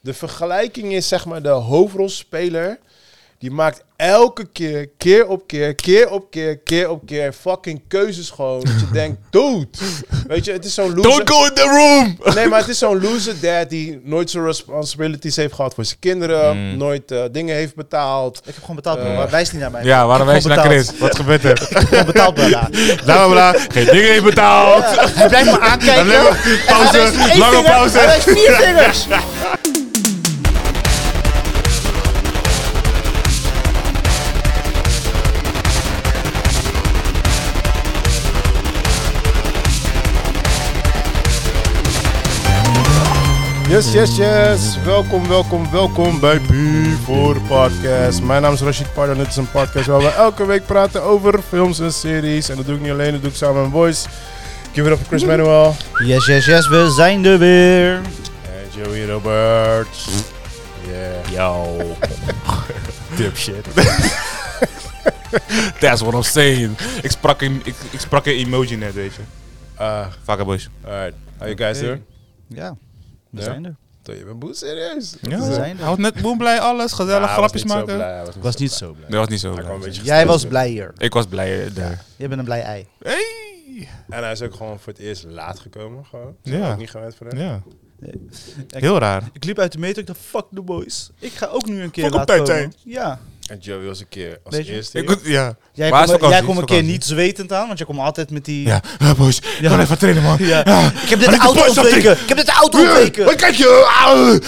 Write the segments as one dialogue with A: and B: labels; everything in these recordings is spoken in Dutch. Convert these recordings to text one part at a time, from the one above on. A: De vergelijking is zeg maar de hoofdrolspeler. Die maakt elke keer, keer op keer, keer op keer, keer op keer fucking keuzes gewoon. Dat je denkt, dood. Weet je, het is zo'n loser.
B: Don't go in the room!
A: Nee, maar het is zo'n loser dad die nooit zijn responsibilities heeft gehad voor zijn kinderen.
B: Mm.
A: Nooit eh, dingen heeft betaald.
C: Ik heb gewoon betaald, bro. Maar wijs niet naar mij.
B: Eh. Ja, waarom
C: Ik heb
B: wijs je naar
C: gewoon
B: Chris? Wat gebeurt er?
C: betaald. Ik heb gewoon betaald, bro. ja.
B: Bla bla bla, geen dingen heeft betaald.
C: Hij blijft me
B: Dan
C: aankijken.
B: hebben
C: En
B: we
C: hij wijst met
B: pauze,
C: één
B: lange
C: vinger, Hij
B: pauze.
C: wijst vier vingers.
A: Yes, yes, yes. Welkom, welkom, welkom bij P4 Podcast. Mijn naam is Rashid Pardo en dit is een podcast waar we elke week praten over films en series. En dat doe ik niet alleen, dat doe ik samen met Boys. Give it up for Chris Manuel.
C: Yes, yes, yes. We zijn er weer.
A: En Joey Roberts. Yeah.
B: Yo. Dipshit. That's what I'm saying. Ik sprak in, ik, ik sprak in emoji net, weet je.
A: Ah,
B: Vakker boys.
A: alright. How you guys doing?
C: Ja, we
A: Ja.
C: zijn er.
A: Je bent boos serieus.
B: Ja,
C: we zijn er.
B: Hij was net boem blij, alles, gezellig,
A: Ah, hij was
B: grapjes
A: niet zo
B: maken.
A: blij, hij was
C: Ik
A: niet
C: was
A: zo
C: niet zo blij.
B: Nee, was niet zo
A: blij. Hij kwam een
B: blij.
A: beetje
C: Jij was
A: gestrest
C: blijer.
B: Ik was blij eh, daar.
C: Jij bent een blij ei.
B: Hey!
A: En hij is ook gewoon voor het eerst laat gekomen. Gewoon.
B: Ja.
A: Ook niet gewend voor hem.
B: Ja. Heel raar.
C: Ik liep uit de meter. Ik dacht, fuck the boys. Ik ga ook nu een keer
B: Fuck op
C: laten
B: tijd
C: komen. Ja.
A: En Joey was een keer als
C: Weet je,
A: eerste.
B: Ik,
A: hier.
B: kon- ja.
C: Jij
B: Maar
C: komt
B: is vakantie,
C: kom, jij kom een
B: is
C: keer
B: vakantie.
C: niet zwetend aan, want jij komt altijd met die...
B: Ja, eh, boys. Ik
C: Ja.
B: kan even trainen, man.
C: Ja. Ik heb
B: Ben
C: dit
B: ik de
C: auto
B: boys aan het
C: ontweken. Ik heb dit auto ontweken.
B: Wat kijk je? Ah. Au!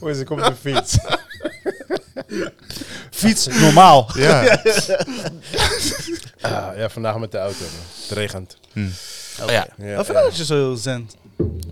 A: Oh, ze komt op de fiets.
C: Fiets, normaal.
B: Ja.
A: Ah, ja, vandaag met de auto. man. Het regent.
B: Oh, ja.
A: Ja,
C: Of
A: ja.
C: dat je zo zendt.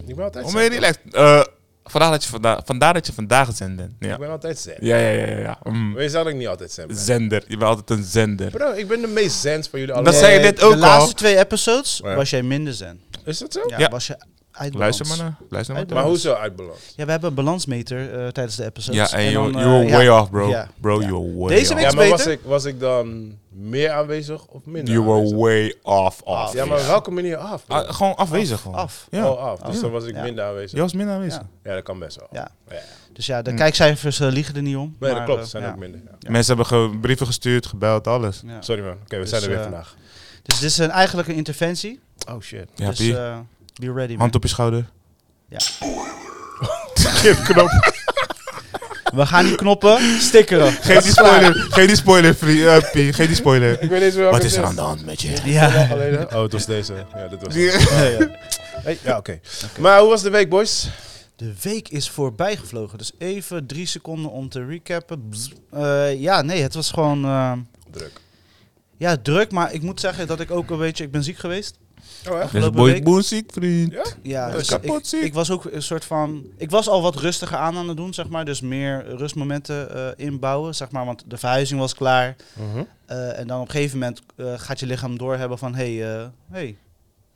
A: Ik ben altijd
B: Om je
A: zen.
B: relaxed. Eh, vandaar, dat je vandaag, vandaar dat je vandaag het zenden. Ja.
A: Ik ben altijd zen.
B: Ja, ja, ja, ja. ja. Mm.
A: Maar je zou dat ik niet altijd zen ben.
B: Zender. Je bent altijd een zender.
A: Bro, ik ben de meest zens van jullie
B: Dat
A: allemaal.
B: zei je dit ook
C: De
B: al.
C: laatste twee episodes
A: Ja.
C: was jij minder zen.
A: Is dat zo?
C: Ja,
B: Ja.
C: was je uit balans.
B: Luister maar naar. Luister maar
C: Uit
B: naar.
A: Maar hoezo uitbalans?
C: Ja, we hebben een balansmeter eh, tijdens de episodes.
B: Ja, en
C: dan,
B: you're,
C: eh,
B: you're
C: ja.
B: way off, bro.
C: Ja.
B: Bro,
C: Ja.
B: you're way
C: Deze
B: off.
C: week-
A: Ja, maar
C: beter?
A: was ik, was ik dan meer aanwezig of minder
B: You were
A: aanwezig?
B: way off, off.
A: Ja, maar op welke manier af? bro?
B: Ah, gewoon afwezig, gewoon.
C: af.
B: Ja.
A: Oh, af. Dus dan was ik
C: Ja.
A: minder aanwezig.
B: Je was minder aanwezig.
C: Ja.
A: Ja, dat kan best wel.
C: Ja.
A: Ja.
C: Dus ja, de
B: Mm.
C: kijkcijfers eh, liegen er niet om.
A: Nee, dat
C: maar,
A: klopt.
C: eh,
A: Ze zijn
C: ja.
A: ook minder. ja.
B: Mensen hebben ge- brieven gestuurd, gebeld, alles.
C: Ja.
A: Sorry man. Oké, we
C: Dus,
A: zijn er weer
C: eh,
A: vandaag.
C: Dus dit is een, eigenlijk een interventie.
A: Oh shit.
B: Ja,
C: dus
B: Pie.
C: eh, be ready, man.
B: Hand op je schouder.
C: Ja.
B: Knop.
C: We gaan die knoppen stickeren.
B: Geen die spoiler. Geen die spoiler, Free. eh, Pie. Geen die spoiler.
A: Ik weet niet eens
B: Wat is er aan de hand met je?
C: Ja.
A: Geleden. Oh, het was deze. Ja, dit was het.
B: Ja.
C: Ja, ja.
A: Hey, ja, oké. Maar hoe was de week, boys?
C: De week is voorbij gevlogen. Dus even drie seconden om te recappen. Bzz. Eh, ja, nee, het was gewoon... eh,
A: Druk.
C: ja, druk. Maar ik moet zeggen dat ik ook een beetje... Ik ben ziek geweest.
A: Oh, echt?
B: Dat is
C: Afgelopen
B: boy
C: week.
B: boon ziek, vriend.
A: Ja?
C: Ja,
A: dat
C: dus
A: is
C: ik,
B: kapot ziek.
C: ik was ook een soort van. Ik was al wat rustiger aan aan het doen, zeg maar. Dus meer rustmomenten eh, inbouwen, zeg maar. Want de verhuizing was klaar.
A: Mhm.
C: Eh, en dan op een gegeven moment eh, gaat je lichaam doorhebben van: hé, hey, eh, hey,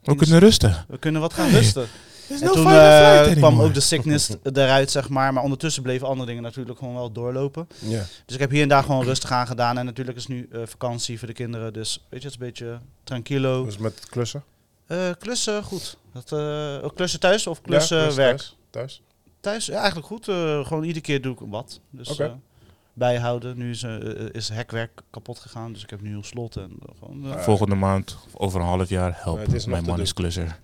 B: We kunnen rusten.
C: we kunnen wat gaan rusten.
B: Is
C: en toen eh, kwam ook de sickness eruit, zeg maar. Maar ondertussen bleven andere dingen natuurlijk gewoon wel doorlopen.
A: Ja.
C: Dus ik heb hier en daar gewoon rustig aan gedaan. En natuurlijk is nu eh, vakantie voor de kinderen. Dus weet je, het is een beetje tranquilo.
A: Dus met klussen?
C: Eh, klussen, goed. Dat, eh, ook klussen thuis of klussen
A: klussen
C: werk?
A: Thuis. thuis.
C: Thuis ja, eigenlijk goed. Eh, gewoon iedere keer doe ik wat. Dus
A: Oké.
C: eh, bijhouden. Nu is, eh, eh, is hekwerk kapot gegaan, dus ik heb nu een slot. En, eh, gewoon, eh,
B: Volgende maand, of over een half jaar, help.
A: Maar het is nog
B: Mijn
A: te
B: man
A: doen.
B: is klusser.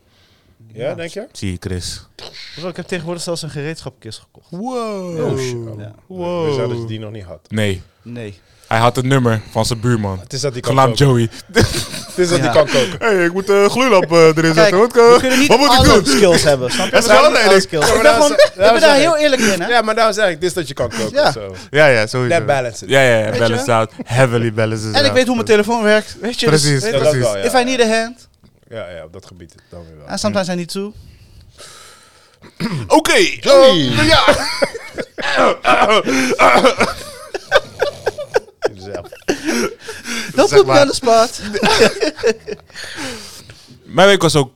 A: Ja, denk je?
B: Zie je, Chris.
C: Bro, ik heb tegenwoordig zelfs een gereedschapkist gekocht.
B: Wow.
A: Oh, shit.
C: Ja.
A: We zouden dat je die nog niet had.
B: Nee,
C: Nee.
B: hij had het nummer van zijn buurman.
A: Het is dat die kan
B: Genaamd
A: koken.
B: Joey.
A: Het is dat die
C: Ja.
A: kan koken.
B: Hé, hey, ik moet eh gloeilamp eh, erin
C: Kijk,
B: zetten. Wat, eh,
C: we kunnen niet
B: wat moet ik
C: alle
B: doen?
C: skills hebben, snap je?
B: Dat is
C: We
B: wel
C: kunnen niet
B: een
C: alle
B: idee.
C: skills.
A: Ja, maar
C: Ik
A: dat
C: ben,
A: is-
C: gewoon,
A: dat
C: ik ben
A: is
C: daar
A: een-
C: heel eerlijk in, hè?
A: Ja, maar daarom zeg ik, dit is dat je kan koken.
C: Ja.
A: of Zo.
B: Ja, ja, sowieso.
A: That balances.
B: Ja, ja, ja.
C: je?
B: Balance out. Heavily balances
C: En ik
B: out.
C: weet hoe mijn telefoon werkt, weet je? dus-
B: Precies,
C: weet
A: Ja,
C: je,
A: dat
B: precies.
A: wel, ja.
C: If I need a hand,
A: Ja, ja, op dat gebied dan weer wel.
C: en sometimes I need two.
B: Oké.
A: Joey.
B: eh, ja.
A: Zelf.
C: Dat
B: Zeg
C: doet me
B: maar.
C: aan de spot.
B: Mijn week was oké.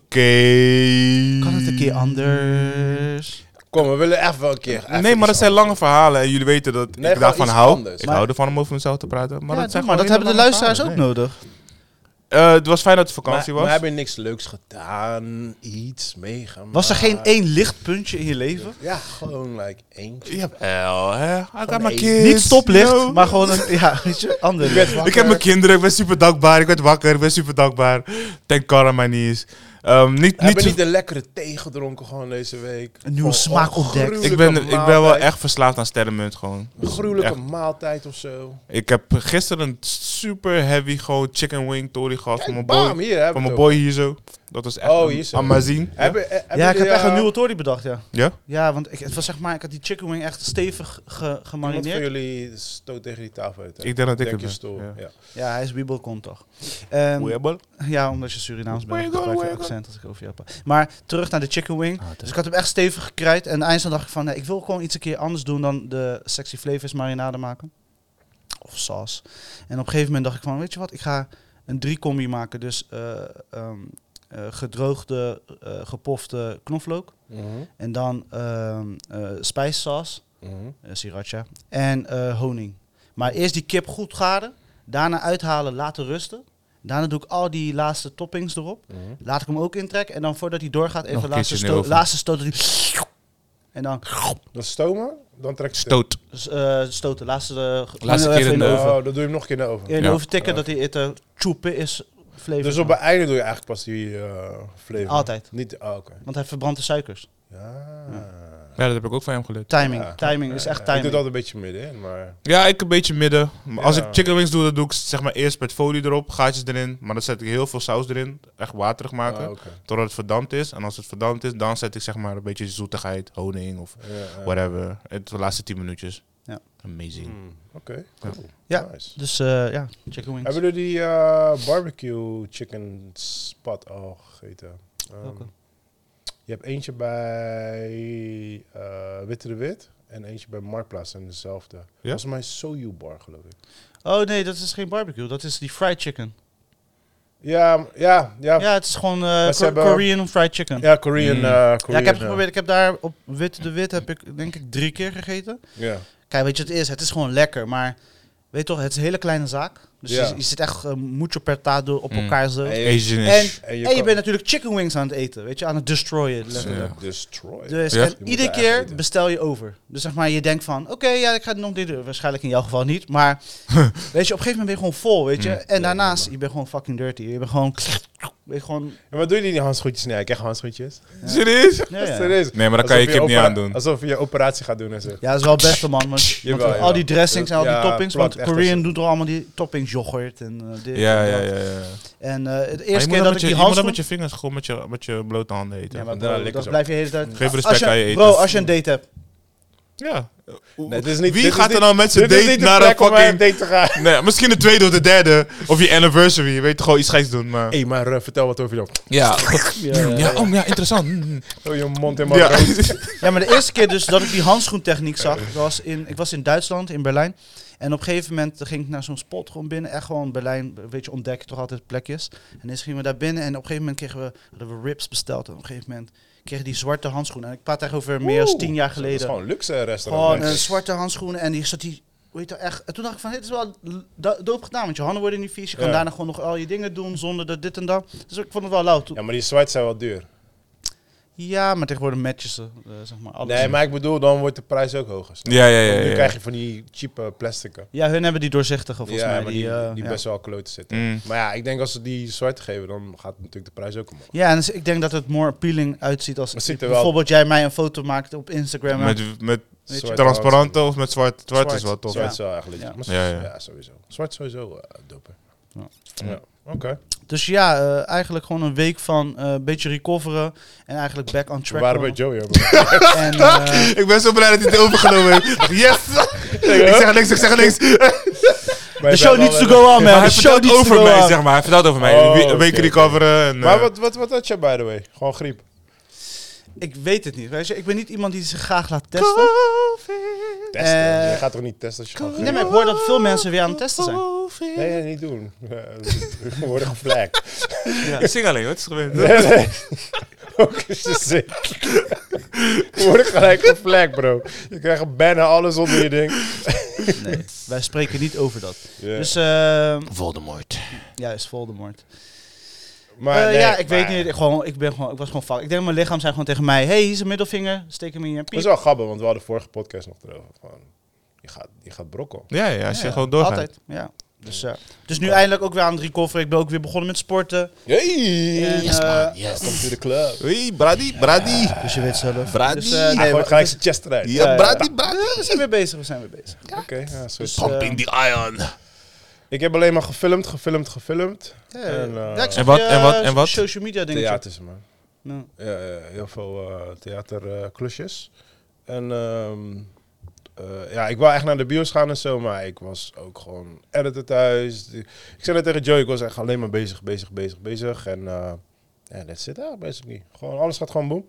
C: Kan het een keer anders?
A: Kom, we willen echt wel een keer. even
B: Nee, maar dat
A: iets
B: zijn lange verhalen. En jullie weten dat
A: Nee,
B: ik
A: gewoon
B: daarvan
A: iets
B: hou.
A: anders.
B: Ik
C: Maar-
B: hou ervan om over mezelf te praten. Maar
C: Ja,
B: dat zijn
C: doe maar
B: gewoon
C: dat hebben de
B: hele lange
C: luisteraars ook
B: verhalen.
C: nodig.
B: Eh, het was fijn dat het vakantie
A: Maar, maar
B: was.
A: heb je niks leuks gedaan? Iets meegemaakt?
C: Was er
B: Ah.
C: geen één lichtpuntje in je leven?
A: Ja, gewoon like eentje.
B: Jawel, hè. I got my
A: één.
B: kids.
C: Niet stoplicht,
B: yo.
C: maar gewoon een ja, weet je, ander licht.
B: Ik heb mijn kinderen, ik ben super dankbaar. Ik werd wakker, ik ben super dankbaar. Thank God aan mijn knees. Ehm, niet,
A: Heb
B: niet
A: je
B: zo-
A: niet een lekkere thee gedronken gewoon deze week?
C: Een nieuwe
A: Oh,
C: smaak
A: oh,
C: ontdekt.
A: gruwelijke
B: ik, ben, ik ben wel
A: maaltijd.
B: echt verslaafd aan sterrenmunt gewoon.
A: Een gruwelijke
B: Echt.
A: maaltijd of zo.
B: Ik heb gisteren een super heavy gewoon chicken wing tori gehad van
A: Kijk,
B: mijn
A: bam,
B: boy.
A: hier heb
B: Van
A: ik
B: mijn
A: het
B: boy hier zo. Dat is echt
A: Oh, hier zo.
B: amazing.
A: ook. Heb, je- eh, heb
C: Ja,
A: je
C: ik heb
A: die,
C: echt
A: eh,
C: een nieuwe tory bedacht, ja.
B: Ja?
C: Ja, want ik, het was zeg maar, ik had die chicken wing echt stevig ge-
A: Iemand van
C: gemarineerd.
A: jullie stoot tegen die tafel uit. hè?
B: Ik denk dat ik
A: Denk
B: het
A: je
B: ben.
A: stoel.
B: Ja.
A: Ja.
C: Ja, hij is wiebelkont toch. Ehm,
B: Weeble.
C: ja, omdat je Surinaams bent.
B: Where
C: Ik
B: you
C: gebruik
B: going,
C: je
B: where you
C: accent als ik over jou praat. Maar terug naar de chicken wing. Dus ik had hem echt stevig gekruid. En eindstand dacht ik van, nee, ik wil gewoon iets een keer anders doen dan de sexy flavors marinade maken. Of saus. En op een gegeven moment dacht ik van, weet je wat, ik ga een drie combi maken. Dus eh, ehm, eh, gedroogde, eh, gepofte knoflook.
A: Mhm,
C: En dan ehm eh, spijssaus.
A: mhm.
C: Eh, sriracha. En eh, honing. Maar eerst die kip goed garen. Daarna uithalen, laten rusten. Daarna doe ik al die laatste toppings erop.
A: Mhm.
C: Laat ik hem ook intrekken. En dan voordat hij doorgaat, even
B: Nog een
C: laatste,
B: keertje
C: sto
B: erover.
C: laatste stoot. dat hij- En dan
A: Dan stomen, dan trek je het
B: Stoot.
C: eh, stoten. Laatste, eh,
B: Laatste
C: even
B: keer in
C: in de
B: de-
A: in.
C: oven.
A: Oh, dat doe je hem nog een keer in de oven.
C: In de
B: Ja.
C: oven tikken dat hij het eh, tjoepen is. Flavor.
A: Dus op het einde doe je eigenlijk pas die eh flavor.
C: Altijd.
A: Niet, oh, oké.
C: Want hij verbrandt de suikers.
A: Ja.
B: Ja, dat heb ik ook van hem geleerd.
C: Timing.
A: Ja.
C: Timing is echt
A: Ik doe
C: timing.
A: dat een beetje midden, maar...
B: Ja, ik een beetje midden. Maar Als
A: Ja.
B: ik chicken wings doe, dan doe ik zeg maar eerst met folie erop, gaatjes erin. Maar dan zet ik heel veel saus erin, echt waterig maken,
A: Ah, oké.
B: totdat het verdampt is. En als het verdampt is, dan zet ik zeg maar een beetje zoetigheid, honing of
A: Ja, ja.
B: whatever. Het de laatste 10 minuutjes.
C: Ja.
B: Amazing.
A: Hmm, Oké, cool.
C: Ja.
A: Nice.
C: Dus eh, ja, chicken wings.
A: Hebben jullie die eh, barbecue chicken spot al gegeten? Ehm,
C: Welke?
A: Je hebt eentje bij eh, Witte de Wit en eentje bij Marktplaats en dezelfde. Volgens mij Soju Bar, geloof ik.
C: Oh nee, dat is geen barbecue. Dat is die fried chicken.
A: Ja, m- ja, ja. Ja,
C: Ja, het is gewoon eh,
A: Maar ze
C: Ko-
A: hebben-
C: Korean fried chicken. Ja,
A: Korean,
B: Mm.
A: eh, Korean,
C: ik heb
A: ja.
C: geprobeerd. Ik heb daar op Wit de Wit heb ik denk ik drie keer gegeten.
A: Ja.
C: Kijk, weet je wat het is? Het is gewoon lekker, maar weet toch, het is een hele kleine zaak. Dus
A: Ja.
C: je, je zit echt eh, mucho per tado op
B: Mm.
C: elkaar zo.
A: Hey,
C: En,
B: Asianish.
A: En
C: en
A: je
C: je,
A: kan-
C: bent natuurlijk chicken wings aan het eten, weet je, aan het destroyen. letterlijk.
B: Ja.
A: Destroy.
C: Dus
B: Ja.
C: en
A: Je moet
C: iedere
A: daar echt
C: keer
A: eten.
C: bestel je over. Dus zeg maar, je denkt van, oké, ja, ik ga nog dit doen. Waarschijnlijk in jouw geval niet, maar weet je, op een gegeven moment ben je gewoon vol, weet je.
B: Mm.
C: En daarnaast, je bent gewoon fucking dirty. Je bent gewoon, ben je gewoon,
A: En wat doe je die handschoentjes? Nee, ik heb handschoentjes.
B: Serieus?
C: ja, ja.
A: Serieus.
B: Nee, maar
A: Alsof
B: dan kan je kip niet
A: opera-
B: aandoen.
A: Alsof je operatie gaat doen en zo.
C: Ja, dat is wel het beste, man. Want,
A: Jawel,
C: want al die
A: jawel.
C: dressings en al die
A: Ja,
C: toppings. Want
A: plakt echt
C: Korean
A: als-
C: doet er allemaal die toppings, yoghurt en eh, dit.
B: Ja,
C: en
B: ja, ja. ja.
C: dat. En eh, het
B: Maar je
C: eerste
B: moet
C: keer
B: dat
C: dat
B: met
C: ik
B: je, je
C: die
B: moet dat met
C: handschoen...
B: je vingers gewoon met je, met je blote handen eten.
C: Ja,
B: Ja,
C: maar
A: Daarna
C: bro,
A: likken
C: dat
A: ze
C: blijf je de hele tijd...
B: Geef respect
C: Als je-
B: aan je eten.
C: Bro, als je een date hebt.
A: Nee, dit is niet-
B: Wie
A: dit is
B: gaat
A: niet-
B: er nou met zijn
A: dit is
B: date
A: niet de
B: naar een
A: plek om
B: fucking...
A: date te gaan.
B: Nee, misschien de tweede of de derde. Of je anniversary. Je weet gewoon iets geks doen, maar...
A: Hé, hey, maar eh, vertel wat over jou.
B: Ja. Ja, oh, ja, interessant.
A: Oh, je mond in mijn
B: Ja.
A: rood.
C: Ja, maar de eerste keer dus dat ik die handschoentechniek zag... Was in, ik was in Duitsland, in Berlijn. En op een gegeven moment ging ik naar zo'n spot gewoon binnen. Echt gewoon Berlijn, weet je, ontdekken toch altijd plekjes. En eens gingen we daar binnen en op een gegeven moment kregen we... Hadden we ribs besteld en op een gegeven moment... kregen die zwarte handschoenen. En ik praat echt over meer dan
A: Oeh,
C: tien jaar
A: Dat is
C: geleden.
A: gewoon een luxe restaurant.
C: Gewoon een zwarte handschoenen en die zat die. Weet je echt. En toen dacht ik van, dit is wel do- dope gedaan, want je handen worden niet vies. Je kan
A: Ja.
C: daarna gewoon nog al je dingen doen zonder dat dit en dat. Dus ik vond het wel lauw. toen-
A: Ja, maar die sweats zijn wel duur.
C: Ja, maar tegenwoordig matchen ze, eh, zeg maar. Alles.
A: Nee, maar ik bedoel, dan wordt de prijs ook hoger. snap je?
B: Ja, ja, ja.
A: Want
B: ja,
A: Nu
B: ja.
A: krijg je van die cheap plastieken.
C: Ja, hun hebben die doorzichtige volgens
A: ja,
C: mij.
A: maar
C: Die,
A: die,
C: eh,
A: die
C: ja.
A: best wel kloten zitten.
B: Mm.
A: Maar ja, ik denk als ze die zwarte geven, dan gaat natuurlijk de prijs ook omhoog.
C: ja, en dus ik denk dat het more appealing uitziet als
A: Maar ziet er wel-
C: bijvoorbeeld jij mij een foto maakt op Instagram. en-
B: Met, met
C: Weet je.
A: Zwarte
B: transparante of met zwart. Zwart,
C: Zwart.
B: is wel tof.
A: Zwart is wel echt legit.
C: Ja.
A: Maar
B: Ja, ja.
A: ja, sowieso. Zwart sowieso eh, doper.
C: Ja.
A: Ja. Oké.
C: Dus ja, eh, eigenlijk gewoon een week van eh, een beetje recoveren en eigenlijk back on
A: We
C: track.
A: waren bij
C: komen.
A: Joey. hoor.
C: en, eh,
B: Ik ben zo blij dat hij het overgenomen heeft. Yes! ik zeg niks, ik zeg niks.
A: Maar
C: the
A: je
C: show
A: bent
C: needs
A: wel
C: to go on, man.
B: Maar hij
C: The show
B: vertelt
C: needs to
B: over
C: go
B: mij,
C: on.
B: zeg maar. Hij vertelt over mij.
A: Oh,
B: Een wie-
A: oké,
B: Een week
A: oké.
B: recoveren. En, eh,
A: Maar wat, wat, wat had je, by the way? Gewoon griep.
C: Ik weet het niet. Weet je, ik ben niet iemand die zich graag laat testen.
A: Testen.
C: Eh,
A: je gaat toch niet testen als je gewoon griep
C: Nee, maar ik hoor dat veel mensen weer aan het testen zijn.
A: Nee, nee, niet doen. Eh, We worden geflagd.
B: Ik zing alleen, hoor. Het is gewend.
A: Nee, nee. Ook is de zin. Je wordt gelijk een flag, bro. Je krijgt een banner, alles onder je ding.
C: Nee, wij spreken niet over dat.
A: Ja.
C: Dus ehm
B: Voldemort.
C: juist, Voldemort.
A: Maar
C: Eh,
A: nee,
C: ja, ik
A: maar-
C: weet niet. ik Gewoon, ik, ben gewoon, ik was gewoon fuck. Ik denk mijn lichaam zei gewoon tegen mij: hey, hier is een middelvinger. Steek hem in je
A: Dat is
C: piep.
A: wel grappig, want we hadden vorige podcast nog erover. Van, je, gaat, je gaat brokkel.
B: Ja, ja, als je
C: Ja,
B: gewoon doorgaat.
C: Altijd, ja. Dus, eh, dus nu eindelijk ook weer aan het recoveren. Ik ben ook weer begonnen met sporten. En,
A: Hey!
C: eh,
A: Kom to the club.
B: Hé, Brady, Brady.
C: dus je weet zelf.
B: Brady.
C: Dus, eh,
A: Hij
C: nee,
A: gooit
C: we,
A: gelijk zijn chest eruit.
B: Ja,
C: ja.
B: Brady, Brady.
C: we zijn weer bezig, we zijn weer bezig.
A: Oké, ja, zo is
C: Dus,
A: het.
B: Pumping the iron.
A: Ik heb alleen maar gefilmd, gefilmd, gefilmd.
C: eh,
A: En, eh,
C: ja, ik zag
B: En wat-
C: je,
B: en wat- en
C: eh,
B: wat?
C: Social media dingetje.
A: Theaters, man.
C: Nou,
A: Ja, ja, heel veel eh, theaterklusjes. en ehm, eh, ja, ik wou echt naar de bios gaan en zo, maar ik was ook gewoon editor thuis. Ik zei net tegen Joey, ik was echt alleen maar bezig, bezig, bezig, bezig. En eh ja, that's it, ah, basically. Gewoon, alles gaat gewoon boem.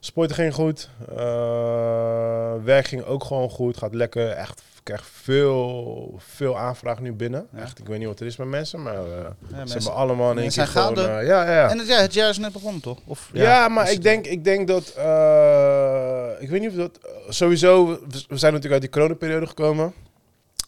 A: Sporten ging goed. Eh, werk ging ook gewoon goed. Gaat lekker. Echt, ik krijg veel, veel aanvraag nu binnen.
C: Ja.
A: Echt, ik weet niet wat er is met mensen, maar eh, ze
C: mensen-
A: hebben allemaal in één
C: mensen
A: keer
C: zijn
A: gewoon...
C: gaande.
A: eh, ja, ja.
C: En het, ja, het jaar is net begonnen, toch? Of,
A: Ja, maar
C: is
A: ik
C: het-
A: denk, ik denk dat. eh, ik weet niet of dat. Sowieso, we- we zijn natuurlijk uit die coronaperiode gekomen.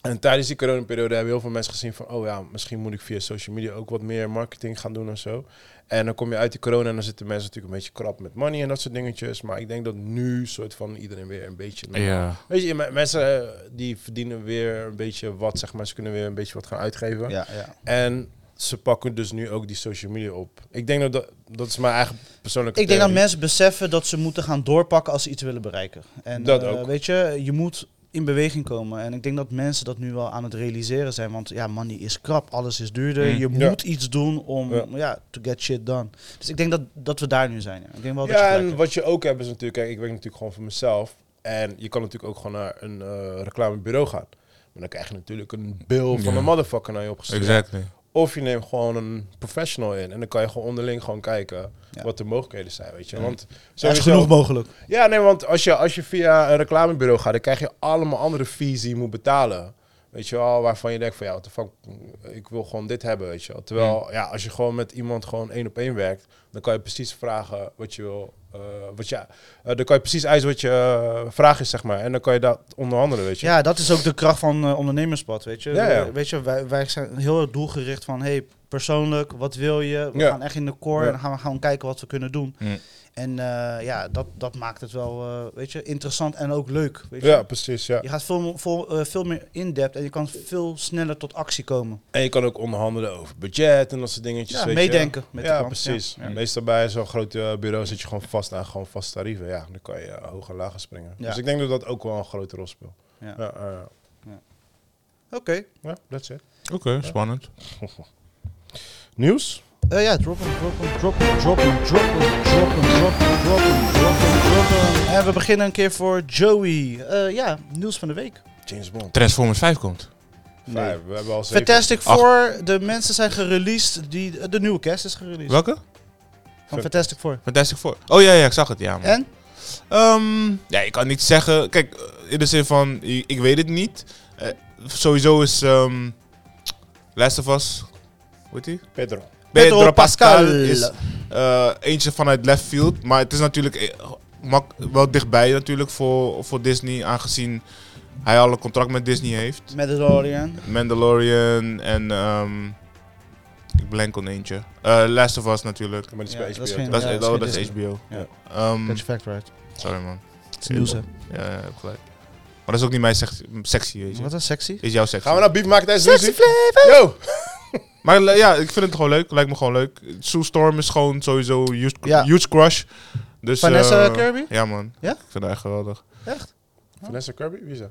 A: En tijdens die coronaperiode hebben heel veel mensen gezien van... oh ja, misschien moet ik via social media ook wat meer marketing gaan doen en zo. En dan kom je uit die corona en dan zitten mensen natuurlijk een beetje krap met money en dat soort dingetjes. Maar ik denk dat nu soort van iedereen weer een beetje...
B: Ja.
A: Weet je, me- mensen eh, die verdienen weer een beetje wat, zeg maar. Ze kunnen weer een beetje wat gaan uitgeven.
C: Ja, ja.
A: En ze pakken dus nu ook die social media op. Ik denk dat dat, dat is mijn eigen persoonlijke
C: Ik denk dat
A: theorie.
C: mensen beseffen dat ze moeten gaan doorpakken als ze iets willen bereiken. En
A: Dat
C: eh,
A: ook.
C: weet je, je moet in beweging komen. En ik denk dat mensen dat nu wel aan het realiseren zijn. Want ja, money is krap, alles is duurder.
B: Mm.
C: Je
A: Ja.
C: moet iets doen om
A: Ja.
C: ja. to get shit done. Dus ik denk dat, dat we daar nu zijn. ja. Ik denk wel dat
A: Ja,
C: je
A: en
C: gelijk
A: wat je ook hebt is natuurlijk, kijk, ik werk natuurlijk gewoon voor mezelf. En je kan natuurlijk ook gewoon naar een eh, reclamebureau gaan. Maar dan krijg je natuurlijk een bill van
B: Ja.
A: een motherfucker naar je opgestuurd.
B: Exactly.
A: Of je neemt gewoon een professional in. En dan kan je gewoon onderling gewoon kijken
C: Ja.
A: wat de mogelijkheden zijn, weet je. Want
C: hebt. Er is
A: sowieso-
C: genoeg mogelijk.
A: Ja, nee, want als je, als je via een reclamebureau gaat, dan krijg je allemaal andere fees die je moet betalen. Weet je wel, waarvan je denkt van ja, what the fuck, ik wil gewoon dit hebben, weet je wel. Terwijl, ja, als je gewoon met iemand gewoon één op één werkt, dan kan je precies vragen wat je wil, eh, wat je, eh, dan kan je precies eisen wat je eh, vraag is, zeg maar. En dan kan je dat onderhandelen, weet je.
C: Ja, dat is ook de kracht van eh, ondernemerspad, weet je.
A: Ja, ja.
C: Weet je, wij, wij zijn heel erg doelgericht van, hey, persoonlijk, wat wil je? We
A: Ja.
C: gaan echt in de core
A: Ja.
C: en dan gaan we gewoon kijken wat we kunnen doen.
B: Mm.
C: En eh, ja, dat, dat maakt het wel, eh, weet je, interessant en ook leuk, weet je.
A: Ja, precies, ja.
C: Je gaat veel, mo- veel, eh, veel meer in-depth en je kan veel sneller tot actie komen.
A: En je kan ook onderhandelen over budget en dat soort dingetjes,
C: Ja,
A: weet je.
C: meedenken met de
A: ja,
C: klant,
A: precies.
C: ja. Ja.
A: Meestal bij zo'n groot eh, bureau zit je gewoon vast aan gewoon vast tarieven. Ja, dan kan je eh, hoog en lager springen.
C: Ja.
A: Dus ik denk dat dat ook wel een grote rol speelt.
C: Ja.
A: Ja, eh,
C: Oké.
A: ja, that's it.
B: Oké, spannend.
A: Nieuws?
C: Eh, ja, droppen, droppen, droppen, droppen, droppen, droppen, droppen, droppen, droppen, droppen. En we beginnen een keer voor Joey. Eh, ja, nieuws van de week.
A: James Bond.
B: Transformers 5 komt.
A: Vijf. We hebben al zeven.
C: Fantastic
B: Ach.
C: Four, de mensen zijn gereleased, die, eh, de nieuwe cast is gereleased.
B: Welke?
C: Van Fantastic Four.
B: Fantastic Four. Oh ja, ja, ik zag het. Ja, man.
C: En?
B: Ehm, ja, ik kan niet zeggen. Kijk, eh, in de zin van, i- ik weet het niet. Eh, sowieso is ehm Last of Us, hoe heet die?
A: Pedro.
B: Pedro Pascal is eh, eentje vanuit left field. Maar het is natuurlijk eh, mak- wel dichtbij natuurlijk voor, voor Disney. Aangezien hij al een contract met Disney heeft.
C: Mandalorian.
B: Mandalorian en... ehm, ik blank on eentje. Eh, Last of Us natuurlijk.
A: Maar die is
C: Ja,
A: bij
C: dat is
A: HBO,
C: geen-
B: Dat is,
C: Ja,
B: oh,
C: dat is geen
B: dat is
C: Disney.
B: HBO.
C: Ja.
B: Ehm,
C: Get your fact right.
B: sorry man.
C: Het is nieuws, hè.
B: Ja, ja, heb gelijk. Maar dat is ook niet mijn sex- sexy, weet je.
C: Wat een sexy.
B: Is jouw
A: toch?
B: sexy.
A: Gaan we nou beef maken tijdens de muziek? Yo!
B: Maar le- ja, ik vind het gewoon leuk. Lijkt me gewoon leuk. Sue Storm is gewoon sowieso een huge,
C: Ja.
B: huge crush. Dus,
C: Vanessa
B: eh,
C: Kirby?
B: Ja man.
C: Ja? Eh,
B: Ik vind haar echt geweldig.
C: Echt?
A: Vanessa Kirby? Wie is dat?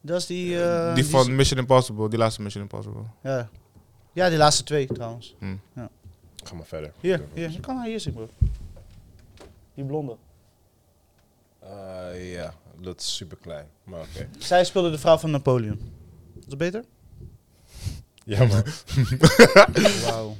C: Dat is die... eh,
B: die van
C: is-
B: Mission Impossible. Die laatste Mission Impossible.
C: Ja. ja, die laatste twee trouwens.
A: Ga maar verder.
C: Hier, hier. Je kan haar hier zien, bro. Die blonde.
A: Eh, ja, dat is super klein. Maar oké.
C: Zij speelde de vrouw van Napoleon. Is dat beter?
A: Ja, man.
C: Wauw.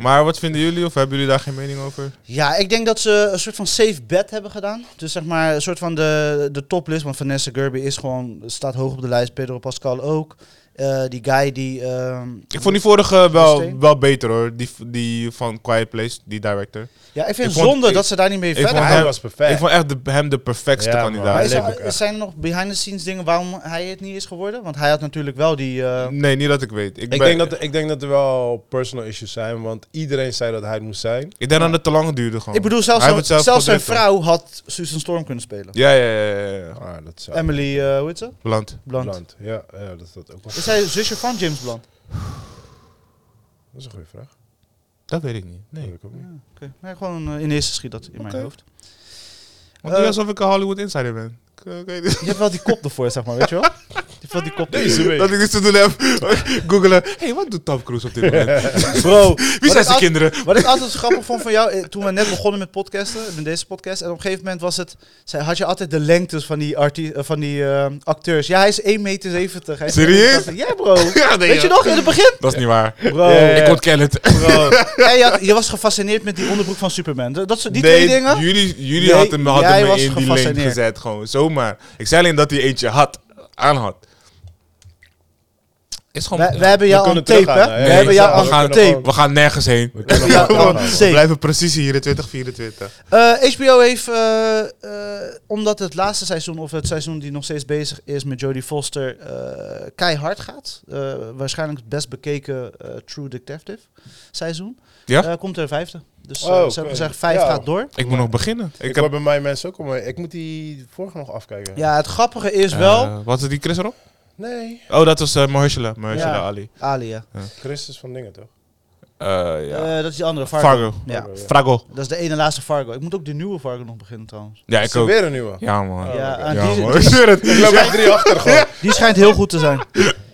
B: Maar wat vinden jullie of hebben jullie daar geen mening over?
C: Ja, ik denk dat ze een soort van safe bet hebben gedaan. Dus zeg maar een soort van de, de toplist. Want Vanessa Kirby is gewoon, staat hoog op de lijst. Pedro Pascal ook. Eh, die guy die... ehm,
B: Ik vond die vorige wel,
C: Steen?
B: wel beter hoor. Die, die van Quiet Place, die director.
C: ja, ik vind
B: ik
C: het
B: vond-
C: zonde
B: ik-
C: dat ze daar niet mee
B: ik
C: verder
B: vond
A: hij
B: hem-
A: was perfect.
B: Ik vond echt de, hem de perfectste
A: Ja, man.
B: kandidaat.
C: Maar is
A: leuk
C: er-
A: ook echt.
C: zijn er nog behind-the-scenes dingen waarom hij het niet is geworden? Want hij had natuurlijk wel die... eh,
B: Nee, niet dat ik weet. Ik,
A: Ik
B: ben-
A: denk, dat, ik denk dat er wel personal issues zijn, want iedereen zei dat hij het moest zijn.
B: ik denk dat het te lang duurde gewoon.
C: ik bedoel, zelfs,
B: Hij
C: zo-
B: heeft het zelf
C: zelfs zijn
B: gedrukt,
C: vrouw had Susan Storm kunnen spelen.
B: Ja, ja, ja. ja, ja.
A: Ah, dat zou
C: Emily, eh, hoe heet ze?
B: Blunt.
C: Blunt.
A: Blunt. Ja, ja, dat is dat ook wel.
C: Is zij zusje van James Blunt?
A: Dat is een goede vraag.
B: Dat weet ik niet. Nee.
A: Dat weet ik ook niet.
C: Ja, oké. Nee, gewoon eh, in eerste schiet dat in mijn hoofd.
B: Want niet
C: Eh,
B: alsof ik een Hollywood insider ben. Ik- eh, ik weet niet.
C: Je hebt wel die kop ervoor, zeg maar, weet je wel? Je hebt wel die kop ervoor.
B: Dat ik iets te doen heb. Googelen. Hé, hey, wat doet Tom Cruise op dit moment?
C: Bro,
B: Wie zijn zijn
C: als-
B: kinderen?
C: Wat ik altijd grappig vond van jou, eh, toen we net begonnen met podcasten, met deze podcast, en op een gegeven moment was het, zei- had je altijd de lengtes van die, arti- eh, van die eh, acteurs. Ja, hij is 1,70 meter. Hij is
B: Serieus?
C: 1,80. Ja, bro.
B: Ja, nee,
C: Weet je
B: joh.
C: nog, in het begin?
B: Dat is niet waar.
C: Bro.
B: Ik ontken het.
C: En je, had- je was gefascineerd met die onderbroek van Superman. Dat, dat soort, die twee dingen.
B: Jullie, jullie
C: Nee,
B: hadden me, hadden
C: jij
B: me
C: was
B: in die link
C: gefascineerd.
B: gezet, gewoon zomaar. Ik zei alleen dat hij eentje had, aan had. Is gewoon.
C: We, we hebben jou
A: kunnen
C: aan tape,
A: teruggaan,
C: hè?
A: hè?
C: we
B: Nee,
C: hebben
B: we
C: jou
A: gaan-
C: aan
B: we, gaan,
A: kunnen
C: tape.
A: gewoon-
B: we gaan nergens heen.
A: We
B: We
A: kunnen
C: Ja,
A: wel
C: want-
A: gaan.
C: zeker.
B: blijven precies hier in 2024.
C: Eh, HBO heeft, eh, eh, omdat het laatste seizoen of het seizoen die nog steeds bezig is met Jodie Foster eh, keihard gaat. eh, waarschijnlijk het best bekeken eh, True Detective seizoen.
B: Ja?
C: Eh, komt er een vijfde. Dus eh,
A: Oh,
C: ze hebben
A: oké.
C: gezegd vijf
A: Ja.
C: gaat door.
B: Ik moet nog beginnen.
A: Ik,
B: Ik
A: hoor
B: heb,
A: bij mij mensen ook al mee. Ik moet die vorige nog afkijken.
C: Ja, het grappige is wel...
B: eh, wat is die Chris erop?
A: Nee.
B: Oh, dat was eh Mahershala, Mahershala
C: Ja.
B: Ali.
C: Alia.
A: Christus van dingen toch?
B: Eh, ja.
C: Eh, dat is die andere, Fargo.
B: Fargo.
C: Ja.
B: Frago.
C: Dat is de ene laatste Fargo. Ik moet ook de nieuwe Fargo nog beginnen trouwens.
B: Ja,
A: Is
B: ik
A: er
B: ook.
A: weer een nieuwe.
B: Ja, man.
C: Ja,
B: Ja,
C: en
B: man.
C: die-
B: Ik zweer het.
A: Ik loop echt drie achter gewoon.
C: Die schijnt heel goed te zijn.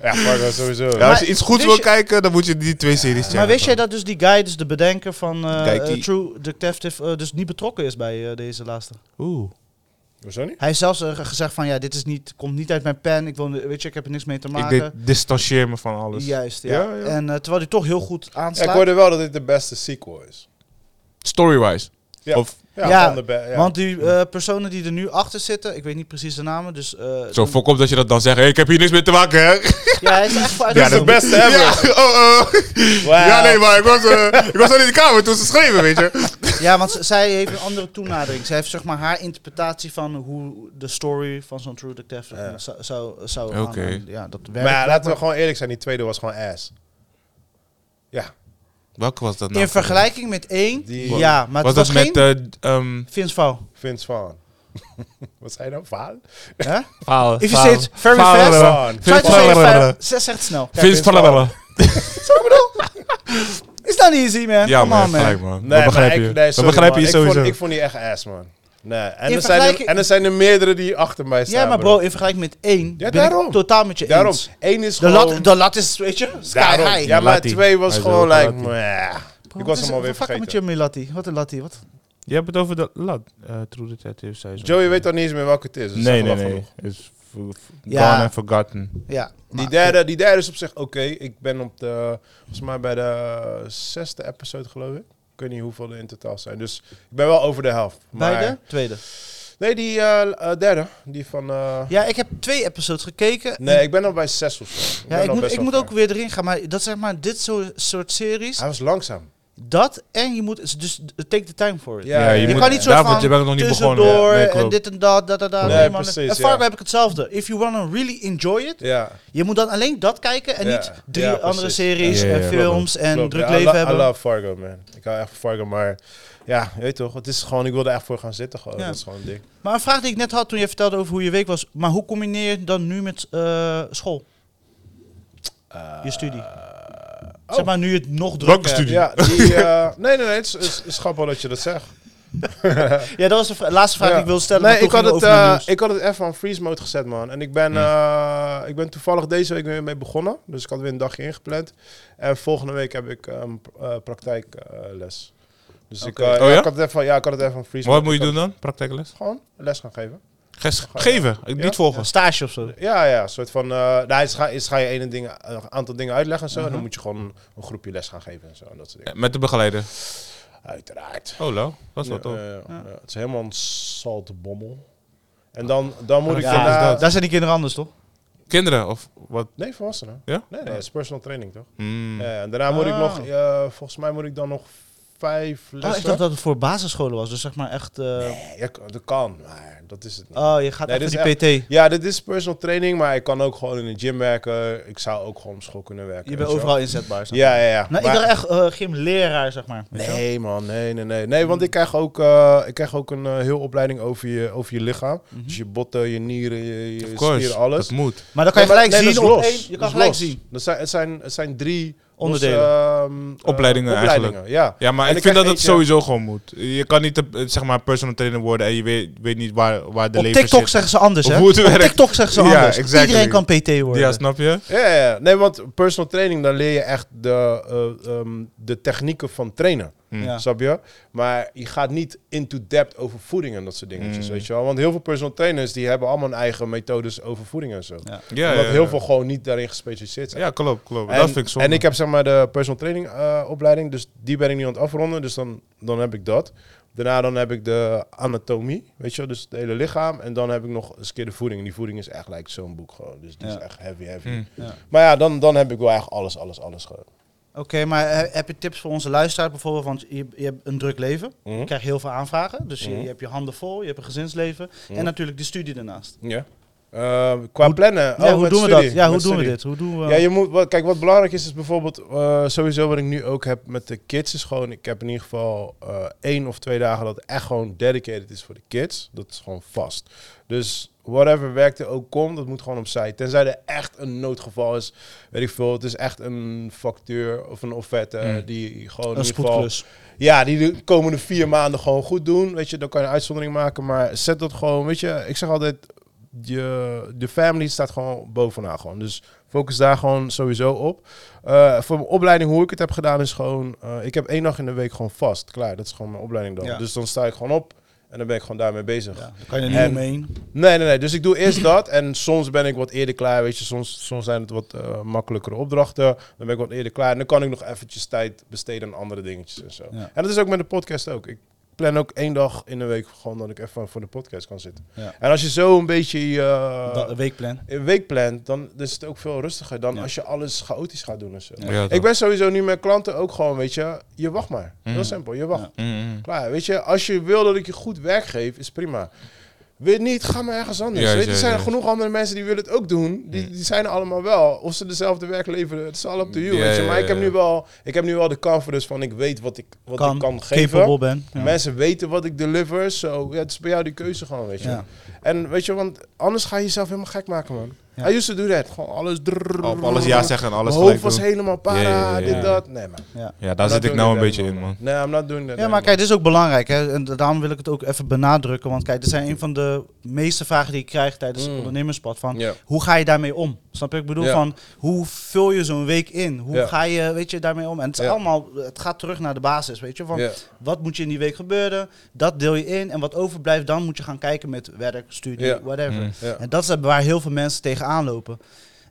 A: Ja, Fargo sowieso.
B: Ja, als je
C: Maar
B: iets goeds
C: wist
B: wil
C: je-
B: kijken, dan moet je die twee series checken.
C: Maar wist jij dat dus die guy, dus de bedenker van eh,
B: Kijk,
C: eh,
B: die-
C: True Detective, eh, dus niet betrokken is bij eh, deze laatste?
B: Oeh.
A: Hoezo niet?
C: Hij heeft zelfs eh, gezegd van ja, dit is niet, komt niet uit mijn pen. Ik, wil, weet je, ik heb er niks mee te
B: Ik
C: maken.
B: dit- distancieer me van alles.
C: Juist, ja.
B: Ja, ja.
C: En eh, terwijl hij toch heel goed
A: Ja, ik
C: aanslaat.
A: hoorde wel dat dit de beste sequel is.
B: Story-wise.
A: Ja.
B: Of
A: Ja,
C: Ja,
A: van de be- ja.
C: Want die eh, personen die er nu achter zitten, ik weet niet precies de namen, dus... eh,
B: zo fok op dat je dat dan zegt. Hey, ik heb hier niks mee te maken, hè?
C: Ja, hij is echt voor uit
A: dat is het beste ever.
B: Ja, oh, oh.
A: Wauw.
B: ja nee, maar ik was, eh, ik was al in de kamer toen ze schreven, weet je.
C: Ja, want z- zij heeft een andere toenadering. Zij heeft zeg maar haar interpretatie van hoe de story van zo'n True Detective eh,
A: Ja.
C: zou... zou, zou
B: Oké.
C: gaan. En Ja, dat werkt.
A: Maar ja, laten we gewoon eerlijk zijn, die tweede was gewoon ass. Ja.
B: Welke was dat
C: In vergelijking met één,
A: Die-
C: ja, maar
B: Nou, Was
C: het
B: dat
C: was
B: met
C: geen...
B: eh ehm
C: Vince Vaughn.
A: Vince Vaughn. Wat zei je nou? Vaan?
C: Hè?
B: Faal.
C: If you say it very fast,
A: Vaan.
B: Vince
C: Vijf, vijf,
B: Vaughn.
C: vijf, Zes zegt snel. Kijk,
B: Vince Faal.
C: Zo ik bedoel? Is dat niet easy, man?
B: Ja,
C: Come
B: man,
C: on, man.
B: gelijk, man.
A: maar
B: dat begrijp
A: ik-
B: je.
A: nee,
B: dat
A: sorry,
B: begrijp
A: man.
B: je
A: ik
B: sowieso.
A: Vond, ik vond die echt ass, man. Nee. En,
C: In
A: er zijn er,
C: vergelijking-
A: en er zijn er meerdere die achter mij staan.
C: Ja, maar bro, in vergelijking met één ben
A: daarom.
C: ik totaal met je
A: Daarom.
C: eens.
A: Eén is
C: De
A: gewoon...
C: lat, de lat is, weet je, sky
A: daarom.
C: high.
A: Ja, maar
B: Lati.
A: twee was
B: Hij is
A: gewoon
B: wel
A: like...
B: Lati.
A: meh. Ik was hem alweer
C: Wat is met
A: vergeten.
C: je melati? Wat een lati, wat?
B: Je hebt het over de lat. eh, True Detective seizoen.
A: Joey weet dan niet eens meer welke het is. dus
B: Nee,
A: dat
B: nee,
A: is wel
B: nee.
A: genoeg.
B: Is v- v-
C: Ja.
B: gone and forgotten.
C: Ja.
A: Die derde, die derde is op zich oké. Ik ben op de... Volgens mij bij de zesde episode, geloof ik. Ik weet niet hoeveel er in totaal zijn. Dus ik ben wel over de helft. Maar...
C: Bij de tweede.
A: Nee, die eh, eh, derde. Die van... eh,
C: Ja, ik heb twee episodes gekeken.
A: Nee, ik ben al bij zes of zo.
C: ja,
A: ben
C: ik
A: al
C: moet,
A: best
C: ik
A: wel
C: moet
A: ver. Ah.
C: ook weer erin gaan. Maar dat zeg maar, dit zo- soort series,
A: Hij was langzaam.
C: dat en je moet, dus take the time for it.
A: Ja, ja,
C: je,
A: ja.
C: kan
B: moet-
C: niet soort
B: daarvoor-
C: van
B: je bent nog niet begonnen.
C: tussendoor
B: Nee,
C: en
B: klopt.
C: dit en dat, dat, dat, dat.
A: Nee,
C: Nee, man.
A: precies,
C: en
A: ja.
C: Fargo heb ik hetzelfde. If you want to really enjoy it,
A: Ja.
C: Je moet dan alleen dat kijken en
A: Ja,
C: niet drie
A: ja, precies.
C: andere series
B: Ja, ja,
C: en
B: ja.
C: films en
A: Klopt,
C: druk
A: ja. I
C: leven
A: lo-
C: hebben.
A: I love Fargo, man. Ik hou echt van Fargo, maar ja, je weet toch, het is gewoon, ik wilde echt voor gaan zitten gewoon.
C: Ja.
A: Dat is gewoon dik.
C: Maar een vraag die ik net had toen je vertelde over hoe je week was. Maar hoe combineer je het dan nu met eh, school? je studie?
A: oh.
C: Zeg maar nu je het nog drukker
B: Welke
C: hebt.
B: studie?
A: Eh, Ja, die, eh, nee, nee, nee, het is, het is, het is grappig dat je dat zegt.
C: Ja, dat was de vra- laatste vraag
A: Ja.
C: die ik wilde stellen.
A: Nee,
C: maar
A: ik
C: toen
A: had, het,
C: ging over naar
A: eh,
C: nieuws.
A: ik had het even aan freeze mode gezet, man. En ik ben, eh, ik ben toevallig deze week weer mee begonnen. Dus ik had weer een dagje ingepland. En volgende week heb ik ehm, eh, praktijkles. Dus ik, eh,
B: Oh
A: ja,
B: ja?
A: ik had het even, ja, ik had het even aan freeze
B: Maar wat
A: mode.
B: moet je
A: Ik
B: doen dan? Praktijkles?
A: had Gewoon les gaan geven.
B: Ges- geven, niet volgen.
C: Stage of zo.
A: Ja, ja, een soort van. eh nou, eerst ga, eerst ga je ene ding, een aantal dingen uitleggen en zo.
C: Mhm.
A: En dan moet je gewoon een groepje les gaan geven en zo. En dat soort dingen.
B: Met de begeleider.
A: Uiteraard.
B: Oh, lo. Dat is wel
A: Ja,
B: tof.
C: eh.
A: ja, ja. Ja, het is helemaal een saltbommel. En dan, dan moet ik
C: Ja,
A: daarna...
C: daar zijn die kinderen anders, toch?
B: Kinderen of wat?
A: Nee, volwassenen.
B: Ja?
A: Nee,
C: Oh.
A: nee, het is personal training toch?
C: Mhm.
B: Hmm.
A: Ja, en daarna moet ik nog... eh, volgens mij moet ik dan nog vijf
C: Oh, ik
A: lessen.
C: dacht dat het voor basisscholen was. Dus zeg maar echt... eh,
A: Ja, k- dat kan, maar dat is het niet.
C: Oh, je gaat
A: Nee,
C: echt
A: dit
C: voor die
A: is
C: PT.
A: Ja, dit is personal training, maar ik kan ook gewoon in een gym werken. Ik zou ook gewoon op school kunnen werken.
C: Je
A: weet
C: bent
A: wel.
C: overal inzetbaar. zeg maar.
A: Ja, ja, ja.
C: Nou,
A: Maar-
C: ik dacht echt eh gymleraar, zeg maar. Weet je wel?
A: Nee man, nee, nee, nee. Nee, want ik krijg ook, eh, ik krijg ook een eh, heel opleiding over je, over je lichaam. Dus je botten, je nieren, je, je
B: Mhm. Of
A: spieren,
B: course,
A: alles.
B: dat moet.
C: Maar dan kan je
A: Nee, maar-
C: gelijk
A: nee,
C: zien
A: dat is
C: op
A: los.
C: één-
A: Dat
C: Je kan
A: is
C: gelijk
A: los.
C: zien.
A: Dat zijn, het, zijn, het zijn drie
C: Onderdelen.
A: losse, ehm, eh,
B: Opleidingen eigenlijk.
A: Ja.
B: Ja, maar
A: En
B: ik,
A: ik krijg
B: vind dat het
A: eentje-
B: sowieso gewoon moet. Je kan niet eh, zeg maar personal trainer worden en je weet, weet niet waar, waar de
C: Op
B: lever
C: TikTok
B: zit.
C: zeggen ze anders,
B: Of
C: hè?
B: hoe het
C: Op
B: werkt.
C: Tiktok zeggen ze
B: Ja,
C: anders.
B: exactly.
C: Iedereen kan PT worden.
B: Ja, snap je?
A: Ja, ja, ja. nee, want personal training, daar leer je echt de, eh, ehm, de technieken van trainen.
C: Ja.
A: Snap je? Maar je gaat niet into depth over voeding en dat soort dingetjes,
B: Mm.
A: weet je wel. Want heel veel personal trainers, die hebben allemaal hun eigen methodes over voeding en zo.
B: Ja,
A: Omdat
B: ja,
A: heel
B: ja.
A: veel gewoon niet daarin gespecialiseerd zijn.
B: Ja, klopt, klopt.
A: En,
B: dat vind ik zonde.
A: en ik heb zeg maar de personal training eh, opleiding, dus die ben ik nu aan het afronden, dus dan, dan heb ik dat. Daarna dan heb ik de anatomie, weet je wel, dus het hele lichaam. En dan heb ik nog eens een keer de voeding. En die voeding is echt like zo'n boek gewoon, dus die
C: Ja.
A: is echt heavy, heavy.
B: Hmm.
A: Maar ja, dan, dan heb ik wel echt alles, alles, alles gewoon.
C: Oké, maar eh, heb je tips voor onze luisteraar bijvoorbeeld? Want je, je hebt een druk leven.
A: Mhm.
C: Je krijgt heel veel aanvragen. Dus je, je hebt je handen vol. Je hebt een gezinsleven.
A: Mhm.
C: En natuurlijk de studie daarnaast.
A: Ja. qua plannen.
C: ja,
A: oh,
C: hoe
A: met
C: doen we
A: studie,
C: dat? Ja, hoe
A: met
C: doen we
A: studie.
C: dit? Hoe doen we...
A: Ja, je moet, wat- kijk, wat belangrijk is, is bijvoorbeeld eh, sowieso wat ik nu ook heb met de kids, is gewoon, ik heb in ieder geval eh, één of twee dagen dat echt gewoon dedicated is voor de kids. Dat is gewoon vast. Dus whatever werk er ook komt, dat moet gewoon opzij. Tenzij er echt een noodgeval is, weet ik veel, het is echt een factuur of een offerte
B: Mm.
A: die gewoon in
C: een
A: ieder geval...
C: spoedklus.
A: Ja, die de komende vier maanden gewoon goed doen. Weet je, dan kan je een uitzondering maken. Maar zet dat gewoon, weet je, ik zeg altijd, je, de family staat gewoon bovenaan gewoon. Dus focus daar gewoon sowieso op. Eh, voor mijn opleiding, hoe ik het heb gedaan, is gewoon, eh, ik heb één dag in de week gewoon vast. Klaar, dat is gewoon mijn opleiding dan.
C: Ja.
A: Dus dan sta ik gewoon op en dan ben ik gewoon daarmee bezig.
C: Ja, daar kan je er niet
A: En-
C: omheen.
A: Nee, nee, nee. Dus ik doe eerst dat. En soms ben ik wat eerder klaar. Weet je, soms, soms zijn het wat eh, makkelijkere opdrachten. Dan ben ik wat eerder klaar. En dan kan ik nog eventjes tijd besteden aan andere dingetjes en zo.
C: Ja.
A: En dat is ook met de podcast ook. Ik plan ook één dag in de week gewoon dat ik even voor de podcast kan zitten.
C: Ja.
A: En als je zo een beetje eh,
C: Dat- een weekplan.
A: een week plant, dan is het ook veel rustiger dan
C: Ja.
A: als je alles chaotisch gaat doen en zo.
B: Ja,
A: Ik
B: toch.
A: ben sowieso nu met klanten ook gewoon, weet je, je wacht maar. Heel simpel, je wacht.
C: Ja.
B: Mm, mm.
A: Klaar, weet je, als je wil dat ik je goed werk geef, is prima. Weet niet, ga maar ergens anders.
B: Juist,
A: weet je, er
B: juist,
A: zijn
B: juist.
A: genoeg andere mensen die willen het ook doen. Die, die zijn er allemaal wel. Of ze dezelfde werk leveren, het is all up to you.
B: Ja,
A: weet je.
B: ja,
A: Maar ik heb
B: ja.
A: nu wel, ik heb nu wel de confidence van ik weet wat ik, wat ik kan geven.
C: Capable ben. Ja.
A: Mensen weten wat ik deliver. So, ja, het is bij jou die keuze gewoon, weet je.
C: Ja.
A: En weet je, want anders ga je jezelf helemaal gek maken, man.
C: Ja.
A: I used to do that. Gewoon alles... drrrr.
B: Op alles ja zeggen en alles
A: Mm. Mijn hoofd
B: gelijk
A: was
B: doen.
A: helemaal para,
B: Ja, ja, ja, ja.
A: dit, dat. Nee, man.
B: Ja, daar
A: I'm
B: zit
A: not
B: ik nou een
A: doing
B: beetje
A: that
B: in, man.
A: Nee, I'm not doing that
C: Ja, maar
A: anymore.
C: kijk, dit is ook belangrijk. Hè? En da- daarom wil ik het ook even benadrukken. Want kijk, dit zijn een van de meeste vragen die ik krijg tijdens het
A: Mm.
C: ondernemerspad. Van,
A: Ja.
C: Hoe ga je daarmee om? Snap je? Ik bedoel,
A: Ja.
C: van, hoe vul je zo'n week in? Hoe
A: Ja.
C: ga je, weet je, daarmee om? En het, is
A: Ja.
C: allemaal, het gaat terug naar de basis, weet je? Van,
A: Ja.
C: Wat moet je in die week gebeuren? Dat deel je in. En wat overblijft, dan moet je gaan kijken met werk, studie,
A: Ja.
C: whatever.
B: Mm.
A: Ja.
C: En dat is waar heel veel mensen tegenaan lopen.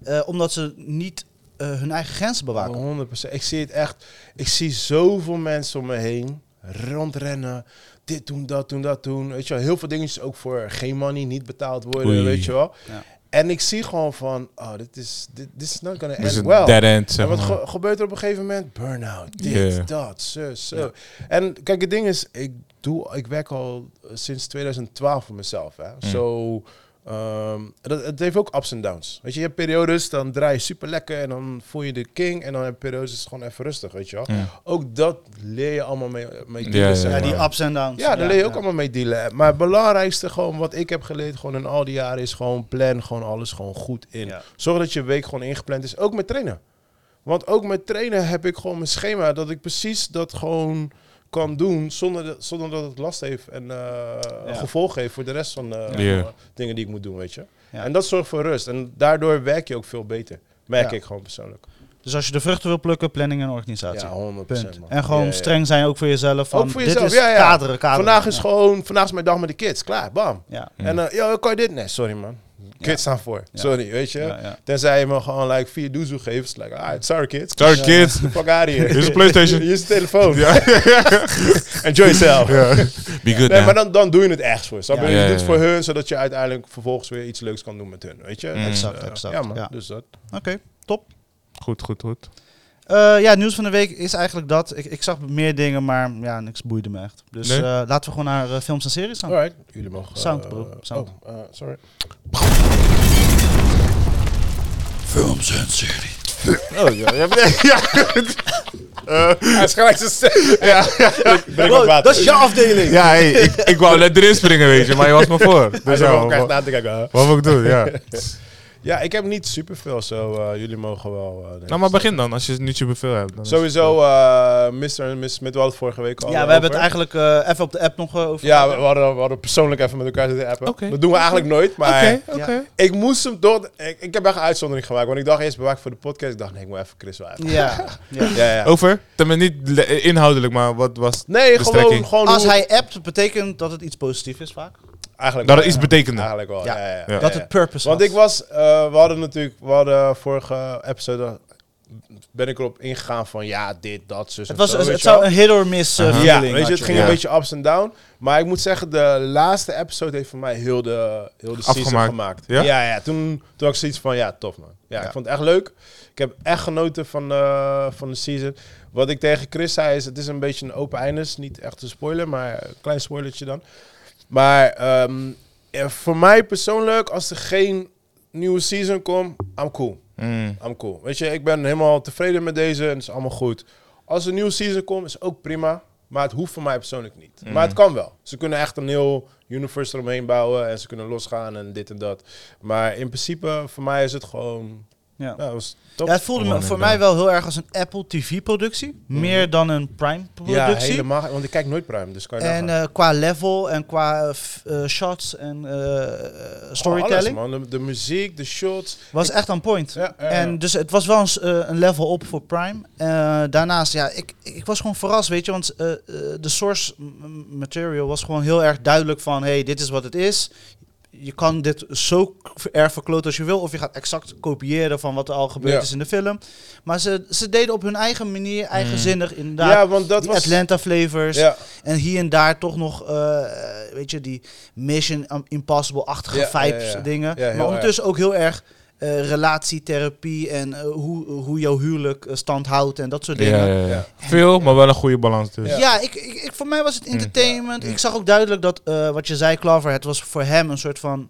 C: Eh, omdat ze niet eh, hun eigen grenzen
A: Oh.
C: bewaken.
A: 100%. Ik zie het echt. Ik zie zoveel mensen om me heen rondrennen. Dit doen, dat doen, dat doen. Weet je wel, heel veel dingetjes ook voor geen money, niet betaald worden,
B: Oei.
A: weet je wel.
C: Ja.
A: En ik zie gewoon van, oh, dit is, dit, this is not gonna
B: Dus
A: end
B: een
A: well.
B: dead end, zeg
A: En wat
B: maar.
A: ge- gebeurt er op een gegeven moment? Burn-out, dit,
B: Ja.
A: dat, zo, zo. En kijk, het ding is, ik, doe, ik werk al eh, sinds 2012 voor mezelf. Hè.
B: Mm.
A: Zo, ehm, dat, het heeft ook ups en downs. Weet je, je hebt periodes, dan draai je super lekker en dan voel je de king. En dan heb je periodes, is het gewoon even rustig, weet je wel.
B: Ja.
A: Ook dat leer je allemaal mee, mee
B: Ja,
A: dealen,
B: ja,
A: zeg
C: Ja,
A: maar.
C: die ups en downs.
A: Ja, daar leer je ook
C: ja.
A: allemaal mee dealen. Maar het belangrijkste, gewoon wat ik heb geleerd gewoon in al die jaren, is gewoon plan gewoon alles gewoon goed in.
C: Ja.
A: Zorg dat je week gewoon ingepland is. Ook met trainen. Want ook met trainen heb ik gewoon mijn schema dat ik precies dat gewoon kan doen zonder, dat- zonder dat het last heeft en gevolgen gevolg heeft voor de rest van de
B: Ja.
A: van de dingen die ik moet doen, weet je.
C: Ja.
A: En dat zorgt voor rust. En daardoor werk je ook veel beter. Merk
C: Ja.
A: ik gewoon persoonlijk.
C: Dus als je de vruchten wil plukken, planning en organisatie.
A: Ja, 100
C: Punt.
A: man.
C: En gewoon
A: Ja, ja.
C: streng zijn ook voor jezelf. Van,
A: Ook voor
C: dit
A: jezelf,
C: is
A: ja, ja.
C: kaderen, kaderen.
A: Vandaag is
C: Ja.
A: gewoon, vandaag is mijn dag met de kids. Klaar, bam.
C: Ja.
A: En eh yo, kan je dit? Nee, sorry man. Kids staan voor. Sorry, weet je.
C: Ja, ja.
A: Tenzij je me gewoon like, vier doezoe geeft. Is like, alright, sorry kids.
B: Sorry, kids.
A: Fuck out here.
B: Hier is een PlayStation.
A: Hier is de telefoon. Enjoy yourself.
B: Be good
A: Nee,
B: now.
A: maar dan, dan doe je het echt voor. snap je?
B: Ja.
A: Je
B: Ja,
A: doet
B: ja,
A: het
B: ja.
A: voor hun, zodat je uiteindelijk vervolgens weer iets leuks kan doen met hun.
B: Mm.
A: Weet je? En,
C: Exact,
A: eh,
C: exact,
A: Ja, man.
C: ja.
A: Dus dat.
C: Oké, top.
B: Goed, goed, goed.
C: Eh, ja, nieuws van de week is eigenlijk dat. Ik, ik zag meer dingen, maar ja, niks boeide me echt. Dus
B: Nee?
C: eh, laten we gewoon naar eh, films en series gaan.
A: Alright. Jullie mogen... eh,
C: Sound, bro. Sound.
A: Oh, eh, sorry.
D: Films en series.
B: Oh, ja. ja, ja.
A: Hij is gelijk zijn stem. Ja. Breng wat water.
D: dat is je afdeling.
B: Ja, hey, ik, ik wou net erin springen, weet je, maar je was me voor.
A: Hij
B: Dus
A: is ook
B: ja,
A: nog echt
B: wat,
A: na te kijken. eh.
B: wat moet ik doen, ja.
A: Ja, ik heb niet superveel, zo eh, jullie mogen wel... eh, nee.
B: Nou, maar begin dan, als je het niet superveel hebt. Dan is-
A: Sowieso, eh Mr. en Miss Smith, we hadden het vorige week al
C: Ja, we
A: over.
C: hebben het eigenlijk eh, even op de app nog eh, over.
A: Ja, we we hadden, we hadden persoonlijk even met elkaar zitten appen.
B: Oké.
A: Dat doen we eigenlijk nooit, maar...
B: Oké, oké.
A: Ik moest hem door... Ik, ik heb echt een uitzondering gemaakt, want ik dacht eerst bewaak ik voor de podcast. Ik dacht, nee, ik moet even Chris wel even.
C: ja. ja.
A: Ja, ja.
B: Over? Tenminste, niet le- inhoudelijk, maar wat was
A: Nee,
B: de
A: gewoon,
B: strekking?
A: gewoon
C: Als
A: hoe-
C: hij appt, betekent dat het iets positiefs is vaak.
A: Eigenlijk
B: Dat
A: wel,
B: het iets
A: ja.
B: betekende.
A: Eigenlijk wel, ja.
C: Ja.
A: ja, ja,
B: Ja.
C: dat
A: ja.
C: het purpose
A: Want
C: had.
A: ik was... eh, we hadden natuurlijk... We hadden vorige episode... Ben ik erop ingegaan van ja, dit, dat, zus
C: het,
A: en
C: was,
A: zo,
C: het,
A: weet
C: het
A: je wel.
C: zou een hit or miss eh,
B: Aha.
A: Ja,
C: feeling
A: weet je,
C: had
A: het ging
B: ja.
A: een beetje ups en down. Maar ik moet zeggen, de laatste episode heeft voor mij heel de, heel de season
B: Afgemaakt.
A: gemaakt.
B: Ja?
A: ja, toen, toen had ik zoiets van, ja, tof man. Ja, ik vond het echt leuk. Ik heb echt genoten van, eh, van de season. Wat ik tegen Chris zei is, het is een beetje een open einde. Is Niet echt een spoiler, maar een klein spoilertje dan. Maar ehm, ja, voor mij persoonlijk, als er geen nieuwe season komt, I'm cool.
B: Mm.
A: I'm cool. Weet je, ik ben helemaal tevreden met deze en het is allemaal goed. Als er een nieuwe season komt, is ook prima. Maar het hoeft voor mij persoonlijk niet. Maar het kan wel. Ze kunnen echt een heel universe eromheen bouwen en ze kunnen losgaan en dit en dat. Maar in principe, voor mij is het gewoon.
C: Ja.
A: Nou, was top.
C: Ja, het voelde me,
B: Gewoon
C: voor
B: inderdaad.
C: mij wel heel erg als een Apple TV-productie. Meer dan een
A: Mhm. Ja,
C: Prime-productie.
A: helemaal. Want ik kijk nooit Prime, dus kan je
C: en
A: nagaan.
C: eh, qua level en qua eh, f- eh, shots en eh, eh,
A: Gewoon alles,
C: storytelling
A: man. De, de muziek, de shots.
C: was echt on point.
A: Ja, ja, ja.
C: En dus het was wel eens, eh, een level op voor Prime. Eh, daarnaast, ja, ik, ik was gewoon verrast, weet je. Want eh, eh, de source m- material was gewoon heel erg duidelijk van... hey, dit is wat het is. Je kan dit zo k- erg verkloten als je wil. Of je gaat exact kopiëren van wat er al gebeurd
A: Ja.
C: is in de film. Maar ze, ze deden op hun eigen manier, eigenzinnig inderdaad.
A: Mm. Ja, want dat
C: die eh,
A: was.
C: Atlanta flavors.
A: Ja,
C: En hier en daar toch nog, eh, weet je, die Mission Impossible-achtige
A: Ja,
C: vibes
A: ja, ja.
C: dingen.
A: Ja, heel
C: maar ondertussen ook heel erg eh, relatietherapie en eh, hoe, hoe jouw huwelijk eh, stand houdt en dat soort dingen.
B: Ja,
C: Ja,
B: ja, ja.
A: Ja.
B: Veel, maar wel een goede balans dus.
C: ik, ik, ik- voor mij was
B: Mm.
C: het entertainment.
A: mm.
C: Ik zag ook duidelijk dat, eh, wat je zei, Clover, het was voor hem een soort van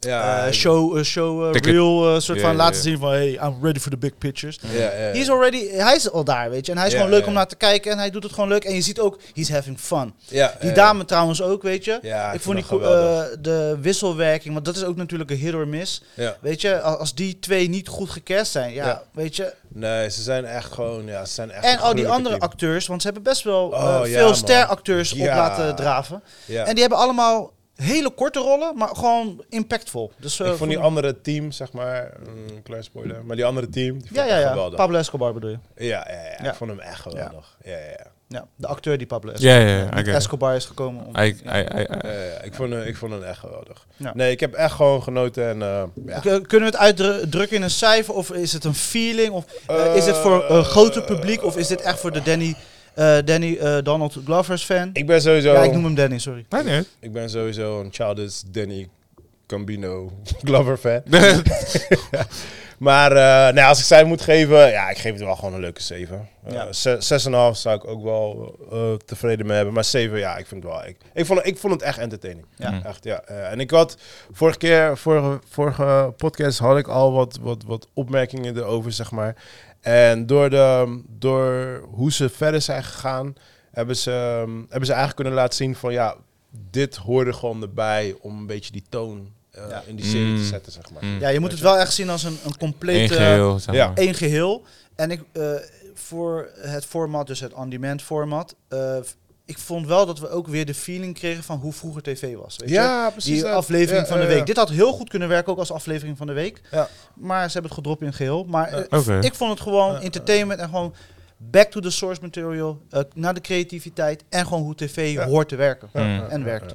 A: ja,
C: eh, show, eh, show eh,
B: Ticket.
C: reel, eh, soort
B: Ja,
C: van
B: ja,
C: laten
B: ja.
C: zien van, hey, I'm ready for the big pictures.
A: ja, ja, ja.
C: He is already, hij is al daar, weet je. En hij is
A: Ja,
C: gewoon leuk
A: ja,
C: om
A: ja.
C: naar te kijken en hij doet het gewoon leuk. En je ziet ook, he's having fun.
A: Ja, ja,
C: Die
A: ja.
C: dame trouwens ook, weet je.
A: Ja,
C: ik vond die
A: hem
C: ko-
A: geweldig.
C: eh, de wisselwerking, want dat is ook natuurlijk een hit or miss.
A: Ja.
C: Weet je, a- als die twee niet goed gecast zijn, ja,
A: Ja.
C: weet je.
A: Nee, ze zijn echt gewoon. Ja, ze zijn echt
C: En
A: een
C: al die
A: gruwelijke
C: andere
A: team.
C: acteurs, want ze hebben best wel eh,
A: Oh, ja,
C: veel
A: man.
C: steracteurs op
A: Ja.
C: laten draven.
A: Ja.
C: En die hebben allemaal hele korte rollen, maar gewoon impactvol. Dus, eh,
A: ik vond die andere team, zeg maar, een klein spoiler, maar die andere team, die vond
C: Ja,
A: ik
C: ja,
A: echt
C: ja.
A: geweldig.
C: Pablo Escobar bedoel je.
A: Ja, ja, ja,
C: Ja.
A: ik vond hem echt geweldig. Ja, ja, ja.
C: Ja, de acteur die Pablo Escobar,
B: Ja, ja, ja.
C: niet
B: oké.
C: Escobar is gekomen om...
B: I- I- I- I-
A: Ja, ja, ik, vond, hem- ik vond hem echt geweldig.
C: Ja.
A: Nee, ik heb echt gewoon genoten en... eh, ja.
C: K- Kunnen we het uitdrukken in een cijfer? Of is het een feeling? Of eh, is het voor
A: Eh,
C: een groter publiek? Of is dit echt voor de Danny, eh, Danny eh, Donald Glovers fan?
A: Ik ben sowieso...
C: ja, ik
A: ik,
C: noem hem Danny, sorry.
B: Nee, nee.
A: ben sowieso een Childish Danny Gambino Glover fan. Maar eh, nee, als ik zij moet geven, ja, ik geef het wel gewoon een leuke 7.
C: Ja.
A: 6,5 zou ik ook wel eh, tevreden mee hebben. Maar 7, ja, ik vind het wel. Ik, ik, vond, ik vond het echt entertaining.
C: Ja.
A: Echt, ja. Eh, en ik had vorige keer, vorige, vorige podcast had ik al wat, wat, wat opmerkingen erover, zeg maar. En door, de, door hoe ze verder zijn gegaan, hebben ze, ehm, hebben ze eigenlijk kunnen laten zien van ja, dit hoorde gewoon erbij om een beetje die toon eh,
C: Ja.
A: in die serie te
B: Mm.
A: zetten, zeg maar.
B: Mm.
C: Ja, je moet het wel echt zien als een, een
B: Eén
C: compleet eh,
B: geheel, zeg
A: ja.
B: maar.
C: één geheel. En ik, eh, voor het format, dus het on-demand format, eh, ik vond wel dat we ook weer de feeling kregen van hoe vroeger tv was. Weet je?
A: Ja, precies.
C: Die
A: dat.
C: aflevering
A: Ja,
C: van de
A: ja,
C: week.
A: ja.
C: Dit had heel goed kunnen werken ook als aflevering van de week.
A: Ja.
C: Maar ze hebben het gedropt in het geheel. Maar eh,
B: Oké.
C: ik vond het gewoon
A: Eh,
C: entertainment en gewoon back to the source material. eh, naar de creativiteit en gewoon hoe tv
A: Ja.
C: hoort te werken.
B: Mm.
C: En werkt.